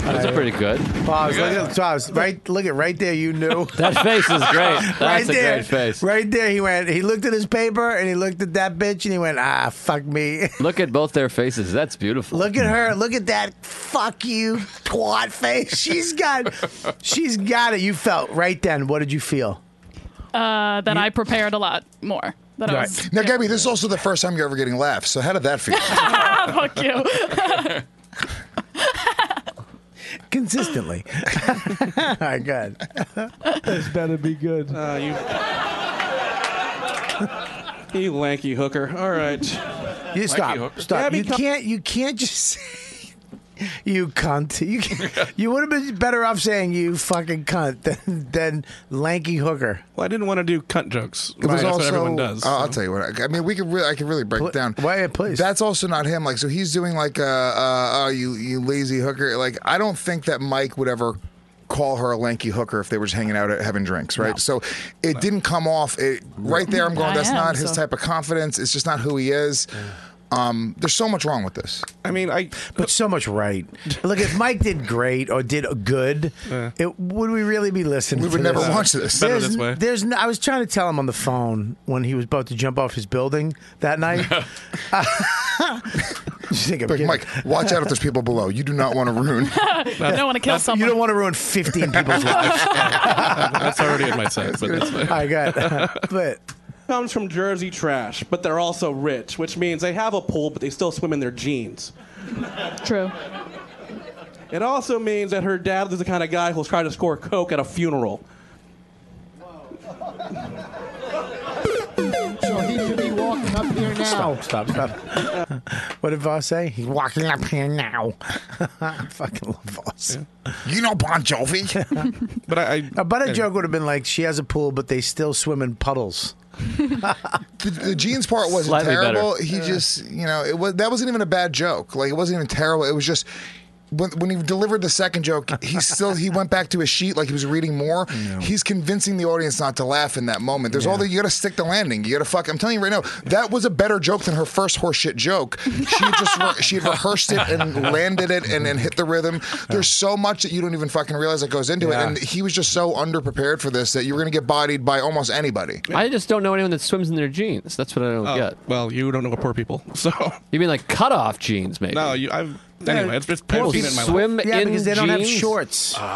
S7: Those are pretty good.
S2: Pause. Look at pause. Right. Look at right there. You knew
S7: That face is great. That's
S2: right
S7: a great
S2: there,
S7: face.
S2: Right there. He went. He looked at his paper and he looked at that bitch and he went, Ah, fuck me.
S7: Look at both their faces. That's beautiful.
S2: Look at her. Look at that. Fuck you, twat face. She's got. She's got it. You felt right then. What did you feel?
S8: Uh, that I prepared a lot more. That I was
S10: Now, Gabby, this is also the first time you're ever getting laughs. So how did that feel?
S8: fuck you.
S2: Consistently. All right. Good.
S9: This better be good. Uh, you, you lanky hooker. All right.
S2: You stop. Stop.
S9: Gabby,
S2: you
S9: come-
S2: can't. You can't just. say, You cunt! You can, you would have been better off saying you fucking cunt than, than lanky hooker.
S1: Well, I didn't want to do cunt jokes.
S10: It was
S1: That's
S10: also, uh,
S1: what everyone does.
S10: Oh, I'll, I'll tell you what. I, I mean, we could really, I could really break it down.
S2: Why, please?
S10: That's also not him. Like, so he's doing like, uh, uh, oh, you, you lazy hooker. Like, I don't think that Mike would ever call her a lanky hooker if they were just hanging out at having drinks, right? So it didn't come off. It, right there, I'm going.
S1: I
S10: That's
S1: am,
S10: not his
S1: so-
S10: type of confidence. It's just not who he is. Um, there's so much wrong with this.
S1: I mean, I.
S2: But so much right. Look, if Mike did great or did good, it, would we really be listening?
S10: We would
S2: to
S10: never watch this. Better
S2: There's,
S10: this way.
S2: there's no, I was trying to tell him on the phone when he was about to jump off his building that night. you think I'm
S10: Like,
S2: kidding?
S10: Mike, watch out if there's people below. You do not want to ruin.
S8: you don't want to kill someone.
S2: You don't want to ruin 15 people's lives.
S1: that's already in my set. But that's
S2: I got, but
S9: comes from Jersey trash, but they're also rich, which means they have a pool, but they still swim in their jeans.
S8: True.
S9: It also means that her dad is the kind of guy who'll try to score coke at a funeral.
S14: So he should be walking up here
S2: Stop, stop, stop. what did Voss say? He's walking up here now. I fucking love Voss.
S10: You know Bon Jovi.
S1: but I,
S2: a better joke would have been like, she has a pool, but they still swim in puddles.
S7: Uh,
S10: the, the jeans part wasn't
S2: Slightly
S10: terrible.
S2: better.
S10: He
S2: Yeah.
S10: just, you know, it was that wasn't even a bad joke. Like it wasn't even terrible. It was just when, when he delivered the second joke, he still he went back to his sheet like he was reading more. He's convincing the audience not to laugh in that moment. There's all the you got to stick the landing. You got to fuck. I'm telling you right now, that was a better joke than her first horseshit joke. She had just re- she had rehearsed it and landed it and then hit the rhythm. There's so much that you don't even fucking realize that goes into
S7: Yeah.
S10: it. And he was just so underprepared for this that you were gonna get bodied by almost anybody.
S7: I just don't know anyone that swims in their jeans. That's what I don't get.
S1: Oh, Well, you don't know poor people, so
S7: you mean like cutoff jeans, maybe?
S1: No, you. I've anyway. It's, it's
S7: People
S1: I've seen it in my
S7: swim
S1: life.
S2: Yeah,
S7: in
S2: because they don't have
S7: jeans? Oh.
S2: shorts. They don't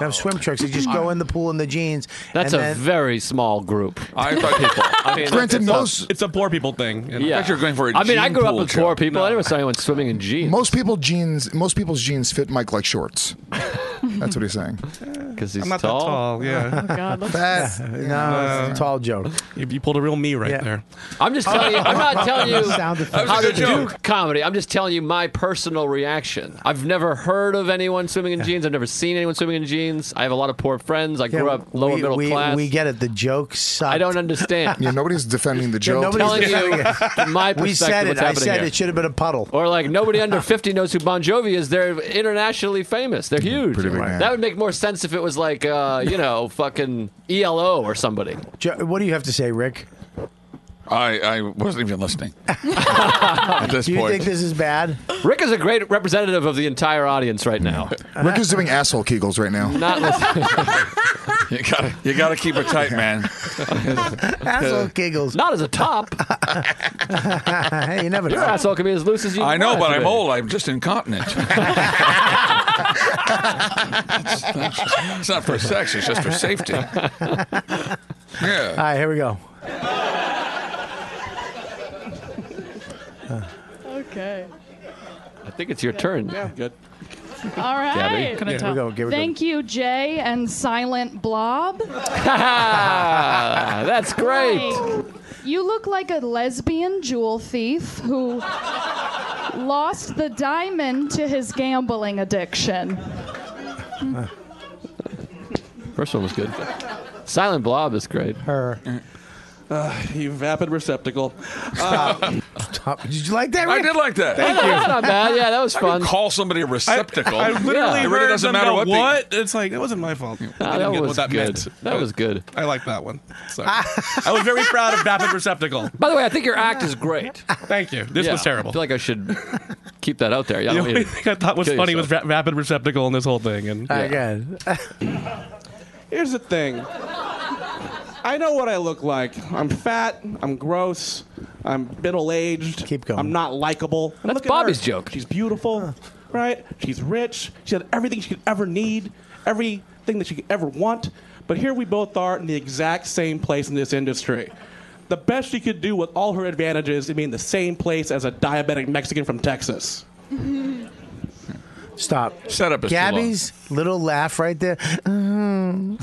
S2: have swim trunks. They just go in the pool in the jeans.
S7: That's
S2: and
S7: a
S2: then-
S7: very small group.
S5: I thought
S7: people. I mean,
S1: Granted,
S7: it's a-
S1: most- it's a poor people thing. you know.
S7: Yeah. I mean, I grew up with poor people. I never saw anyone swimming in jeans.
S10: Most people jeans. Most people's jeans fit Mike like shorts. That's what he's saying.
S7: Because he's
S1: I'm not that tall. Yeah.
S10: That-
S2: no, it's a tall joke.
S1: You, you pulled a real me right there.
S7: I'm just telling you. I'm not telling you
S1: Sound effect.
S7: how to
S1: That was a good
S7: do comedy. I'm just telling you my personal reaction. I've never heard of anyone swimming in jeans. I've never seen anyone swimming in jeans. I have a lot of poor friends. I grew
S2: Yeah,
S7: up lower
S2: we,
S7: middle
S2: we,
S7: class.
S2: We get it. The joke sucks. I
S7: don't understand.
S10: Yeah, nobody's defending the
S7: Yeah,
S10: joke.
S7: nobody's Telling defending you it. my
S2: we said
S7: perspective,
S2: it.
S7: what's
S2: I
S7: happening
S2: said
S7: here.
S2: it should have been a puddle.
S7: Or like nobody under 50 knows who Bon Jovi is. They're internationally famous. They're huge. Pretty
S2: big man.
S7: That would make more sense if it was like uh, you know, fucking ELO or somebody.
S2: Jo- what do you have to say, Rick?
S5: I, I wasn't even listening at this
S2: Do you
S7: point.
S2: think this is bad?
S7: Rick is a great representative of the entire audience right now.
S10: Rick is doing asshole kegels right now.
S7: Not listening.
S5: you gotta you gotta keep it tight, man.
S2: Asshole giggles.
S7: Not as a top.
S2: hey, you never
S7: Your
S2: know.
S7: asshole can be as loose as you.
S5: I
S7: want
S5: know,
S7: it
S5: but
S7: to
S5: I'm
S7: be.
S5: old. I'm just incontinent. it's not for sex. It's just for safety.
S2: All
S5: Yeah.
S2: right, here we go.
S8: Okay.
S7: I think it's your turn.
S8: Yeah.
S7: Good.
S8: All right.
S7: Gabby. Can I Yeah. tell? Here we go, here we go.
S8: Thank you, Jay and Silent Blob.
S7: Ah, That's great.
S8: Like, you look like a lesbian jewel thief who lost the diamond to his gambling addiction.
S7: First one was good. Silent Blob is great.
S2: Her.
S9: Uh, you vapid receptacle. Uh,
S2: Stop. Did you like that?
S5: I did like that.
S9: Thank you. That's not bad. Yeah, that was
S5: I could
S9: fun.
S5: Call somebody a receptacle.
S1: I, I literally
S5: it
S1: heard
S5: really doesn't
S1: them
S5: matter
S1: go,
S5: what. the-
S1: what. It's like that wasn't my fault. I didn't
S7: Ah, that
S1: get
S7: was
S1: what that
S7: good.
S1: meant.
S7: That was good.
S1: I like that one. So.
S7: Ah.
S1: I was very proud of Vapid Receptacle.
S7: By the way, I think your act is great.
S1: Thank you. This
S7: Yeah,
S1: was terrible.
S7: I feel like I should keep that out there. Yeah, I
S1: the
S7: don't
S1: only
S7: mean to
S1: thing I thought was
S7: kill
S1: funny
S7: yourself.
S1: was ra- Rapid Receptacle and this whole thing. And
S9: I
S2: Again. Uh,
S9: Here's the thing. I know what I look like. I'm fat. I'm gross. I'm middle aged. Keep going. I'm not likable. And
S7: That's
S9: look at
S7: Bobby's
S9: her.
S7: joke.
S9: She's beautiful, right? She's rich. She had everything she could ever need, everything that she could ever want. But here we both are in the exact same place in this industry. The best she could do with all her advantages is be in the same place as a diabetic Mexican from Texas.
S2: Stop.
S5: Set up
S2: Gabby's little laugh right there mhm,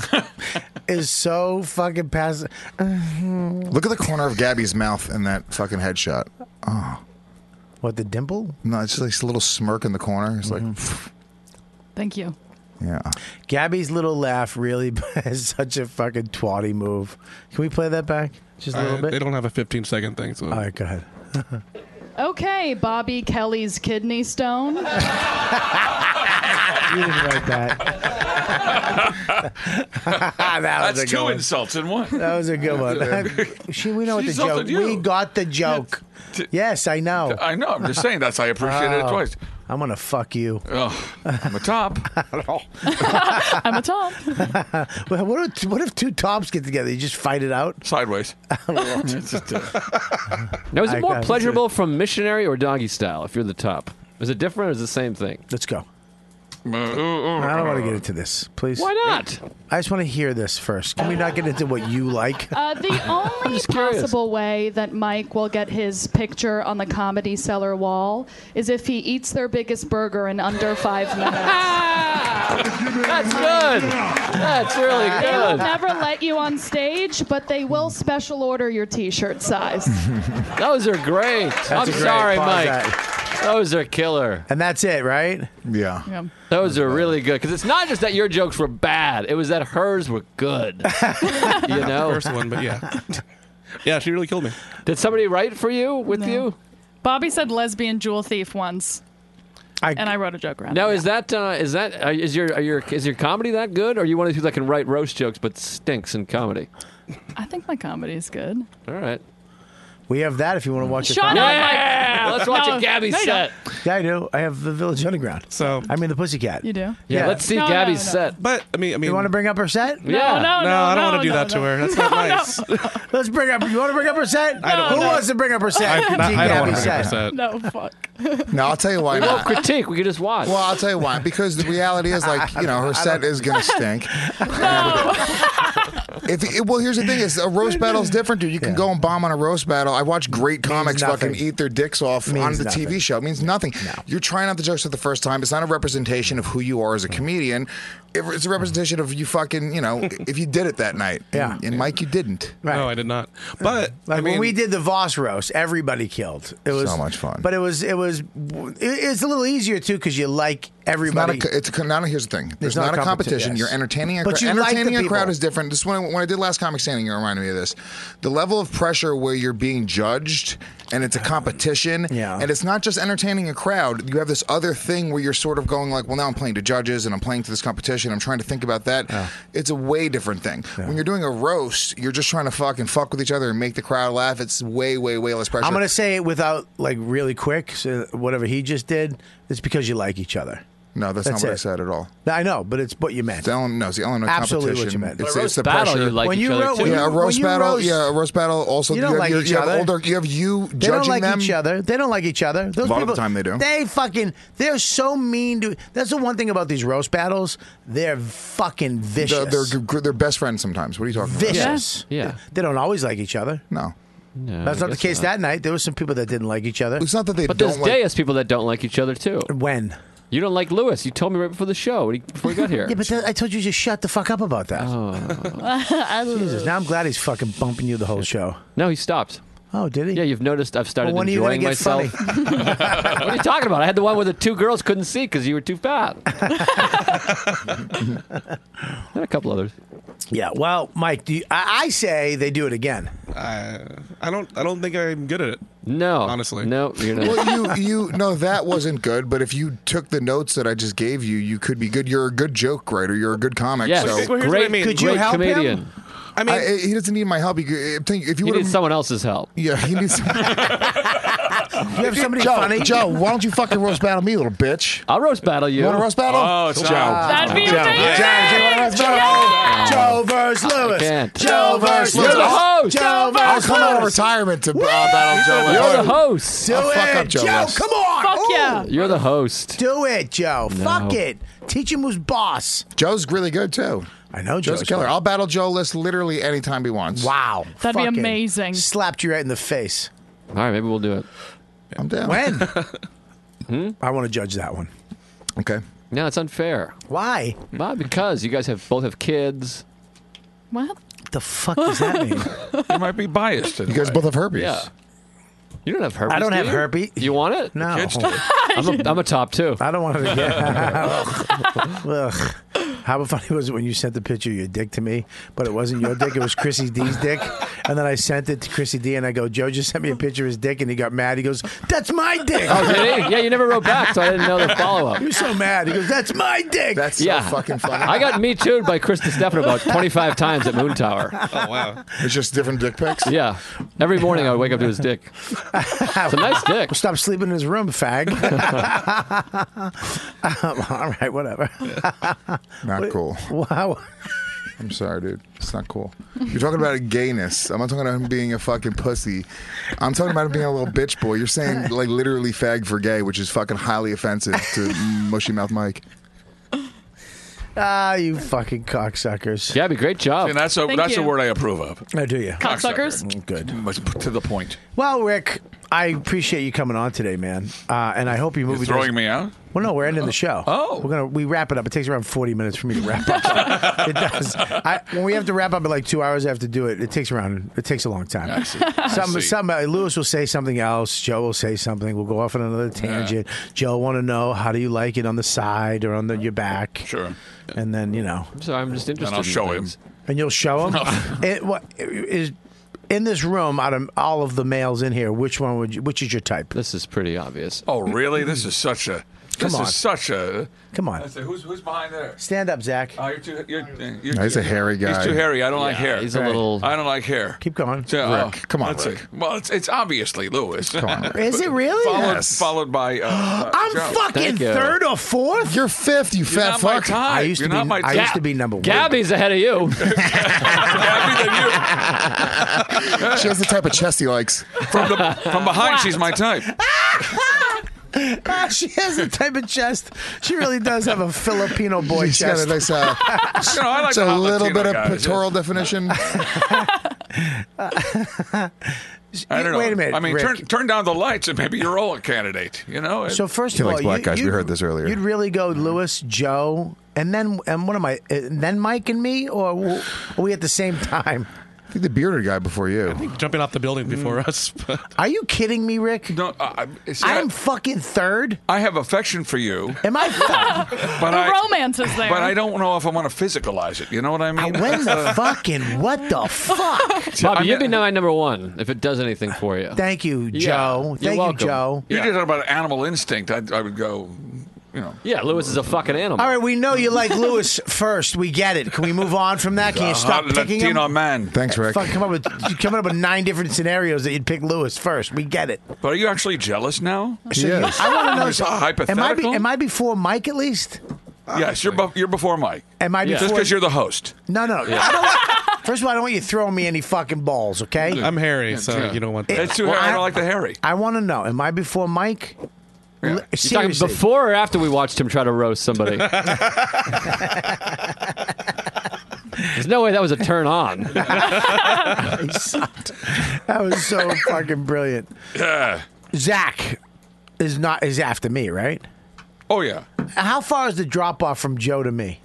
S2: is so fucking passive.
S10: Look at the corner of Gabby's mouth in that fucking headshot. Oh.
S2: What the dimple?
S10: No, it's just like a little smirk in the corner. It's
S7: Mm-hmm.
S10: like,
S8: Thank you.
S10: yeah.
S2: Gabby's little laugh really is such a fucking twatty move. Can we play that back just a
S1: I-
S5: Uh,
S2: little bit?
S1: They don't have a 15 second thing. So. All
S2: right, go ahead.
S8: Okay, Bobby Kelly's kidney stone.
S2: You didn't write that. that was
S5: That's
S2: a good
S5: two
S2: one.
S5: insults in one.
S2: That was a good one. she, we know what
S5: She
S2: the
S5: insulted
S2: joke.
S5: you.
S2: We got the joke. yes, I know.
S5: I know. I'm just saying. That's I appreciated it
S2: Oh,
S5: twice.
S2: I'm gonna fuck you.
S5: Oh, I'm a top.
S8: I'm a top.
S2: well, what if, what if two tops get together? You just fight it out
S5: sideways.
S2: It's
S5: just, uh,
S7: Now, is it
S2: I
S7: more
S2: got it.
S7: pleasurable from missionary or doggy style if you're the top? Is it different or is it the same thing?
S2: Let's go. I don't want to get into this, please.
S8: Why not?
S2: I just want to hear this first. Can we not get into what you like?
S8: Uh, the only possible way that Mike will get his picture on the comedy cellar wall is if he eats their biggest burger in under five minutes.
S7: That's good. That's really
S2: Uh,
S8: They will
S7: good.
S8: never let you on stage, but they will special order your T-shirt size.
S7: Those are great. I'm
S2: a great
S7: sorry,
S2: pause
S7: Mike.
S2: act.
S7: Those are killer.
S2: And that's it, right?
S10: Yeah.
S7: Those are really good because it's not just that your jokes were bad; it was that hers were good. you
S9: Not the
S7: know,
S9: first one, but yeah. Yeah, she really killed me.
S7: Did somebody write for you with you?
S3: Bobby said lesbian jewel thief once,
S2: I,
S3: and I wrote a joke around.
S7: Now is that uh, is that uh, is your are your is your comedy that good? Or are you one of these people that can write roast jokes but stinks in comedy?
S3: it. I think my comedy is good.
S7: All right.
S2: We have that if you want to watch it.
S3: Shut up,
S7: Yeah,
S3: Mike.
S7: let's watch
S3: No,
S7: a Gabby
S3: no, you
S7: set.
S2: Yeah, I do. I have the Village Underground. So I mean the Pussycat.
S3: You do?
S2: Yeah, Yeah.
S7: let's see No, Gabby's no, no. set.
S9: But I mean, I mean,
S2: You want to bring up her set?
S9: No, Yeah. no, No, I don't no, wanna do no, that to no. her. That's not
S2: No, no.
S9: nice.
S2: Let's bring up. You want to bring up her set?
S9: I don't
S2: Who
S9: wanna.
S2: wants to bring up her set?
S9: I-
S2: Team
S9: I don't
S2: Gabby
S9: wanna bring up her
S2: set.
S9: set.
S3: No, fuck.
S10: No, I'll tell you why.
S7: We won't
S10: not.
S7: critique. We can just watch.
S10: Well, I'll tell you why. Because the reality is, like, you know, her set is going to stink. If it, well, here's the thing: is a roast battle is different, dude. You can go and bomb on a roast battle. I watch great comics fucking
S2: nothing.
S10: eat their dicks off
S2: Means
S10: on the
S2: nothing.
S10: TV show. It means nothing. You're trying out the jokes for the first time. It's not a representation of who you are as a comedian. It- It's a representation of you fucking, you know, if you did it that night. Yeah. And, and Mike, you didn't.
S9: No, I did not. But
S2: Like
S9: I mean,
S2: when we did the Voss roast, everybody killed. It was
S10: So much fun.
S2: but it was it was it- it's a little easier too because you like
S10: It's not
S2: everybody.
S10: a, it's a, not a, here's the thing. There's,
S2: not
S10: not,
S2: a
S10: a competition.
S2: competition, yes.
S10: You're entertaining. A,
S2: But
S10: crowd.
S2: you like the
S10: entertaining a crowd
S2: people.
S10: is different. This when I, when I did last Comic Standing, it reminded me of this. The level of pressure where you're being judged, and it's a competition. Yeah. And it's not just entertaining a crowd. You have this other thing where you're sort of going like, well, now I'm playing to judges, and I'm playing to this competition. I'm trying to think about that. It's a way different thing. When you're doing a roast, you're just trying to fucking fuck with each other and make the crowd laugh. It's way, way, way less pressure.
S2: I'm gonna say it without like really quick. So whatever he just did, it's because you like each other.
S10: No, that's, not what I
S2: it.
S10: said at all.
S2: I know, but it's what you meant.
S10: It's the element, no, it's the element of
S2: Absolutely what you
S10: competition.
S2: meant.
S10: It's,
S2: But a
S10: it's the
S2: roast battle,
S10: pressure.
S2: you like When each you other ro- too. when
S10: yeah,
S2: you-
S10: a roast
S2: when you
S10: battle.
S2: roast-
S10: yeah, a roast battle. Also,
S2: You don't
S10: have
S2: like
S10: your-
S2: each
S10: you have
S2: other.
S10: older. You have
S2: They
S10: you
S2: don't
S10: judging
S2: like
S10: them.
S2: each other. They don't like each other. Those
S10: A lot of
S2: people,
S10: the time they do.
S2: They fucking. They're so mean to. That's the one thing about these roast battles. They're fucking vicious.
S10: They're, they're gr- they're best friends sometimes. What are you talking
S2: vicious.
S10: Yeah. Yeah.
S2: They, they don't always like each other.
S10: No.
S7: No,
S2: That's
S7: I
S2: not the
S7: guess
S2: case that night. There were some people that didn't like each other.
S10: It's not that they
S7: But there's Deus people that don't like each other too.
S2: When?
S7: You don't like Lewis. You told me right before the show, when he- before we got here.
S2: Yeah, but then I told you to shut the fuck up about that. Jesus, now I'm glad he's fucking bumping you the whole show.
S7: No, he stopped.
S2: Oh, did he?
S7: Yeah, you've noticed I've started
S2: Well, when are you gonna
S7: enjoying
S2: get
S7: myself. what are you talking about? I had the one where the two girls couldn't see because you were too fat. and a couple others.
S2: Yeah. Well, Mike, do you, I, I say they do it again.
S9: I, I don't. I don't think I'm good at it.
S7: No,
S9: honestly,
S7: no. You're
S10: about? well, you you no, that wasn't good. But if you took the notes that I just gave you, you could be good. You're a good joke writer. You're a good comic.
S7: Yes,
S10: so.
S7: Well, here's what I great- mean. Could you great help him? comedian.
S10: I mean, he doesn't need my help. He, could- I'm telling you, if you
S7: You
S10: would
S7: need someone else's help.
S10: Yeah, he needs. you
S2: have somebody
S10: Joe,
S2: funny?
S10: Joe, why don't you fucking roast battle me, little bitch?
S7: I'll roast battle you.
S10: Want to roast battle?
S7: Oh, it's
S10: Joe.
S7: not- That'd be
S10: Joe.
S7: amazing.
S10: Joe, Joe,
S2: Joe
S10: roast battle?
S2: versus Lewis.
S10: can't.
S2: Joe versus
S10: You're
S2: Lewis.
S10: the host.
S2: Joe
S10: I'll
S2: versus
S10: come out of
S2: Lewis.
S10: retirement to uh, battle Joe.
S7: You're
S10: Lewis.
S7: the host.
S2: Do
S10: I'll
S2: it,
S10: fuck up Joe.
S2: Joe.
S10: Lewis.
S2: Come on. Fuck yeah.
S7: You're the host.
S2: Do it, Joe.
S7: No.
S2: Fuck it. Teach him who's boss.
S10: Joe's really good too.
S2: I know
S10: Joe's,
S2: Joe's
S10: killer.
S2: good.
S10: I'll battle Joe List literally anytime he wants.
S2: Wow,
S3: That'd be
S2: Fucking
S3: amazing.
S2: Slapped you right in the face.
S7: All right, maybe we'll do it.
S10: I'm down.
S2: When? Hmm? I want to judge that one.
S10: Okay.
S7: No, it's unfair.
S2: Why?
S7: Why? Because you guys have both have kids.
S3: What?
S2: The fuck does that mean?
S5: you might be biased.
S10: You guys both have herpes.
S7: Yeah. You don't have herpes.
S2: I don't
S7: do
S2: have
S7: you?
S2: herpes.
S7: You want it?
S2: No. Kids do.
S7: I'm a, I'm a top two.
S2: I don't want to get. Ugh. How funny was it when you sent the picture of your dick to me, but it wasn't your dick; it was Chrissy D's dick. And then I sent it to Chrissy D, and I go, "Joe just sent me a picture of his dick," and he got mad. He goes, "That's my dick."
S7: Oh, did he? Yeah, you never wrote back, so I didn't know the follow up.
S2: He was so mad. He goes, "That's my dick."
S10: That's
S7: yeah. I got me too by Chris DeStefano about 25 times at Moon Tower.
S9: Oh wow.
S10: It's just different dick pics.
S7: Yeah. Every morning I would wake up to his dick. It's a nice dick.
S2: Stop sleeping in his room, fag. Um, all right, whatever.
S10: Not
S2: Wait,
S10: cool.
S2: Wow.
S10: I'm sorry, dude. It's not cool. You're talking about a gayness. I'm not talking about him being a fucking pussy. I'm talking about him being a little bitch boy. You're saying like literally fag for gay, which is fucking highly offensive to mushy mouth Mike.
S2: Ah, you fucking cocksuckers.
S7: Gabby, great job.
S5: And that's a
S2: Thank
S5: that's
S2: you.
S5: a word I approve of.
S2: I do you.
S5: Cocksucker.
S2: Good.
S5: Much to the point.
S2: Well, Rick, I appreciate you coming on today, man. Uh, and I hope your movie
S5: You're throwing
S2: does-
S5: me out.
S2: Well, no, we're ending the show. Oh, we're gonna we wrap it up. It takes around forty minutes for me to wrap up. it does. I, when we have to wrap up in like two hours, I have to do it. It takes around. It takes a long time.
S5: I see. I
S2: Some,
S5: see.
S2: some uh, Lewis will say something else. Joe will say something. We'll go off on another tangent. Joe want to know how do you like it on the side or on the, your back?
S5: Sure.
S2: And then you know.
S7: So I'm just interested.
S5: And I'll
S7: in
S5: show him.
S7: things.
S2: And you'll show him. it, what is in this room out of all of the males in here? Which one would you, which is your type?
S7: This is pretty obvious.
S5: Oh, really? This is such a.
S2: Come
S5: this
S2: on.
S5: is such a.
S2: Come on.
S5: I said, who's who's behind there?
S2: Stand up, Zach.
S5: Oh, you're too. You're, you're
S10: No, he's
S5: too-
S10: a hairy guy.
S5: He's too hairy. I don't like
S10: Yeah,
S5: hair.
S10: he's a Right. little-
S5: I don't like hair.
S2: Keep going.
S5: So, uh,
S10: Rick, come on,
S5: let's
S10: Rick.
S5: see. Well, it's, it's obviously Lewis.
S2: Is it really?
S5: Followed,
S2: Yes.
S5: followed by. Uh, uh,
S2: I'm
S5: Joe.
S2: fucking third or fourth.
S10: You're fifth, you
S5: You're fat not my fuck. type.
S2: I used
S5: You're
S2: to
S5: not
S2: be.
S5: my
S2: I used
S5: type.
S2: to be number one.
S7: Gabby's ahead of you.
S10: she has the type of chest he likes.
S5: From, the, from behind, she's my type.
S2: Ah, she has the type of chest. She really does have a Filipino boy
S10: She's got
S2: chest.
S10: a nice, uh,
S5: You know, I like
S10: it's a
S5: the hot
S10: little
S5: Latino
S10: bit of
S5: guys.
S10: pictorial definition.
S5: I don't know.
S2: Wait a minute,
S5: I mean,
S2: Rick.
S5: turn turn down the lights and maybe you're all a candidate. You know.
S2: So first of all, you, you'd- You'd really go Lewis, Joe, and then and what am I? And then Mike and me, or w- are we at the same time?
S10: I think the bearded guy before you.
S9: Jumping off the building before us. but-
S2: Are you kidding me, Rick?
S5: No, I, I- see, I-
S2: I'm fucking third.
S5: I have affection for you.
S2: Am I? Third?
S5: But
S3: the
S5: I,
S3: romance is there.
S5: But I don't know if I want to physicalize it. You know what I mean?
S2: when the
S5: Uh,
S2: fucking what the fuck?
S7: Bobby, you'd be my number one if it does anything for you.
S2: Thank you,
S7: Yeah.
S2: Joe.
S7: You're
S2: Thank you,
S7: welcome.
S2: Joe.
S5: You did talk about animal instinct. I, I would go, you know.
S7: Yeah, Lewis is a fucking animal.
S2: All right, we know you like Lewis first. We get it. Can we move on from that? Can you
S5: A
S2: stop
S5: Uh, hot
S2: picking him?
S5: Latino man.
S10: Thanks, Rick.
S2: Fuck, come up with you coming up with nine different scenarios that you'd pick Lewis first. We get it.
S5: But are you actually jealous now?
S2: So you- I want to know.
S5: It's
S2: so-
S5: a
S2: Am I, be,
S5: hypothetical.
S2: am I before Mike at least?
S5: yes, you're, bu- you're before Mike.
S2: Am I
S5: Just
S2: before-
S5: because you're the host.
S2: No, no. I don't want, first of all, I don't want you throwing me any fucking balls. Okay.
S9: I'm hairy, so you don't want that.
S5: That's too
S2: Well,
S5: hairy. I, don't like the hairy.
S2: I want to know. Am I before Mike? L-
S7: You talking
S2: Seriously.
S7: before or after we watched him try to roast somebody? There's no way that was a turn on.
S2: He sucked. that was so fucking brilliant.
S5: Yeah.
S2: Zach is not is after me, right?
S5: Oh, yeah.
S2: How far is the drop off from Joe to me?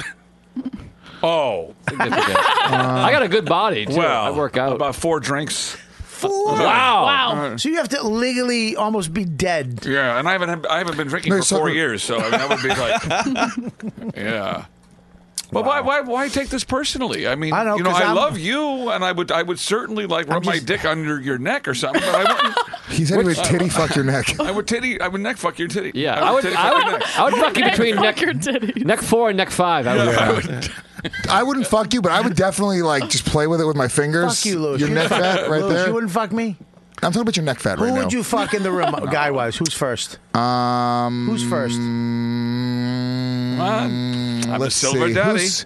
S5: Oh.
S7: I got a good body too.
S5: Well,
S7: I work out.
S5: about four drinks.
S2: Four.
S7: Wow.
S2: So you have to legally almost be dead.
S5: Yeah, and I haven't had- I haven't been drinking
S2: No,
S5: for
S2: so-
S5: four years, so I mean, that would be like, yeah. But why, why why take this personally? I mean,
S2: I know,
S5: you know,
S2: 'cause
S5: I
S2: I'm-
S5: love you, and I would I would certainly like rub my dick under your neck or something. But I wouldn't.
S10: He said he would titty fuck your neck.
S5: I would titty. I would neck fuck your titty.
S7: Yeah, I would.
S5: titty
S7: I
S5: fuck your
S7: would.
S5: neck.
S7: I would fuck you between
S3: fuck
S7: neck,
S3: your titty.
S7: neck four and neck five. I would.
S10: Yeah. I wouldn't fuck you, but I would definitely like just play with it with my fingers.
S2: Fuck you, Louis.
S10: Your
S2: You-
S10: neck fat right
S2: Louis,
S10: there.
S2: You wouldn't fuck me.
S10: I'm talking about your neck fat
S2: Who
S10: right now.
S2: would you fuck in the room, guy wise? Who's first?
S10: Um,
S2: Who's first?
S5: I'm a
S10: Mm, let's
S5: silver
S10: see.
S5: daddy.
S10: Who's-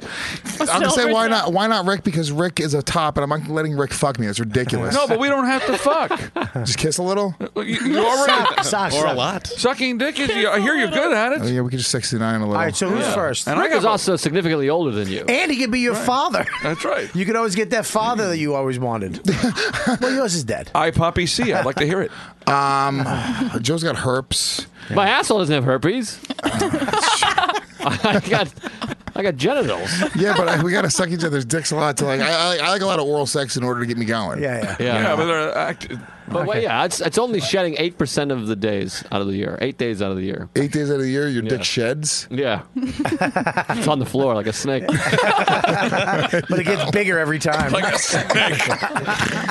S10: I'm gonna say
S5: silver
S10: why
S5: daddy.
S10: not? Why not Rick? Because Rick is a top, and I'm not letting Rick fuck me. It's ridiculous.
S5: No, but we don't have to fuck.
S10: just kiss a little.
S5: You, you already
S2: Suck, suck,
S9: Or a
S2: suck.
S9: lot.
S5: sucking dick is. I hear you're good at
S10: Oh,
S5: it.
S10: yeah, we could just 69 a little.
S2: All right, so who's first?
S5: And I
S7: Rick is
S5: got-
S7: also significantly older than you.
S2: And he could be your father.
S5: That's right.
S2: You could always get that father that you always wanted. well, yours is dead.
S5: I poppy C. I'd like to hear it.
S10: Um, Joe's got herpes.
S7: My asshole doesn't have herpes. I got. I got genitals.
S10: Yeah, but I, we gotta suck each other's dicks a lot to like. I, I, I like a lot of oral sex in order to get me going.
S2: Yeah, yeah.
S7: Yeah.
S5: Yeah, but they're act-
S7: But wait, yeah, it's, it's only shedding eight percent of the days out of the year. Eight days out of the year.
S10: Eight days out of the year, your dick sheds.
S7: Yeah. it's on the floor like a snake.
S2: But it gets bigger every time.
S5: like a snake.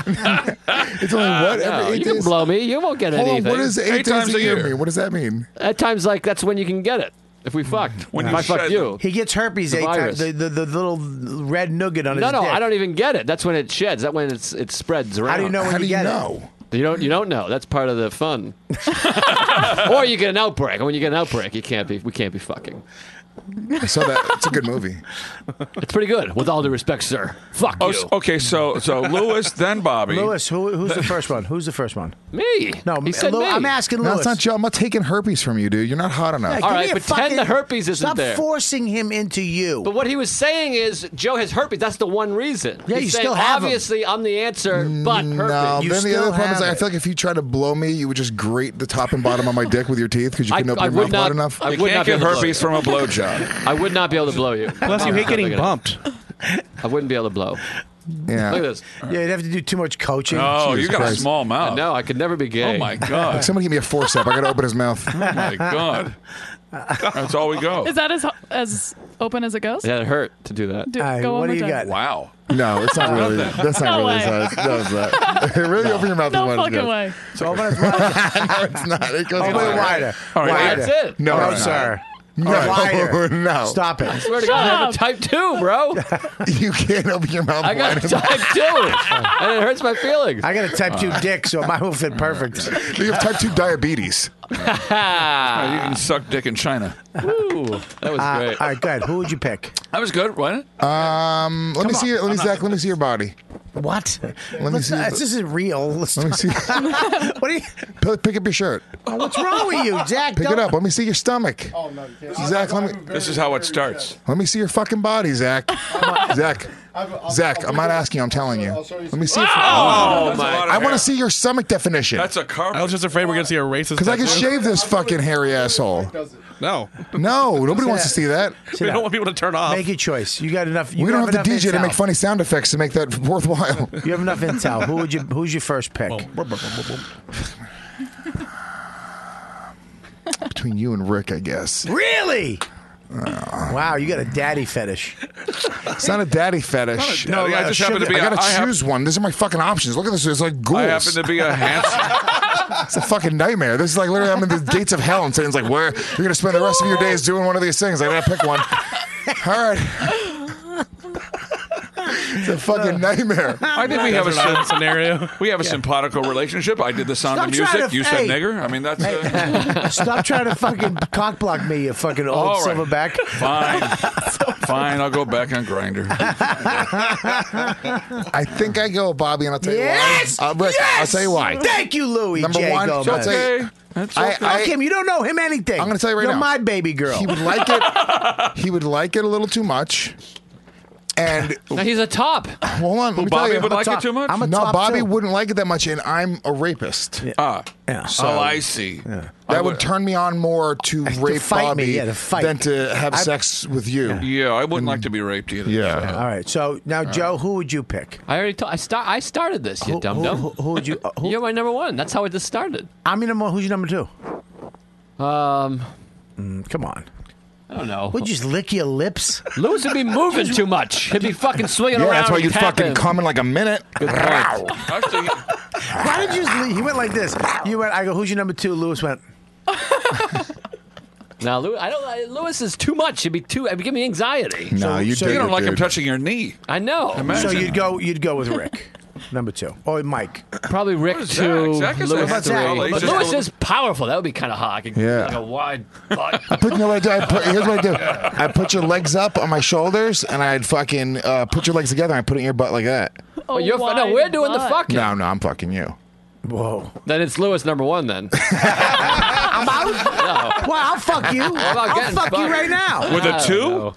S10: It's only
S2: Ah,
S10: what
S7: No,
S10: every
S7: you
S10: eight
S7: can
S10: days.
S7: blow me. You won't get
S10: Hold on,
S7: anything.
S10: what is eight,
S5: Eight
S10: days
S5: times
S10: a
S5: a
S10: year,
S5: year.
S10: mean? What does that mean?
S7: At times, like that's when you can get it. If we fucked,
S5: When
S7: if
S5: you
S7: I fucked
S5: shed-
S7: you.
S2: he gets herpes
S7: The
S2: eight times.
S7: virus.
S2: The, the, the little red nugget on
S7: No,
S2: his
S7: no,
S2: dick.
S7: I don't even get it. That's when it sheds. That when it's it spreads around.
S2: How do you know when
S10: How
S2: you
S10: do you
S2: get
S10: know?
S7: You don't. You don't know. That's part of the fun. or you get an outbreak. And when you get an outbreak, you can't be. We can't be fucking.
S10: I saw that. It's a good movie.
S7: It's pretty good. With all due respect, sir. Fuck
S5: Oh,
S7: you.
S5: s- okay, so so Lewis, then Bobby.
S2: Lewis, who, who's the first one? Who's the first one?
S7: Me.
S2: No,
S10: He said
S2: Lew-
S10: me.
S2: I'm asking
S10: No,
S2: Lewis.
S10: it's not you. I'm not taking herpes from you, dude. You're not hot
S2: Yeah,
S10: enough.
S2: give me a fucking- Stop forcing him into you.
S7: But what he was saying is Joe has herpes. That's the one reason.
S2: Yeah,
S7: He's
S2: you
S7: saying,
S2: still have 'em.
S7: Obviously, I'm the answer, but herpes.
S10: No, then the other problem is I feel like if you tried to blow me, you would just grate the top and bottom of my dick with your teeth because you
S7: I-
S10: couldn't open
S7: I
S10: your
S7: would
S10: mouth
S7: not-
S10: wide enough.
S7: I You would can't not be get able to blow herpes you. from a
S5: blowjob.
S7: I would not be able to blow you.
S2: Plus, you hate getting
S7: bumped. I wouldn't be able to blow.
S10: Yeah.
S7: Look at this.
S2: Yeah, you'd have to do too much coaching.
S7: Oh,
S10: Jesus
S7: you got a
S10: Christ.
S7: small mouth. No, I could never be gay.
S10: Like, somebody give me a forcep. I gotta open his mouth. oh
S5: Oh, my God. That's all we go.
S3: Is that as as open as it goes?
S7: Yeah, it hurt to do that.
S3: Do- go one more time.
S5: Wow.
S10: No, it's not really. That's not
S3: No
S10: really.
S3: way.
S10: Size. No, it's not. really open your mouth.
S3: No
S10: and wide it
S3: fucking
S10: goes.
S3: way.
S2: So open it wider.
S10: no, it's not. It goes
S2: Open it
S10: wider.
S2: wider.
S10: All right,
S2: Wider.
S10: that's it.
S2: No,
S10: No, Oh. no,
S2: sir.
S10: no.
S2: Or wider.
S10: No.
S2: Stop it.
S10: I
S7: swear to God, I have a type two, bro.
S10: you can't open your mouth.
S7: I got
S10: wide
S7: a
S10: enough.
S7: type two, and it hurts my feelings.
S2: I got a type 2 dick, so mine will fit perfect.
S10: You have type two diabetes.
S5: you can suck dick in China.
S7: Ooh, that was
S2: Uh,
S5: great.
S2: All right, go ahead. Who would you pick?
S5: That was good. What?
S10: Um, let
S2: Come
S10: me see.
S2: on.
S10: It. Let me,
S2: I'm not-
S10: Zach. Let me see your body.
S2: What?
S10: Let me
S2: Let's
S10: see.
S2: not- this isn't real. Let's
S10: Let me
S2: not-
S10: see.
S2: what are you?
S10: P- Pick up your shirt.
S2: Oh, what's wrong with you, Jack?
S10: Pick
S2: Don't-
S10: it up. Let me see your stomach. Oh no, Zach. Let me.
S5: This is how it starts.
S10: Let me see your fucking body, Zach. Zach. Zach, I'm not asking you. I'm telling you. Let me see. if-
S5: Oh, that's a lot of
S10: I want
S5: hair.
S10: to see your stomach definition.
S5: That's a carpet.
S10: I was
S5: just afraid we're gonna see a racist.
S10: Because I can shave this fucking hairy asshole.
S5: No.
S10: No, nobody wants to see that.
S2: Sit down.
S5: want people to turn off.
S2: Make a choice. You got enough. You
S10: We don't have
S2: enough
S10: the DJ to
S2: intel.
S10: make funny sound effects to make that worthwhile.
S2: You have enough intel. Who would you? Who's your first pick?
S10: Between you and Rick, I guess.
S2: Really? Wow, you got a daddy fetish.
S10: It's not a daddy fetish.
S5: Not a daddy. I just happen to be
S10: I
S5: a-
S10: gotta
S5: I hap-
S10: choose one. These are my fucking options. Look at this. It's like ghouls.
S5: I happen to be a handsome.
S10: It's a fucking nightmare. This is like literally I'm in the gates of hell and Satan's like, where you're gonna spend the rest of your days doing one of these things. I gotta pick one. All right. It's a fucking nightmare.
S5: I think we have a sim-
S6: scenario.
S5: We have a simpatico relationship. I did the sound
S2: Stop
S5: of music.
S2: trying to-
S5: you said
S2: hey.
S5: nigger. I mean, that's uh
S2: Stop trying to fucking cock block me, you fucking old
S5: All right.
S2: silverback.
S5: fine. fine, I'll go back on grinder.
S10: I think I go, Bobby, and I'll tell
S2: Yes!
S10: you why. Uh, Rick, I'll
S2: Yes!
S10: tell you why.
S2: Thank you, Louis.
S10: Number
S2: J.
S10: one,
S2: Gomez.
S10: I'll tell you- That's I- okay. I-
S2: Fuck him. You don't know him anything.
S10: I'm gonna tell you right
S2: You're
S10: now.
S2: my baby girl.
S10: He would like it. He would like it a little too much. And
S7: Now he's a top.
S10: hold on, let me
S5: Bobby
S10: tell you,
S5: would
S10: I'm a
S5: like it
S10: top-
S5: too much?
S2: I'm a
S10: no,
S2: top
S10: Bobby
S2: two.
S10: wouldn't like it that much, and I'm a rapist.
S5: Ah.
S2: Yeah.
S5: oh, I see. I
S10: That would turn me on more to rape
S2: fight me,
S10: Bobby
S2: yeah, to fight.
S10: than to have
S2: I-
S10: sex with you.
S5: Yeah, I wouldn't like to be raped either.
S10: Yeah.
S2: All right. So now, Joe, who would you pick?
S7: I already. Ta- I start. I started this. You dumb
S2: who,
S7: dumb.
S2: Who, who would you? uh, Who,
S7: You're my number one. That's how it just started.
S2: I'm your number. Who's your number two?
S7: Um,
S2: Mm, come on.
S7: I don't know.
S2: Would you just lick your lips?
S7: Lewis would be moving too much. He'd be fucking swinging
S10: Yeah,
S7: around.
S10: that's why
S7: and
S10: you'd fucking
S7: tapping.
S10: come in like a minute.
S7: Good point.
S10: Wow.
S5: Actually,
S2: Why did you? Just leave? He went like this. You went. I go. Who's your number two? Lewis went.
S7: Now, Lewis, I don't. I- Lewis is too much. He'd be too. It'd give me anxiety.
S10: No, you
S5: you
S10: dig
S5: don't
S10: it,
S5: like him
S10: dude.
S5: touching your knee.
S7: I know.
S5: Imagine.
S2: So you'd go. You'd go with Rick, number two, or Mike.
S7: Probably Rick
S5: is Zach?
S7: two,
S5: Zach is
S7: Lewis
S5: a-
S7: three.
S5: Zach. He's
S7: But
S5: just
S7: Lewis
S5: a-
S7: is powerful. That would be kind of hot. I could-
S10: Yeah.
S7: Like a wide. butt.
S10: I put, you know what I do? I put, here's what I do. I put your legs up on my shoulders, and I'd fucking uh, put your legs together. and I put it in your butt like that.
S7: Well,
S3: Oh,
S7: you're fu- no, we're doing the fucking.
S10: No, no, I'm fucking you.
S2: Whoa.
S7: Then it's Lewis number one. Then
S2: I'm out. Well, I'll fuck you.
S7: about
S2: I'll
S7: getting
S2: fuck you
S7: fucked?
S2: right now.
S5: With a two?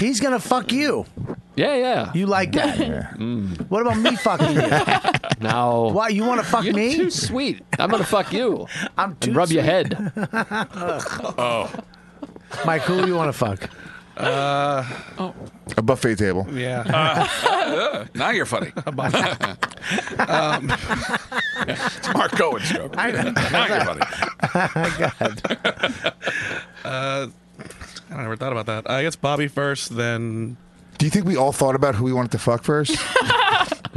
S2: He's gonna fuck you.
S7: yeah, yeah.
S2: You like that?
S5: Mm.
S2: What about me fucking you?
S7: No,
S2: Why you want to fuck
S7: you're
S2: me?
S7: too sweet. I'm gonna fuck you.
S2: I'm too
S7: and rub your
S2: sweet.
S7: head.
S5: Oh.
S2: Mike, who you want to fuck?
S10: A buffet table.
S6: Yeah.
S5: Uh, now you're funny. Um, it's Mark Cohen's joke.
S2: I know.
S5: now you're funny.
S2: God.
S6: Uh, I never thought about that. I guess Bobby first, then
S10: Do you think we all thought about who we wanted to fuck first?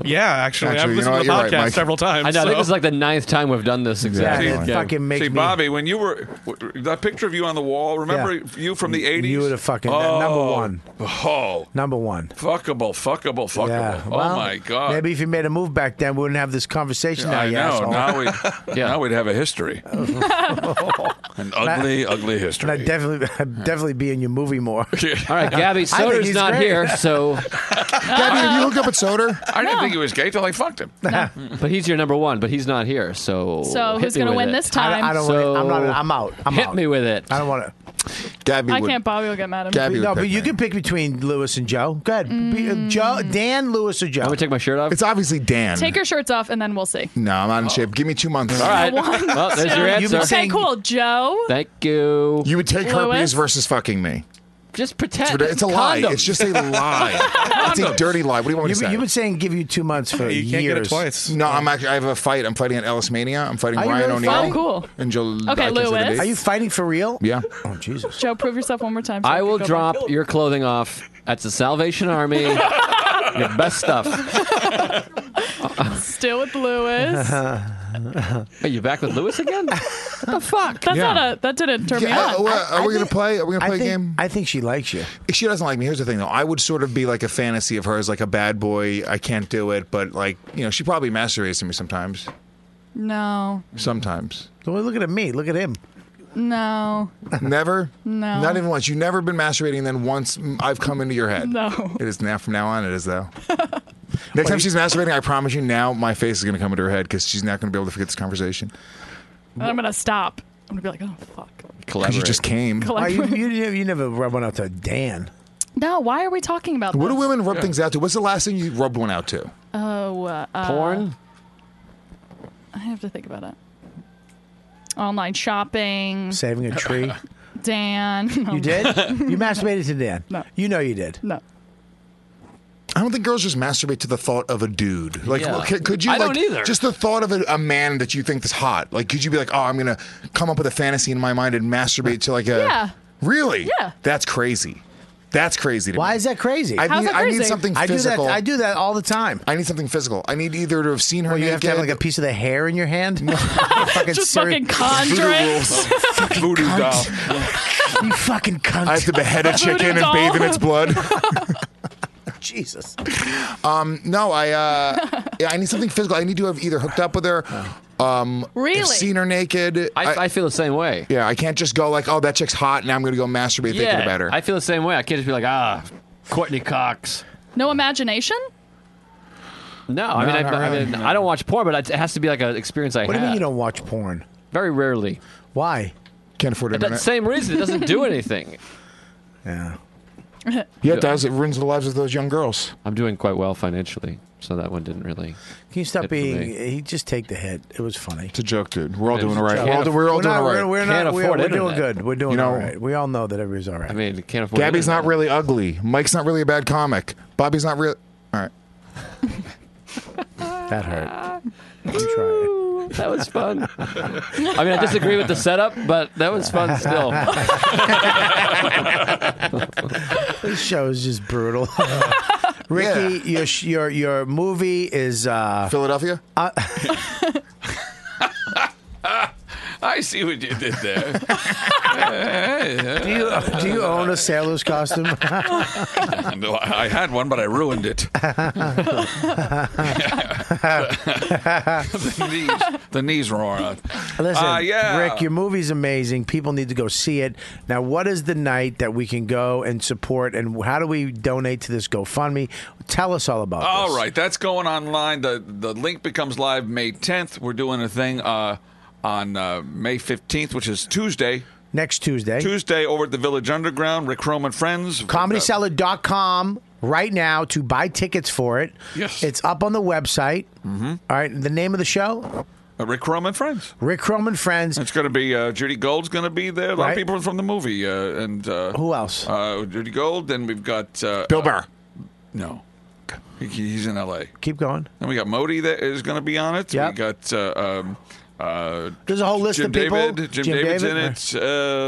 S6: Yeah, actually, I've listened to the podcast several times.
S7: I know. I
S6: so-
S7: think this is like the ninth time we've done this exactly.
S5: See, Bobby, when you were w- that picture of you on the wall, remember you from the '80s?
S2: You were the fucking
S5: oh,
S2: number one.
S5: Oh,
S2: Number one.
S5: fuckable, fuckable, fuckable!
S2: Yeah.
S5: oh
S2: Well,
S5: my god!
S2: Maybe if you made a move back then, we wouldn't have this conversation now.
S5: I
S2: you
S5: know.
S2: asshole.
S5: Now we, now we'd have a history, an ugly, ugly history.
S2: And I'd definitely, I'd definitely be in your movie more.
S7: All right, Gabby, Soder's not here, so-
S10: Gabby, did you hook up with Soder?
S5: I didn't think he was gay till I fucked him.
S7: but he's your number one, but he's not here, so.
S3: So
S7: hit
S3: who's
S7: me
S3: gonna
S7: with
S3: win
S7: it.
S3: this time? I don't- I don't
S7: so,
S2: wanna- I'm not- I'm out. I'm
S7: hit
S2: out.
S7: me with it.
S2: I don't want
S7: to.
S10: Gabby
S3: I can't. Bobby will get mad at me.
S2: no, but you can pick between Lewis and Joe. Go ahead. Be- uh, Joe, Dan, Lewis, or Joe. I'm gonna
S7: Mm. take my shirt off.
S10: It's obviously Dan.
S3: Take your shirts off and then we'll see.
S10: no, I'm
S2: Oh.
S10: not in shape. Give me two months.
S7: All right.
S3: One, two. Okay, cool. Joe.
S7: Thank you.
S10: You would take herpes
S3: Lewis?
S10: versus fucking me.
S7: Just
S10: It's,
S7: pretend.
S10: rid- it's a lie. It's just a lie. it's a dirty lie. What do you want me
S2: You've,
S10: to say?
S2: you've been saying give you two months for years.
S10: No, I'm actually. I have a fight. I'm fighting at Ellis Mania. I'm fighting
S2: Are you
S10: Ryan
S2: really
S10: O'Neal.
S2: fighting? Oh, cool.
S10: And Joe.
S3: Okay, Lewis.
S2: Are you fighting for real?
S10: Yeah.
S2: Oh Jesus.
S3: Joe, prove yourself one more time. so
S7: I
S3: can
S7: will
S3: go
S7: drop
S3: back.
S7: your clothing off at the Salvation Army. your best stuff.
S3: Still with Lewis.
S7: Are you back with Lewis again? What
S3: the fuck? That's
S10: Yeah.
S3: not a. That didn't turn me
S10: Yeah,
S3: on.
S10: uh, are we going to play? Are we going to
S2: I
S10: play a
S2: think-
S10: game?
S2: I think she likes you.
S10: She doesn't like me. Here's the thing, though. I would sort of be like a fantasy of hers, like a bad boy. I can't do it, but like you know, she probably masturbates to me sometimes.
S3: No,
S10: Sometimes.
S2: Don't look at me. Look at him.
S3: no,
S10: Never.
S3: No.
S10: Not even once. You've never been masturbating, and then once mm, I've come into your head.
S3: no.
S10: It is now. From now on, it is though. Next time she's masturbating, I promise you. Now my face is going to come into her head because she's not going to be able to forget this conversation.
S3: And I'm gonna stop. I'm gonna be like, oh fuck.
S10: Because you just came.
S2: Why, you, you, you never rub one out to Dan.
S3: No, why are we talking about
S10: What do
S3: this?
S10: women rub things out to? What's the last thing you rubbed one out to?
S3: Oh, uh, uh, I have to think about it. Online shopping.
S2: Saving a tree.
S3: Oh, Dan.
S2: You did? You masturbated to Dan.
S3: No.
S2: You know you did.
S3: No.
S10: I don't think girls just masturbate to the thought of a dude. Like,
S2: Yeah.
S10: could, could you
S2: I
S10: like
S2: don't either.
S10: just the thought of a, a man that you think is hot? Like, could you be like, oh, I'm gonna come up with a fantasy in my mind and masturbate to like a
S2: Yeah.
S10: really?
S2: Yeah.
S10: that's crazy. That's crazy. To
S2: Why
S10: me.
S2: is that crazy?
S10: I need, I need something
S2: I do that-
S10: physical.
S2: I do that all the time.
S10: I need something physical. I need either to have seen her.
S2: Well, you have to have like
S10: naked-
S2: a piece of the hair in your hand. fucking
S3: Just
S2: seri-
S3: fucking conjuring.
S10: Voodoo doll.
S2: you fucking cunt.
S10: I have to behead a
S2: Voodoo
S10: chicken and
S2: doll.
S10: bathe in its blood.
S2: Jesus.
S10: Um, no, I uh, yeah, I need something physical. I need to have either hooked up with her, um,
S3: Really?
S10: seen her naked.
S7: I, I feel the same way.
S10: Yeah, I can't just go like, oh, that chick's hot, and I'm gonna go masturbate thinking about her.
S7: I feel the same way. I can't just be like, ah, Courtney Cox.
S3: No imagination?
S7: No, I mean,
S2: No,
S7: I,
S2: not
S7: I,
S2: really.
S7: mean I don't watch porn, but it has to be like an experience I
S2: What
S7: had.
S2: do you mean you don't watch porn?
S7: Very rarely.
S2: Why?
S10: Can't afford
S7: That same reason. It doesn't do anything.
S2: Yeah.
S10: Yeah, it does. It ruins the lives of those young girls.
S7: I'm doing quite well financially, so that one didn't really.
S2: Can you stop
S7: Hit for
S2: being?
S7: me.
S2: He just take the hit. It was funny. It's
S10: a joke, dude. We're all
S7: It's
S10: doing
S7: a
S10: all right.
S7: joke.
S10: We're all, we're all
S2: We're
S10: doing
S2: not-
S10: all
S2: We're,
S10: right.
S2: we're not.
S7: Can't
S2: We're,
S7: afford
S2: we're doing
S7: internet.
S2: good. We're doing
S10: You know-
S2: all right. We all know that everybody's all right.
S7: I mean, can't afford.
S10: Gabby's
S7: internet.
S10: not really ugly. Mike's not really a bad comic. Bobby's not real. All right.
S2: that hurt. You try
S7: it. That was fun. I mean, I disagree with the setup, but that was fun still.
S2: This show is just brutal. Ricky, your sh- your your movie is uh,
S10: Philadelphia.
S2: Uh,
S5: I see what you did there.
S2: do you do you own a sailor's costume?
S5: no, I I had one, but I ruined it. the knees, the knees roar out.
S2: Listen,
S5: Uh, yeah.
S2: Rick, your movie's amazing. People need to go see it. Now, what is the night that we can go and support, and how do we donate to this GoFundMe? Tell us all about
S5: All
S2: this.
S5: right, that's going online. The the link becomes live May 10th. We're doing a thing uh, on uh, May 15th, which is Tuesday.
S2: Next Tuesday.
S5: Tuesday over at the Village Underground, Rick Rome and friends. Uh,
S2: ComedySalad.com right now to buy tickets for it. Yes. It's up on the website. Mm-hmm. right, and the name of the show?
S5: Uh, Rick Rome and friends.
S2: Rick Rome and Friends.
S5: It's going to be uh, Judy Gold's going to be there. A lot
S2: Right.
S5: of people from the movie, uh, and uh,
S2: who else?
S5: Uh, Judy Gold. Then we've got uh,
S10: Bill Burr.
S5: no, he, he's in L.A.
S2: Keep going.
S5: Then we got Modi that is going to be on it. We got uh, um, Uh,
S2: There's a whole list
S5: Jim
S2: of people.
S5: David, Jim,
S2: Jim
S5: David's
S2: David,
S5: in it.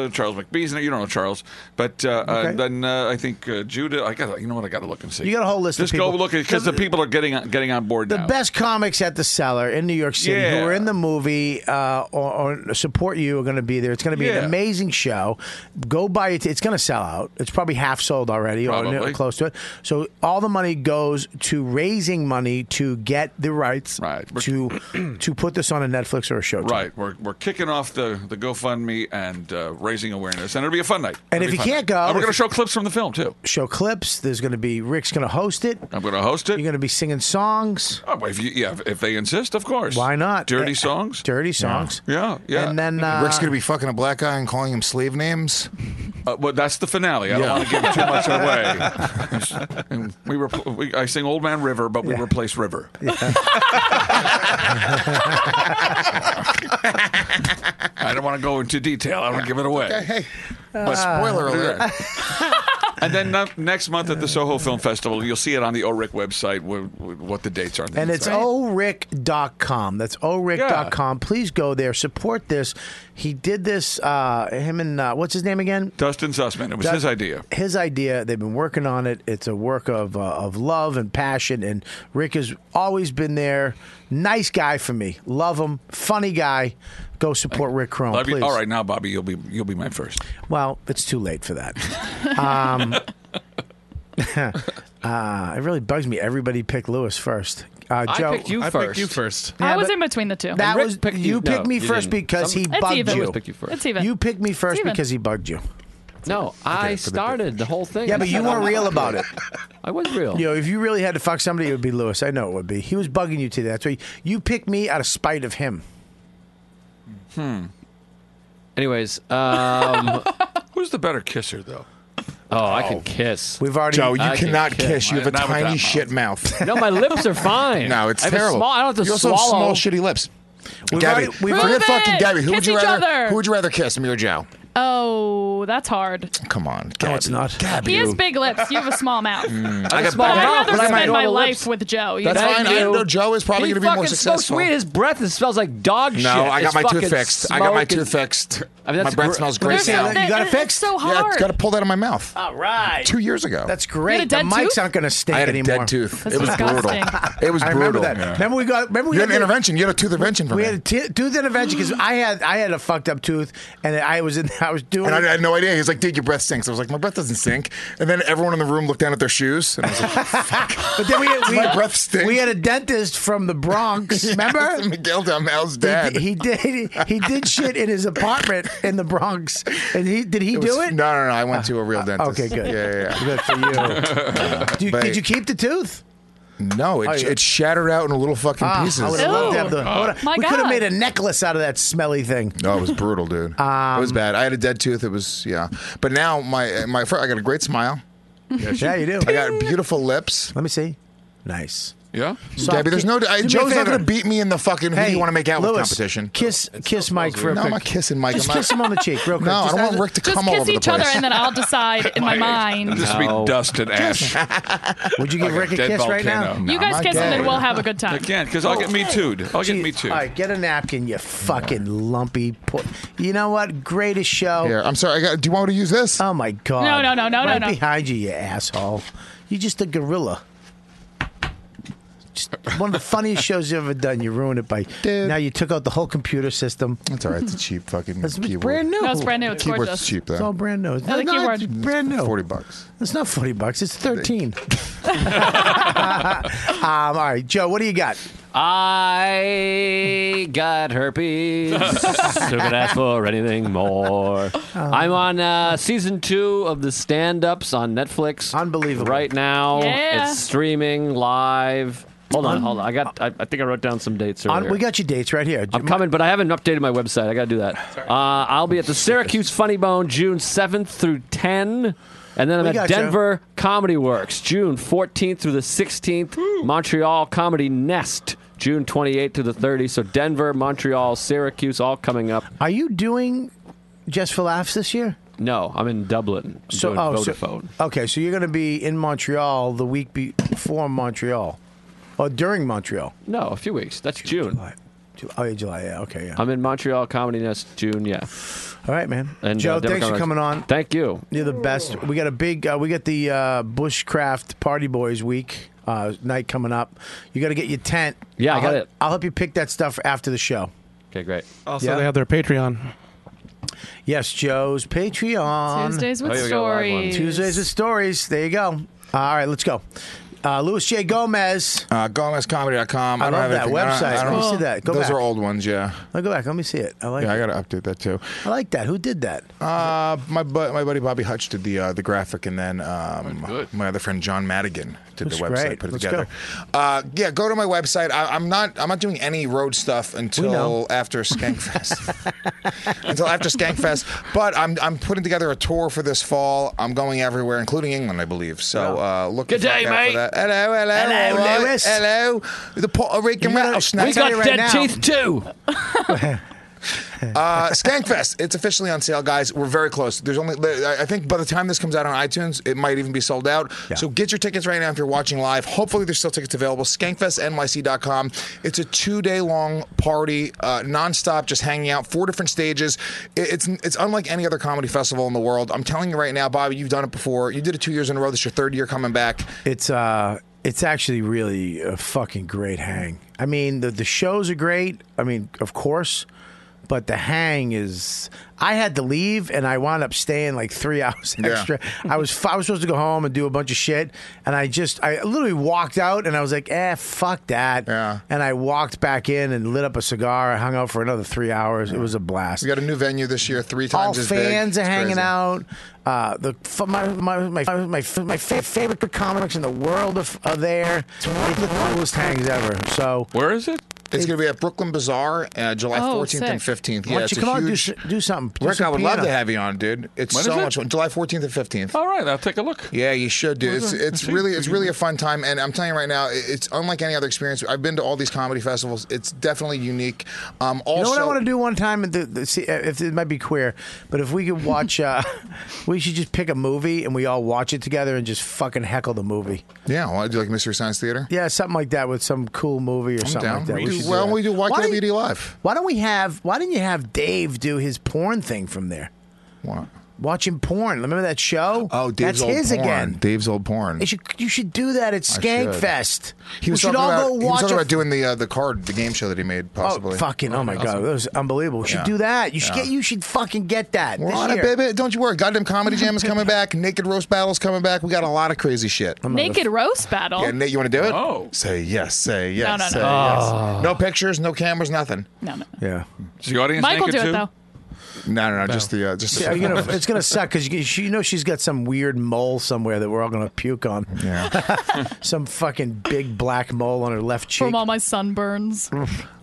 S5: Uh, Charles McBee's in it. You don't know Charles, but uh, uh,
S2: Okay.
S5: then uh, I think uh, Judah. I got. You know what? I got to look and see.
S2: You got a whole list of
S5: Just go
S2: people.
S5: look because the, people are getting on, getting on board
S2: the
S5: now.
S2: best comics at the cellar in New York City
S5: Yeah.
S2: who are in the movie uh, or, or support you are going to be there. It's going to be
S5: Yeah.
S2: an amazing show. Go buy it. It's going to sell out. It's probably half sold already or
S5: Probably.
S2: n- close to it. So all the money goes to raising money to get the rights to to put this on a Netflix or a Showtime.
S5: Right, we're, we're kicking off the, the GoFundMe and uh, raising awareness, and it'll be a fun night.
S2: And
S5: It'll
S2: if
S5: be
S2: you
S5: fun
S2: can't
S5: night.
S2: go-
S5: And we're going to
S2: if-
S5: show clips from the film too.
S2: Show clips. There's going to be Rick's going to host it.
S5: I'm going to host it.
S2: You're going to be singing songs.
S5: Oh, if you, yeah, if they insist, of course.
S2: Why not?
S5: Dirty
S2: Eh,
S5: songs.
S2: Dirty songs.
S5: Yeah, yeah.
S2: And then uh,
S10: Rick's gonna be fucking a black guy and calling him slave names.
S5: Uh, well, that's the finale. I don't
S10: Yeah.
S5: want to give too much away. and we, repl- we I sing Old Man River, but we replace River. I don't want to go into detail. I don't want to give it away.
S10: hey.
S5: But spoiler alert. and then uh, next month at the Soho Film Festival, you'll see it on the ORIC website wh- wh- what the dates are.
S2: And it's orick.com. That's orick.com. Please go there. Support this. He did this, uh, him and uh, what's his name again?
S5: Dustin Sussman. It was
S2: That-
S5: his idea.
S2: His idea. They've been working on it. It's a work of uh, of love and passion. And Rick has always been there. Nice guy for me. Love him. Funny guy. Go support Rick Crone,
S5: Love you-
S2: please.
S5: all right, now Bobby, you'll be you'll be my first.
S2: Well, it's too late for that. Um, uh, it really bugs me. Everybody picked Lewis first. Uh,
S3: I
S2: Joe,
S3: picked you I
S6: picked first. you first.
S3: I
S2: Yeah,
S3: was
S2: but-
S3: in between the two.
S2: That was you picked me first because he
S3: It's
S2: bugged
S3: even.
S2: you.
S3: Always pick you first. It's even.
S2: You picked me first
S3: It's even.
S2: because he bugged you.
S7: No, I started the whole thing.
S2: Yeah, but you weren't real about it.
S7: I was real.
S2: You know, if you really had to fuck somebody, it would be Lewis. I know it would be. He was bugging you today. That's why you picked me out of spite of him.
S7: Hmm. Anyways, um,
S5: who's the better kisser though?
S7: Oh, I can kiss.
S2: We've already-
S10: Joe, you
S7: I can
S10: cannot kiss. You have a
S7: Not with that
S10: tiny
S7: mouth.
S10: shit mouth.
S7: No, my lips are fine.
S10: No, it's
S7: I have a
S10: terrible.
S7: small- I don't have to
S10: you also have
S7: swallow.
S10: small, shitty lips.
S2: We've already-
S10: Gabby,
S2: we've
S10: forget
S2: already-
S10: fucking Gabby. Who would
S3: Kiss
S10: you
S3: each
S10: rather?
S3: other.
S10: Who would you rather kiss, me or Joe?
S3: Oh, that's hard.
S10: Come on, Gabby.
S2: it's not.
S10: Gabby.
S3: He has big lips. You have a small mouth.
S10: Mm.
S3: I
S10: I got
S3: small
S10: big
S3: I'd
S10: mouth,
S3: rather
S10: but I might
S3: spend my
S10: normal
S3: life
S10: lips.
S3: with Joe. You
S10: That's
S3: know?
S10: fine. I know Joe is probably
S7: He
S10: going to be more
S7: fucking smokes
S10: successful.
S7: weed. His breath it smells like dog shit.
S10: No, I got
S7: It's
S10: my tooth
S7: fucking
S10: fixed. I got my
S7: smoke and-
S10: tooth fixed.
S7: I mean,
S10: my
S7: that's
S10: breath
S7: gr-
S10: smells
S7: But
S10: great
S7: there's no-
S10: now.
S7: that- You got it it's fixed? so
S10: Yeah,
S7: hard.
S10: got to pull that out of my mouth.
S7: All right.
S10: Two years ago.
S2: That's
S10: You
S2: great.
S10: had
S2: the
S10: a dead
S2: mics
S10: tooth?
S2: aren't going to stink
S10: I had a
S2: anymore.
S10: dead tooth. That's It was brutal. disgusting. It was
S2: I remember
S10: brutal.
S2: that.
S10: Yeah.
S2: Remember we got. Remember we
S10: You
S2: had
S10: had an
S2: the-
S10: intervention. You had a tooth intervention for
S2: We
S10: me.
S2: had a t- tooth intervention because I had I had a fucked up tooth and I was in I was doing
S10: and I had no idea. He's like, dude, your breath stinks. I was like, my breath doesn't stink. And then everyone in the room looked down at their shoes. And I was like,
S2: But then we had,
S10: Does
S2: we,
S10: my breath stink?
S2: we had a dentist from the Bronx. Remember?
S10: Miguel Dalmao's
S2: dad. He, did. He did shit in his apartment in the Bronx. And he did he
S10: It
S2: do
S10: was-
S2: it? Uh,
S10: No, no, no. I went to a real dentist.
S2: okay, good.
S10: Yeah, yeah, yeah.
S2: Good for you. Do you- did you keep the tooth?
S10: No, it,
S2: Oh, yeah.
S10: it shattered out into little fucking
S2: Ah,
S10: pieces.
S2: I would have loved to have the. I would've-
S3: My
S2: we could
S3: God.
S2: have made a necklace out of that smelly thing.
S10: No, it was brutal, dude. it
S2: Um,
S10: was bad. I had a dead tooth. It was yeah. But now my my fr- I got a great smile.
S2: Yes, you- Yeah, you do.
S10: I got beautiful lips.
S2: Let me see. Nice.
S5: Yeah,
S2: Soft
S10: Debbie. There's
S2: ki-
S10: no. I,
S2: do me a
S10: Joe's not
S2: favor.
S10: going to beat me in the fucking. who do you want to make out
S2: Louis,
S10: with competition?
S2: Kiss, kiss Mike for a
S10: No,
S2: quick.
S10: I'm not kissing Mike.
S2: Just
S10: I'm not-
S2: kiss him on the cheek, real quick.
S10: No, I
S2: Just
S10: don't want
S2: as-
S10: Rick to
S3: Just
S10: come all
S3: kiss
S10: over the
S3: each other,
S10: place.
S3: and then I'll decide in my mind.
S5: This will
S10: No.
S5: be dust and ash.
S2: Would you give Rick a
S5: dead
S2: kiss right now?
S5: volcano.
S3: You guys kiss him, and we'll have a good
S5: I
S3: time.
S5: can't because I'll get me too'd. I'll get me too'd.
S2: All right, get a napkin, you fucking lumpy. Po- you know what? Greatest show.
S10: Here, I'm sorry. I got, do you want me to use this?
S2: Oh my god!
S3: No, no, no, no, no,
S2: right
S3: no.
S2: Behind you, you asshole. You're just a gorilla. Just one of the funniest shows you've ever done. You ruined it by now. You took out the whole computer system.
S10: That's all right. It's a cheap fucking.
S2: It's
S10: keyboard.
S2: brand new.
S3: No, it's brand new. It's
S10: Keyboard's
S3: gorgeous.
S10: cheap though.
S2: It's all brand new. It's
S3: No, the
S2: not-
S3: keyboard.
S2: it's brand new.
S10: Forty bucks.
S2: It's not forty bucks. It's thirteen. um, all right, Joe. What do you got?
S7: I got herpes. so could ask for anything more.
S2: Um,
S7: I'm on uh, season two of the stand ups on Netflix.
S2: Unbelievable.
S7: Right now,
S2: Yeah.
S7: it's streaming live. Hold on,
S2: Un-
S7: hold on. I got. I, I think I wrote down some dates
S2: On-
S7: earlier.
S2: we got your dates right here.
S7: I'm coming, but I haven't updated my website. I got to do that. Uh, I'll be at the Syracuse Funny Bone June 7th through 10. And then I'm
S2: We
S7: at
S2: got you.
S7: Denver Comedy Works June 14th through the 16th. Montreal Comedy Nest June 28th through the 30th. So Denver, Montreal, Syracuse, all coming up.
S2: Are you doing just for laughs this year?
S7: No, I'm in Dublin. I'm doing Vodafone.
S2: So, okay, so you're going to be in Montreal the week before Montreal, or Oh, during Montreal.
S7: no, a few weeks. That's June.
S2: Oh, yeah, July. Yeah, okay, yeah.
S7: I'm in Montreal Comedy Nest June. Yeah.
S2: All right, man.
S7: And
S2: Joe,
S7: uh, Denver
S2: thanks for
S7: Comedy-
S2: coming on.
S7: Thank you.
S2: You're the best. We got a big. Uh, we got the uh, Bushcraft Party Boys Week uh, night coming up. You got to get your tent.
S7: Yeah, I
S2: I'll
S7: got
S2: help-
S7: it.
S2: I'll help you pick that stuff after the show.
S7: Okay, great.
S6: Also,
S2: Yeah.
S6: they have their Patreon.
S2: Yes, Joe's Patreon.
S3: Tuesdays with Oh, here we go, live one. stories.
S2: Tuesdays with stories. There you go. All right, let's go. Uh, Louis J. Gomez.
S10: Uh, GomezComedy.com.
S2: I
S10: don't
S2: love
S10: have
S2: that
S10: anything. I don't-
S2: website.
S10: I don't-
S2: Let me see that. Go
S10: Those
S2: back.
S10: are old ones, yeah.
S2: I'll go back. Let me see it. I like
S10: yeah, I
S2: it.
S10: got to update that too.
S2: I like that. Who did that?
S10: Uh, my bu- my buddy Bobby Hutch did the uh, the graphic, and then um, my other friend John Madigan did
S2: Looks
S10: the website,
S2: great.
S10: put it
S2: Let's
S10: together. Uh, yeah, go to my website. I, I'm not I'm not doing any road stuff until
S2: know.
S10: after Skankfest. until after Skankfest, but I'm I'm putting together a tour for this fall. I'm going everywhere, including England, I believe. So uh, look
S2: Good
S10: out
S2: day,
S10: for
S2: mate.
S10: that. Hello, hello,
S2: Hello,
S10: all right.
S2: Lewis.
S10: hello. The Puerto Rican
S2: You gotta-
S10: rattlesnake.
S2: we got dead teeth,
S7: too.
S10: Uh, Skankfest, it's officially on sale, guys. We're very close. There's only, I I think, by the time this comes out on iTunes, it might even be sold out. So get your tickets right now if you're watching live. Hopefully, there's still tickets available. Skankfestnyc.com. It's a two-day-long party, uh, nonstop, just hanging out. Four different stages. It, it's it's unlike any other comedy festival in the world. I'm telling you right now, Bobby, you've done it before. You did it two years in a row. This is your third year coming back.
S2: It's uh, it's actually really a fucking great hang. I mean, the the shows are great. I mean, of course, but the hang is. I had to leave, and I wound up staying like three hours
S10: Yeah.
S2: extra. I was I was supposed to go home and do a bunch of shit, and I just I literally walked out, and I was like, eh, fuck that. Yeah. And I walked back in and lit up a cigar. I hung out for another three hours. It was a blast.
S10: We got a new venue this year, three
S2: All
S10: times as big.
S2: fans are
S10: It's
S2: hanging
S10: crazy.
S2: out. Uh, the f- my my my my, my, my fa- favorite comics in the world are, are there. It's one of the coolest hangs ever. So
S5: where is it?
S10: It's going to be at Brooklyn Bazaar, uh, July
S2: Oh,
S10: 14th and
S2: sick.
S10: 15th.
S2: Why
S10: Yeah,
S2: don't
S10: it's
S2: you
S10: a
S2: come out and do
S10: huge-
S2: s- do something? Do
S10: Rick,
S2: some
S10: I would love
S2: piano.
S10: to have you on, dude. It's
S5: When is
S10: so
S5: it?
S10: much fun. July 14th and 15th.
S5: All right, I'll take a look.
S10: Yeah, you should, dude.
S5: Well,
S10: It's
S5: then,
S10: it's
S5: I see.
S10: really it's really a fun time, and I'm telling you right now, it- it's unlike any other experience. I've been to all these comedy festivals. It's definitely unique. Um, also,
S2: you know what I want to do one time? The, the, see, uh, if it might be queer, but if we could watch, uh, we should just pick a movie and we all watch it together and just fucking heckle the movie.
S10: yeah, well, I do like Mystery Science Theater.
S2: Yeah, something like that with some cool movie or
S10: I'm
S2: something
S10: down.
S2: like that.
S10: We do-
S2: should
S10: why
S2: that.
S10: don't we do
S2: Why don't-
S10: YKVD Live?
S2: Why don't we have? Why didn't you have Dave do his porn thing from there?
S10: What?
S2: Watching porn. Remember that show?
S10: Oh, Dave's
S2: that's
S10: old
S2: his
S10: porn.
S2: again.
S10: Dave's old porn.
S2: You should, you should do that at
S10: I should.
S2: Skankfest.
S10: He
S2: we
S10: was
S2: should
S10: talking
S2: all
S10: about,
S2: go
S10: he was
S2: watch.
S10: talking
S2: a-
S10: about doing the uh, the card, the game show that he made, possibly.
S2: Oh, fucking! Oh my god,
S10: Awesome.
S2: that was unbelievable. We should
S10: Yeah.
S2: do that. You should
S10: Yeah.
S2: get. You should fucking get that.
S10: We're
S2: this
S10: on
S2: year.
S10: it, baby. Don't you worry. Goddamn Comedy Jam is coming back. Naked Roast Battle's coming back. We got a lot of crazy shit.
S3: Naked roast battle.
S10: Yeah, Nate, you want to do it?
S3: Oh.
S10: Say yes. Say yes.
S3: no, no.
S10: say
S3: Oh.
S10: yes. No pictures, no cameras, nothing.
S3: No, no.
S2: Yeah.
S5: Is the audience
S3: Michael do
S5: naked
S3: it
S5: too?
S3: though.
S10: No, no, no. Just the uh, just.
S2: Yeah,
S10: The
S2: you're gonna- it's gonna suck because you, she- you know she's got some weird mole somewhere that we're all gonna puke on. Yeah, some fucking big black mole on her left cheek.
S3: From all my sunburns.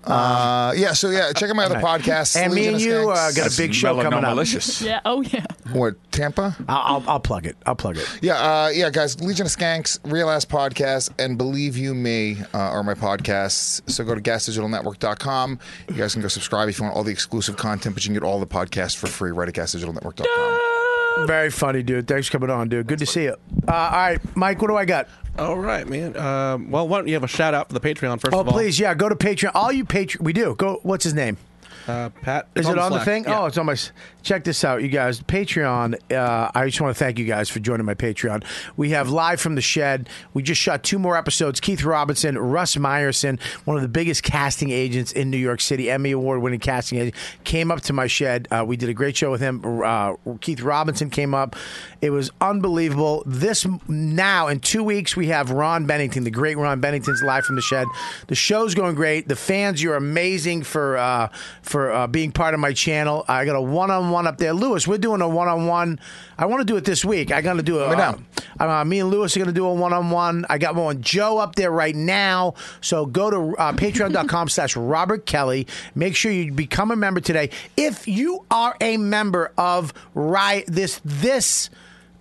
S10: Uh, yeah. So yeah, check out my other
S2: All right.
S10: podcast.
S2: And me
S10: Legion
S2: and
S10: of
S2: you
S10: Skanks.
S2: uh, got a big show coming up.
S3: yeah. Oh yeah.
S10: What Tampa?
S2: I'll, I'll I'll plug it. I'll plug it.
S10: Yeah, uh, yeah, guys. Legion of Skanks, Real Ass Podcast, and Believe You Me uh, are my podcasts. So go to gasdigitalnetwork.com. You guys can go subscribe if you want all the exclusive content, but you can get all the podcasts for free right at gasdigitalnetwork.com.
S2: Very funny, dude. Thanks for coming on, dude. Good to see you. Uh, all right, Mike. What do I got?
S6: All right, man. Um, well, why don't you have a shout out for the Patreon first
S2: Oh,
S6: of all?
S2: please, yeah. Go to Patreon. All you Patreon, we do. Go. What's his name?
S6: Uh, Pat.
S2: Is it on the
S6: Slack.
S2: thing?
S6: Yeah.
S2: Oh, it's on my. s- Check this out, you guys. Patreon. Uh, I just want to thank you guys for joining my Patreon. We have live from the shed. We just shot two more episodes. Keith Robinson, Russ Meyerson, one of the biggest casting agents in New York City, Emmy award winning casting agent, came up to my shed. Uh, we did a great show with him. Uh, Keith Robinson came up. It was unbelievable. This m- now in two weeks we have Ron Bennington, the great Ron Bennington's live from the shed. The show's going great. The fans, you're amazing for uh, for uh, being part of my channel. I got a one on one up there, Lewis. We're doing a one on one. I want to do it this week. I got to do a.
S10: Let me know.
S2: Uh, me and Lewis are going to do a one-on-one. I got one with Joe up there right now. So go to uh, patreon.com slash Robert Kelly. Make sure you become a member today. If you are a member of Riot, this, this,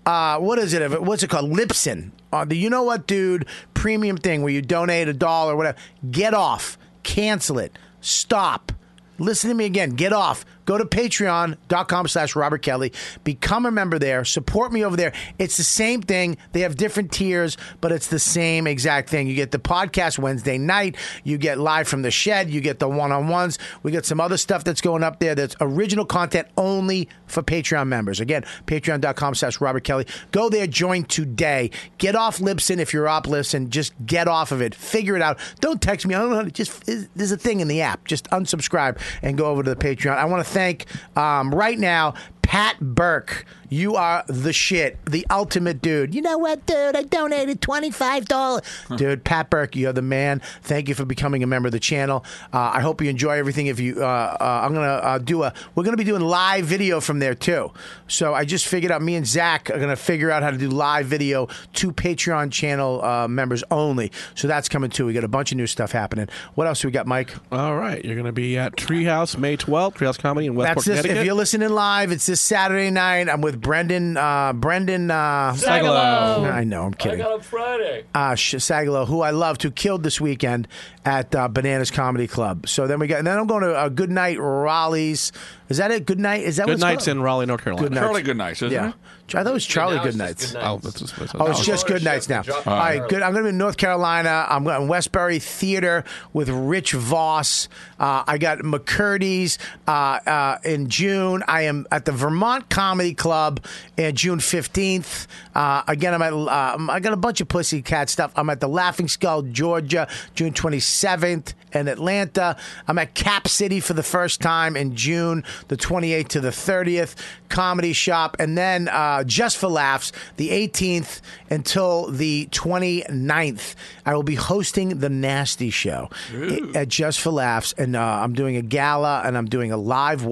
S2: uh, what is it? What's it called? Lipson. Uh, the you know what, dude, premium thing where you donate a dollar, whatever. Get off. Cancel it. Stop. Listen to me again. Get off. Go to patreon.com slash Robert Kelly. Become a member there. Support me over there. It's the same thing. They have different tiers, but it's the same exact thing. You get the podcast Wednesday night. You get live from the shed. You get the one on ones. We got some other stuff that's going up there that's original content only for Patreon members. Again, patreon.com slash Robert Kelly. Go there, join today. Get off Libsyn if you're off Libsyn. Just get off of it. Figure it out. Don't text me. I don't know how to just, there's a thing in the app. Just unsubscribe and go over to the Patreon. I want to thank um, right now Pat Burke. You are the shit, the ultimate dude. You know what, dude? I donated $25. Dude, Pat Burke, you're the man. Thank you for becoming a member of the channel. Uh, I hope you enjoy everything. If you, uh, uh, I'm gonna uh, do a, we're gonna be doing live video from there too. So I just figured out me and Zach are gonna figure out how to do live video to Patreon channel uh, members only. So that's coming too. We got a bunch of new stuff happening. What else we got, Mike?
S9: All right, you're going to be at Treehouse May 12th, Treehouse Comedy in Westport,
S2: That's this.
S9: Connecticut.
S2: If you're listening live, it's this Saturday night. I'm with Brendan. Uh, Brendan uh,
S9: Sagalow.
S2: No, I know. I'm kidding.
S4: up Friday.
S2: Uh, Sh- Sagalow, who I loved, who killed this weekend at uh, Bananas Comedy Club. So then we got, and then I'm going to uh, Good Night Raleigh's. Is that it? Good Night. Is that
S9: Good
S2: what's
S9: nights
S2: called?
S9: in Raleigh, North Carolina.
S2: Good Nights. Charlie Good
S5: Nights,
S2: yeah. I thought it was Charlie Good Nights.
S9: Oh, that's just
S2: Oh, it's just good nights now. All right, good. I'm going to be in North Carolina. I'm going to Westbury Theater with Rich Voss. Uh, I got McCurdy's uh, uh, in June. I am at the Vermont Comedy Club on June 15th. Uh, again, I'm at. Uh, I got a bunch of Pussycat stuff. I'm at the Laughing Skull, Georgia, June 27th in Atlanta. I'm at Cap City for the first time in June, the 28th to the 30th. Comedy Shop, and then uh, just for laughs, the 18th until the 29th, I will be hosting the Nasty Show
S4: Ooh.
S2: at Just for Laughs, and uh, I'm doing a gala and I'm doing a live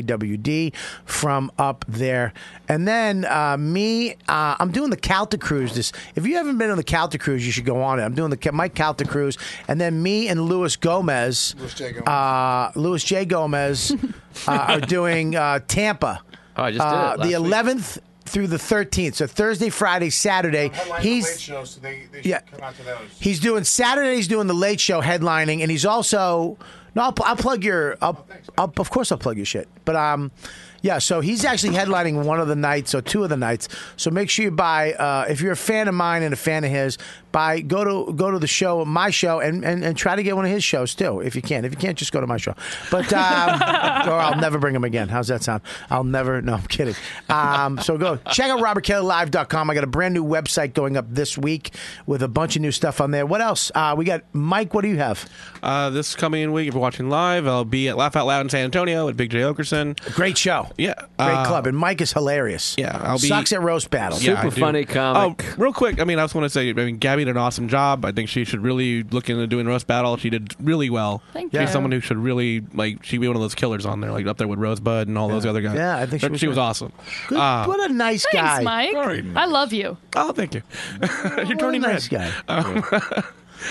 S2: YKWd from up there. And then uh, me, uh, I'm doing the Calta Cruise. This, if you haven't been on the Calta Cruise, you should go on it. I'm doing the Ca- Mike Calta Cruise, and then me and Luis Gomez,
S10: Louis J. Gomez.
S2: uh, Louis J. Gomez uh, are doing uh, Tampa.
S7: Oh, I just did it
S2: Uh, the
S7: last week.
S2: 11th through the 13th. So Thursday, Friday, Saturday. He's
S21: so they, they
S2: yeah.
S21: should come out to those.
S2: He's doing Saturday. He's doing the late show headlining, and he's also no. I'll, pl- I'll plug your.
S21: Oh,
S2: I'll, I'll, of course, I'll plug your shit. But um, yeah. So he's actually headlining one of the nights or two of the nights. So make sure you buy. Uh, if you're a fan of mine and a fan of his, buy. Go to go to the show, my show, Oh, and and, and try to get one of his shows too, if you can. If you can't, just go to my show. But um, or I'll never bring him again. How's that sound? I'll never. No, I'm kidding. Um, so go check out robertkellylive.com. I got a brand new website going up this week with a bunch of new stuff on there. What else? Uh, we got Mike. What do you have?
S9: Uh, this coming week, if you're watching live, I'll be at Laugh Out Loud in San Antonio with Big J. Okerson.
S2: Great show.
S9: Yeah.
S2: Great
S9: uh,
S2: club. And Mike is hilarious.
S9: Yeah, I'll be
S2: sucks at roast battle.
S9: Yeah, I do. Oh, real quick, I mean, I just want to say, I mean, Gabby did an awesome job. I think she should really look into doing roast battle. She did really well.
S2: Thank
S9: She's
S2: you.
S9: someone who should really like. She'd be one of those killers on there, like up there with Rosebud and all those other guys.
S2: Yeah, I think she
S9: But
S2: was
S9: she was
S2: good.
S9: awesome.
S2: Good-
S9: Uh,
S2: what a nice
S3: Thanks,
S2: guy.
S3: Mike.
S9: Very
S3: I
S9: nice.
S3: love you.
S9: Oh, thank you. You're turning
S2: nice guy.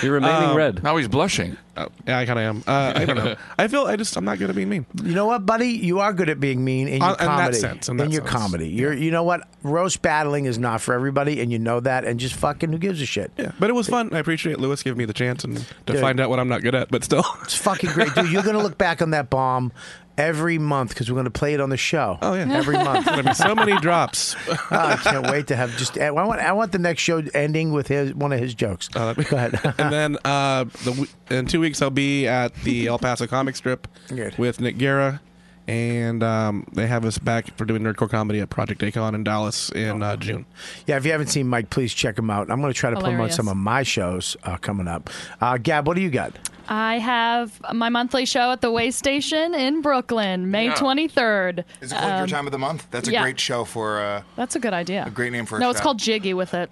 S9: You're
S2: remaining
S9: red. Now he's blushing. yeah, I kind of am. Uh, I don't know. I feel I just I'm not good at being mean.
S2: You know what, buddy? You are good at being mean in your
S9: Uh, in that
S2: comedy.
S9: sense, in that
S2: your
S9: sense.
S2: comedy, you're you know what? Roast battling is not for everybody, and you know that. And just fucking, who gives a shit?
S9: Yeah, but it was fun. I appreciate Lewis giving me the chance and to
S2: Dude.
S9: find out what I'm not good at. But still,
S2: It's fucking great, dude. You're gonna look back on that bomb every month because we're gonna play it on the show. Oh
S9: yeah,
S2: every month.
S9: There'll be so many drops.
S2: Oh, I can't wait to have just. I want. I want the next show ending with his one of his jokes.
S9: Oh,
S2: Go ahead.
S9: and then uh, the w- in two weeks I'll be at the El Paso Comic Strip
S2: Good.
S9: with Nick Guerra, and um, they have us back for doing nerdcore comedy at Project Acon in Dallas in uh, June.
S2: yeah, if you haven't seen Mike, please check him out. I'm gonna try to promote
S3: Hilarious.
S2: some of my shows uh, coming up. Uh, Gab, what do you got?
S3: I have my monthly show at the Way Station in Brooklyn, May
S21: Yeah.
S3: 23rd.
S21: Is it called Your
S3: Um,
S21: Time of the Month? That's a
S3: yeah.
S21: great show for uh,
S3: That's a good idea.
S21: a great name for a
S3: no, it's
S21: show.
S3: called Jiggy with it.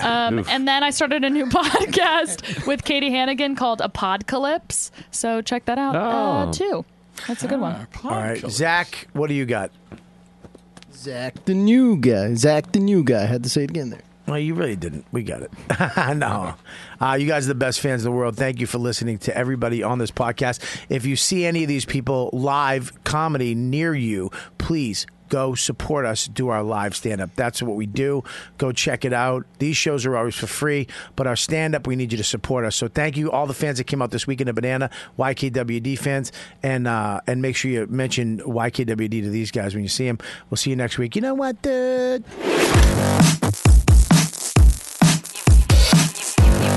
S3: Um,
S21: Oof.
S3: and then I started a new podcast with Katie Hannigan called Apodcalypse. So check that out
S2: Oh.
S3: uh, too. That's a good
S21: Ah,
S3: one.
S2: All right, Zach, what do you got?
S22: Zach the new guy. Zach the new guy. I had to say it again there.
S2: Well, you really didn't. We got it. no. Uh, you guys are the best fans in the world. Thank you for listening to everybody on this podcast. If you see any of these people live comedy near you, please go support us, do our live stand up. That's what we do. Go check it out. These shows are always for free, but our stand up, we need you to support us. So thank you, all the fans that came out this weekend at Banana, YKWD fans, and uh, and make sure you mention YKWD to these guys when you see them. We'll see you next week. You know what, dude?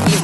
S10: You've